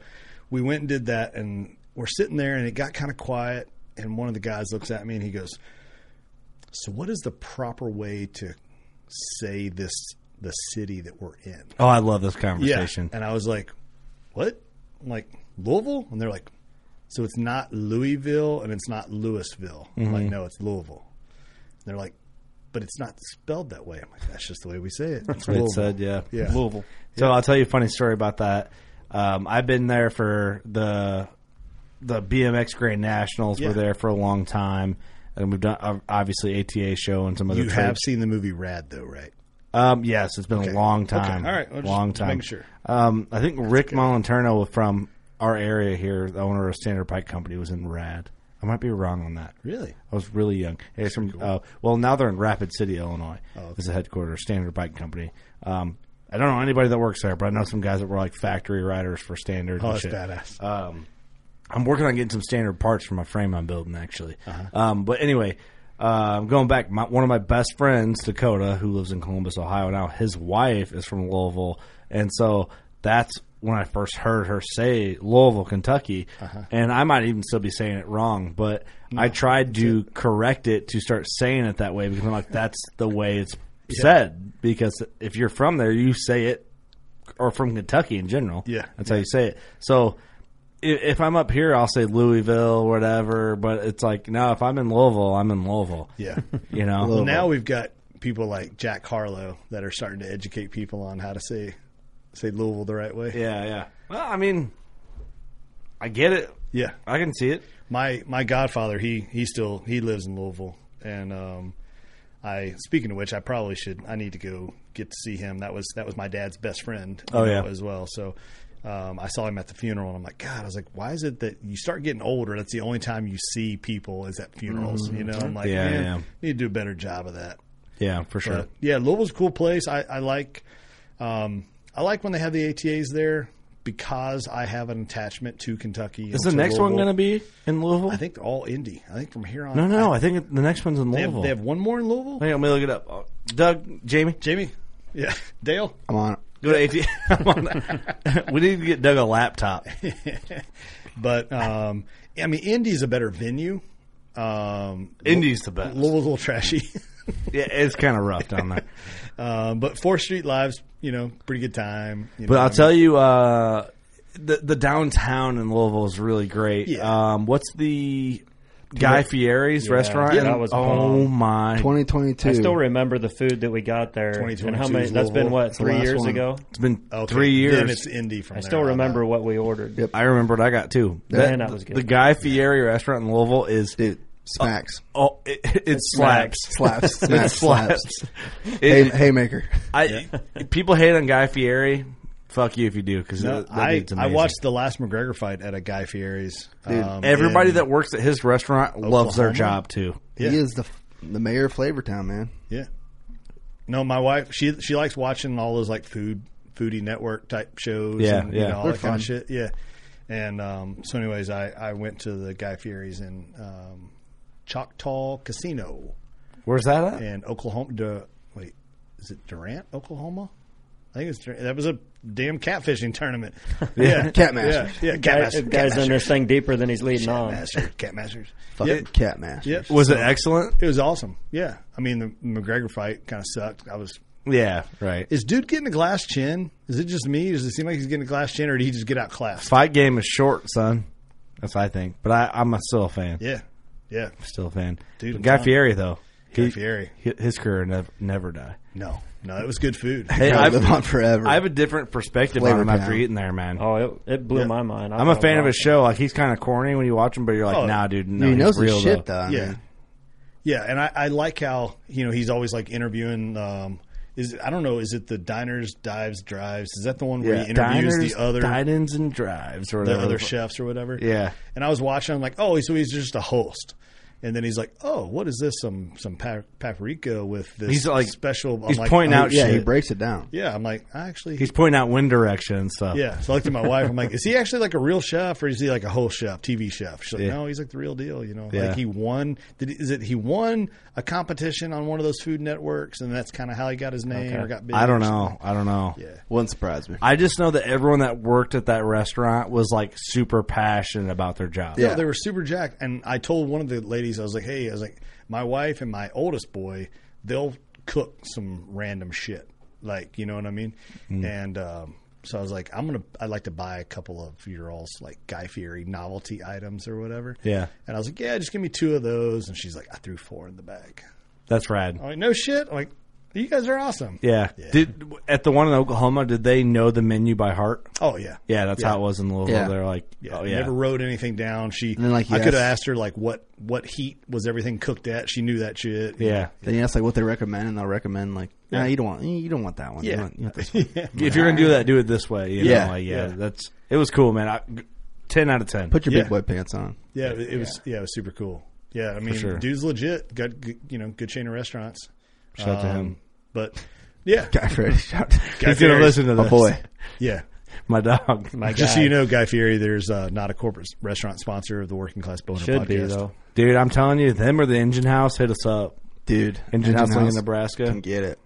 we went and did that, and we're sitting there, and it got kind of quiet. And one of the guys looks at me, and he goes, "So, what is the proper way to say this? The city that we're in?"
Oh, I love this conversation.
And I was like, what? I'm like, Louisville? And they're like, so it's not Louisville and it's not Louisville. I'm
Mm-hmm.
like, no, it's Louisville. And they're like, but it's not spelled that way. I'm like, that's just the way we say it.
(laughs)
It's
It
Louisville.
said, uh, yeah,
Yeah.
Louisville.
So I'll tell you a funny story about that. Um, I've been there for the the BMX Grand Nationals.
Yeah.
Were there for a long time, and we've done uh, obviously ATA show and some other.
You have
trips.
seen the movie Rad, though, right?
Um, yes, it's been a long time.
Okay. All right. Well, just-
long
just
time.
making sure.
Um, I think Rick Moliterno from our area here, the owner of Standard Pike Company, was in Rad. I might be wrong on that.
Really?
I was really young. It's from, uh, well, now they're in Rapid City, Illinois. Oh, This is the headquarters, Standard Bike Company. Um, I don't know anybody that works there, but I know some guys that were like factory riders for Standard.
Oh,
and
that's
shit. Uh,
badass.
I'm working on getting some standard parts for my frame I'm building actually. Um, but anyway, uh, going back, my, one of my best friends, Dakota, who lives in Columbus, Ohio now, his wife is from Louisville, and so that's when I first heard her say Louisville, Kentucky, and I might even still be saying it wrong, but I tried to correct it to start saying it that way because I'm like, that's the way it's said. Because if you're from there, you say it or from Kentucky in general.
Yeah.
that's how you say it. So if, if I'm up here, I'll say Louisville, whatever. But it's like no, if I'm in Louisville, I'm in Louisville.
yeah.
(laughs) you know.
well, now we've got people like Jack Harlow that are starting to educate people on how to say say Louisville the right way.
yeah, yeah. Well, I mean, I get it.
yeah.
I can see it.
my my godfather he he still he lives in Louisville and um I speaking of which I probably should I need to go get to see him that was that was my dad's best friend you
Oh, yeah.
as well so um, I saw him at the funeral and I'm like God I was like why is it that you start getting older that's the only time you see people is at funerals you know I'm like
Mm-hmm. Yeah,
man
yeah.
need to do a better job of that
Yeah, for sure.
but yeah, Louisville's a cool place. I, I like um, I like when they have the ATAs there because I have an attachment to Kentucky. and
is the
to
next one
Louisville.
going to be in Louisville?
I think they're all indie. I think from here on.
no, no, no.
I,
I think it- the next one's in
they, have,
Louisville.
they have one more in Louisville.
Hang on, let me look it up. Uh, Doug, Jamie,
Jamie, yeah, (laughs) Dale.
I'm on it.
go to AT. (laughs) I'm on
(laughs)
that. we need to get Doug a laptop.
But um, I mean, indie's a better venue. Um,
Indy's the best.
Louisville's a little trashy, (laughs)
Yeah, it's kind of rough down there.
um, but Fourth Street Live's you know pretty good time. You
But
know,
I'll tell you, uh, the the downtown in Louisville is really great.
Yeah.
Um, what's the Guy Fieri's restaurant?
Yeah, that
And-
was
oh
bomb.
my!
Twenty twenty two.
I still remember the food that we got there, and how
2022
many?
is
That's been
Louisville.
what
It's
the
three
last
years
one.
ago.
It's been
Okay,
three years.
Then it's indie from
I
there
still
on out.
remember what we ordered.
I remember what I got too.
Man, that was good.
The Guy Fieri restaurant in Louisville is
Dude. Smacks.
Oh, it, it slaps.
Slaps.
(laughs) It
Smacks.
slaps.
slaps. Hay,
It-
haymaker.
I people hate on Guy Fieri. Fuck you if you do because
No, I, I watched the last McGregor fight at a Guy Fieri's. um,
everybody
in-
that works at his restaurant loves their
Oklahoma?
job too.
Yeah.
He is the the mayor of Flavortown, man.
Yeah. No, my wife she she likes watching all those like food foodie network type shows.
Yeah,
and,
yeah.
You know, all
They're
that kind
fun.
of shit. Yeah. And um, so, anyways, I, I went to the Guy Fieri's in um, Choctaw Casino
Where's that at?
in Oklahoma. Du- wait, is it Durant, Oklahoma? I think it's Durant. that was a damn catfishing tournament. yeah,
Cat Masters.
Yeah, yeah cat
Guy, uh,
masters. Cat
guys in
masters.
this thing deeper than he's leading
Cat
on.
masters. Cat masters.
Fucking
Yeah.
cat mash.
Yeah.
Was it
So,
excellent?
It was awesome. Yeah. I mean, the McGregor fight kind of sucked. I was
Yeah, right.
Is dude getting a glass chin? Is it just me? Does it seem like he's getting a glass chin, or did he just get outclassed?
Fight game is short, son. That's what I think. But I, I'm a- still a fan.
Yeah, yeah.
Still a fan.
Dude,
But
I'm
Guy
telling you.
Fieri though.
Guy
he-
Fieri.
hi- His career never never die.
No, no, it was good food.
Hey,
Probably
I've-
live on forever.
I have a different perspective
Flavor
on him after
Town.
eating there, man.
Oh, it, it blew
Yeah.
my mind. I
I'm a
thought
fan of
about
his
it.
show. Like he's kind of corny when you watch him, but you're like,
Oh.
nah, dude,
Dude,
no,
he
he's
knows his
real
shit
though.
though. I
yeah,
mean.
yeah. And I, I like how you know he's always like interviewing. Um, is I don't know. Is it the diners, dives, drives? Is that the one where he interviews
Diners,
the other
dine-ins and drives or
the
whatever.
other chefs or whatever?
Yeah.
And I was watching. I'm like, oh, so he's just a host. And then he's like, "Oh, what is this? Some some pa- paprika with this
He's like-
special." I'm
he's
like,
pointing
oh,
out
yeah, he
shit.
breaks it down.
Yeah, I'm like, I actually
He's pointing out wind direction and stuff.
Yeah. So I looked at my wife. I'm like, is he actually like a real chef or is he like a whole chef, TV chef? She's like,
Yeah.
no, he's like the real deal. You know,
Yeah.
like he won. Did, is it he won a competition on one of those food networks and that's kind of how he got his name or got big?
I don't
or something?
know. I don't know.
Yeah.
Wouldn't surprise me.
I just know that everyone that worked at that restaurant was like super passionate about their job.
No, they were super jacked. And I told one of the ladies, I was like, hey, I was like, my wife and my oldest boy, they'll cook some random shit. Like, you know what I mean?
Hmm.
And um, so I was like, I'm going to, I'd like to buy a couple of your all's like Guy Fieri novelty items or whatever.
Yeah.
And I was like, yeah, just give me two of those. And she's like, I threw four in the bag.
That's rad.
I'm like, no shit. I'm like, you guys are awesome.
Yeah. Did at the one in Oklahoma, did they know the menu by heart?
Oh, yeah.
Yeah, that's how it was in Louisville.
Yeah.
They're like,
Yeah,
oh yeah,
never wrote anything down. She,
then, like, you
I could have
asked-
asked her like what what heat was everything cooked at. She knew that shit.
yeah.
Then you ask like what they recommend, and they'll recommend like, nah, you don't want, you don't want that one. You
Yeah.
want, you want this one.
yeah.
If you're gonna do that, do it this way. you know,
Yeah.
like, yeah,
Yeah.
That's it was cool, man. I, ten out of ten. (laughs)
Put your
Yeah.
big boy pants on. (laughs)
Yeah, it, it was. Yeah, it was super cool. Yeah, I mean,
sure.
dude's legit. Got good, you know good chain of restaurants.
Shout out to
Um,
him.
But yeah,
Guy Fieri shot.
Guy
(laughs) He's gonna
Fieri's-
listen to
Oh
this.
boy,
Yeah,
my dog. (laughs)
My
just so
guy.
you know, Guy Fieri, there's uh, not a corporate restaurant sponsor of the Working Class Boner
should
podcast.
be though.
Dude, I'm telling you, them or the Engine House, hit us up.
dude,
Engine, House, Lincoln,
can
Nebraska.
get it.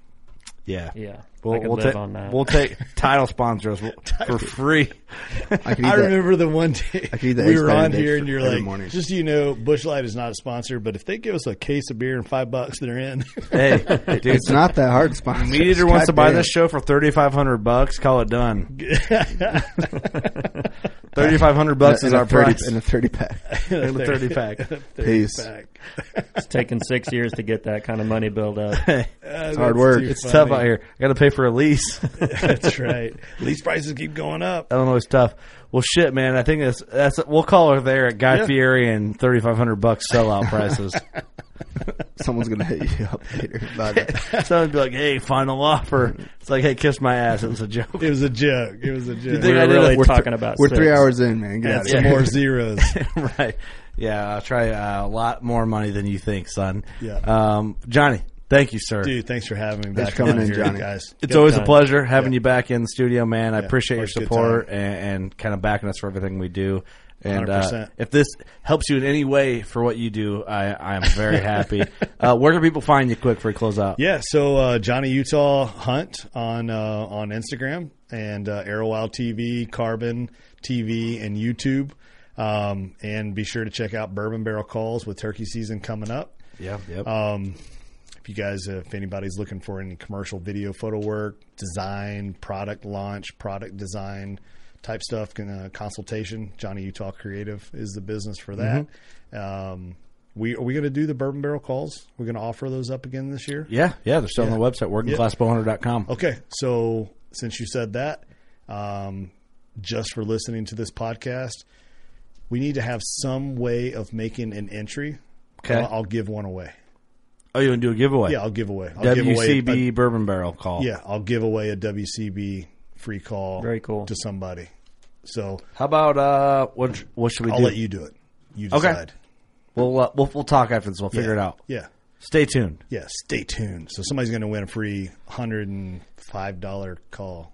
Yeah,
Yeah, I
We'll,
could
we'll
live
take
on that.
we'll
(laughs)
take title sponsors for free.
I
(laughs)
can eat
I
that.
remember the one day
could eat that
we
eggs
were
benedict
on here,
for
and you're
every
like,
morning.
just so you know, Bush Light is not a sponsor, but if they give us a case of beer and five bucks, they're in. (laughs)
Hey, dude,
It's not that hard to sponsor.
Meat Eater wants to buy
Goddamn.
this show for thirty five hundred bucks. Call it
(laughs)
done. (laughs) thirty five hundred bucks is
In a
our
30
price.
in a thirty
(laughs)
pack.
In a thirty
(laughs)
(laughs) pack.
Peace.
Back.
It's taken six years to get that kind of money build up.
It's
hard work.
It's tough out here. I got to pay for a
(laughs)
lease.
(laughs) That's right. Lease prices keep going
(laughs)
up.
Illinois is tough. Well, shit, man. I think that's that's we'll call her there at Guy
Yeah.
Fieri and thirty five hundred bucks sellout
(laughs)
prices.
Someone's gonna hit you up later.
(laughs)
About that.
Someone be like, "Hey, final offer." It's like, "Hey, kiss my ass." It was a joke.
It was a joke. It was a joke.
We're
I did a-
really
we're
talking
th-
about.
We're
six.
three hours in, man. Get
Add
out of
some
here. (laughs)
more zeros.
(laughs) right? Yeah, I'll try uh, a lot more money than you think, son.
Yeah.
Um, Johnny, thank you, sir.
Dude, thanks for having me.
Thanks
back
for coming
on
in,
here,
Johnny.
Guys, uh,
It's
Good
always a
time.
pleasure having you back in the studio, man. I appreciate your
always a good
support and, and kind of backing us for everything we do. And uh,
100%.
if this helps you in any way for what you do, I, I am very
(laughs)
happy. uh, where can people find you quick for a closeout?
Yeah, so uh, Johnny Utah Hunt on uh, on Instagram and uh, Arrowwild TV, Carbon TV, and YouTube. Um, and be sure to check out Bourbon Barrel Calls with turkey season coming up.
Yep, yep.
Um, if you guys, if anybody's looking for any commercial video, photo work, design, product launch, product design type stuff, can, uh, consultation, Johnny Utah Creative is the business for that.
Mm-hmm.
Um, we are we going to do the bourbon barrel calls? We're going to offer those up again this year.
yeah, yeah. They're still on the website, workingclassbowhunter.com.
Okay, so since you said that, um, just for listening to this podcast, we need to have some way of making an entry
Okay.
I'll, I'll give one away.
Oh, you want to do a giveaway?
Yeah, I'll give away. I'll give away a-
WCB Bourbon Barrel call.
yeah, I'll give away a WCB free call.
Very cool.
to somebody. So
How about uh, what what should we
I'll
do?
let you do it. You
Okay.
decide.
We'll, uh, we'll we'll talk after this. We'll figure it
Yeah.
out.
Yeah.
Stay tuned.
Yeah, stay tuned. So somebody's going to win a free $105 call.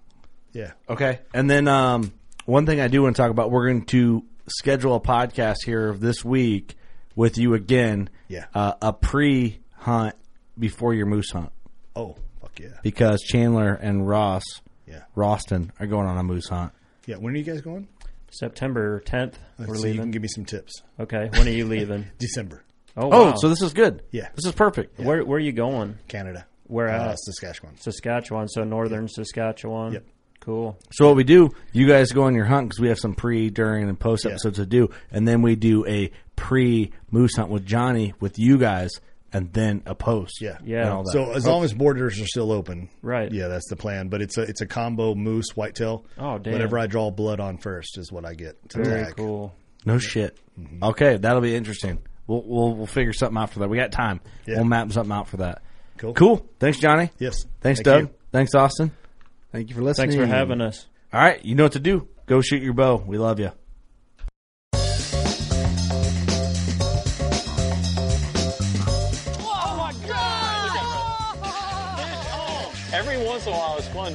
Yeah.
Okay. And then um, one thing I do want to talk about, we're going to schedule a podcast here this week with you again.
Yeah.
Uh, a pre hunt before your moose hunt
Oh, fuck yeah.
because Chandler and Ross
Yeah.
Roston are going on a moose hunt.
Yeah, when are you guys going?
September 10th,
Let's
we're
see, you can
leaving.
give me some tips.
Okay, when are you leaving?
December,
Oh,
Oh,
wow.
so this is good.
Yeah.
This is perfect.
where where are you going?
Canada.
Where
Uh,
at?
Saskatchewan.
Saskatchewan, so northern Saskatchewan.
Yep.
Cool.
So what we do, you guys go on your hunt because we have some pre, during, and post
Yeah.
episodes to do, and then we do a pre moose hunt with Johnny with you guys, and then a post.
Yeah.
Yeah.
And all that.
So uh, as long as borders are still open,
Right.
Yeah, that's the plan. But it's a it's a combo moose whitetail.
Oh, damn.
Whatever I draw blood on first is what I get. To
Very
tag.
cool.
No shit.
Mm-hmm.
Okay, that'll be interesting. We'll, we'll we'll figure something out for that. We got time.
Yeah.
We'll map something out for that.
Cool.
Cool. Thanks, Johnny.
Yes.
Thanks,
Thank
Doug.
you.
Thanks, Austin.
Thank you for listening.
Thanks for having us.
All right, you know what to do. Go shoot your bow. We love you.
Oh my god! Every once in a while, it's fun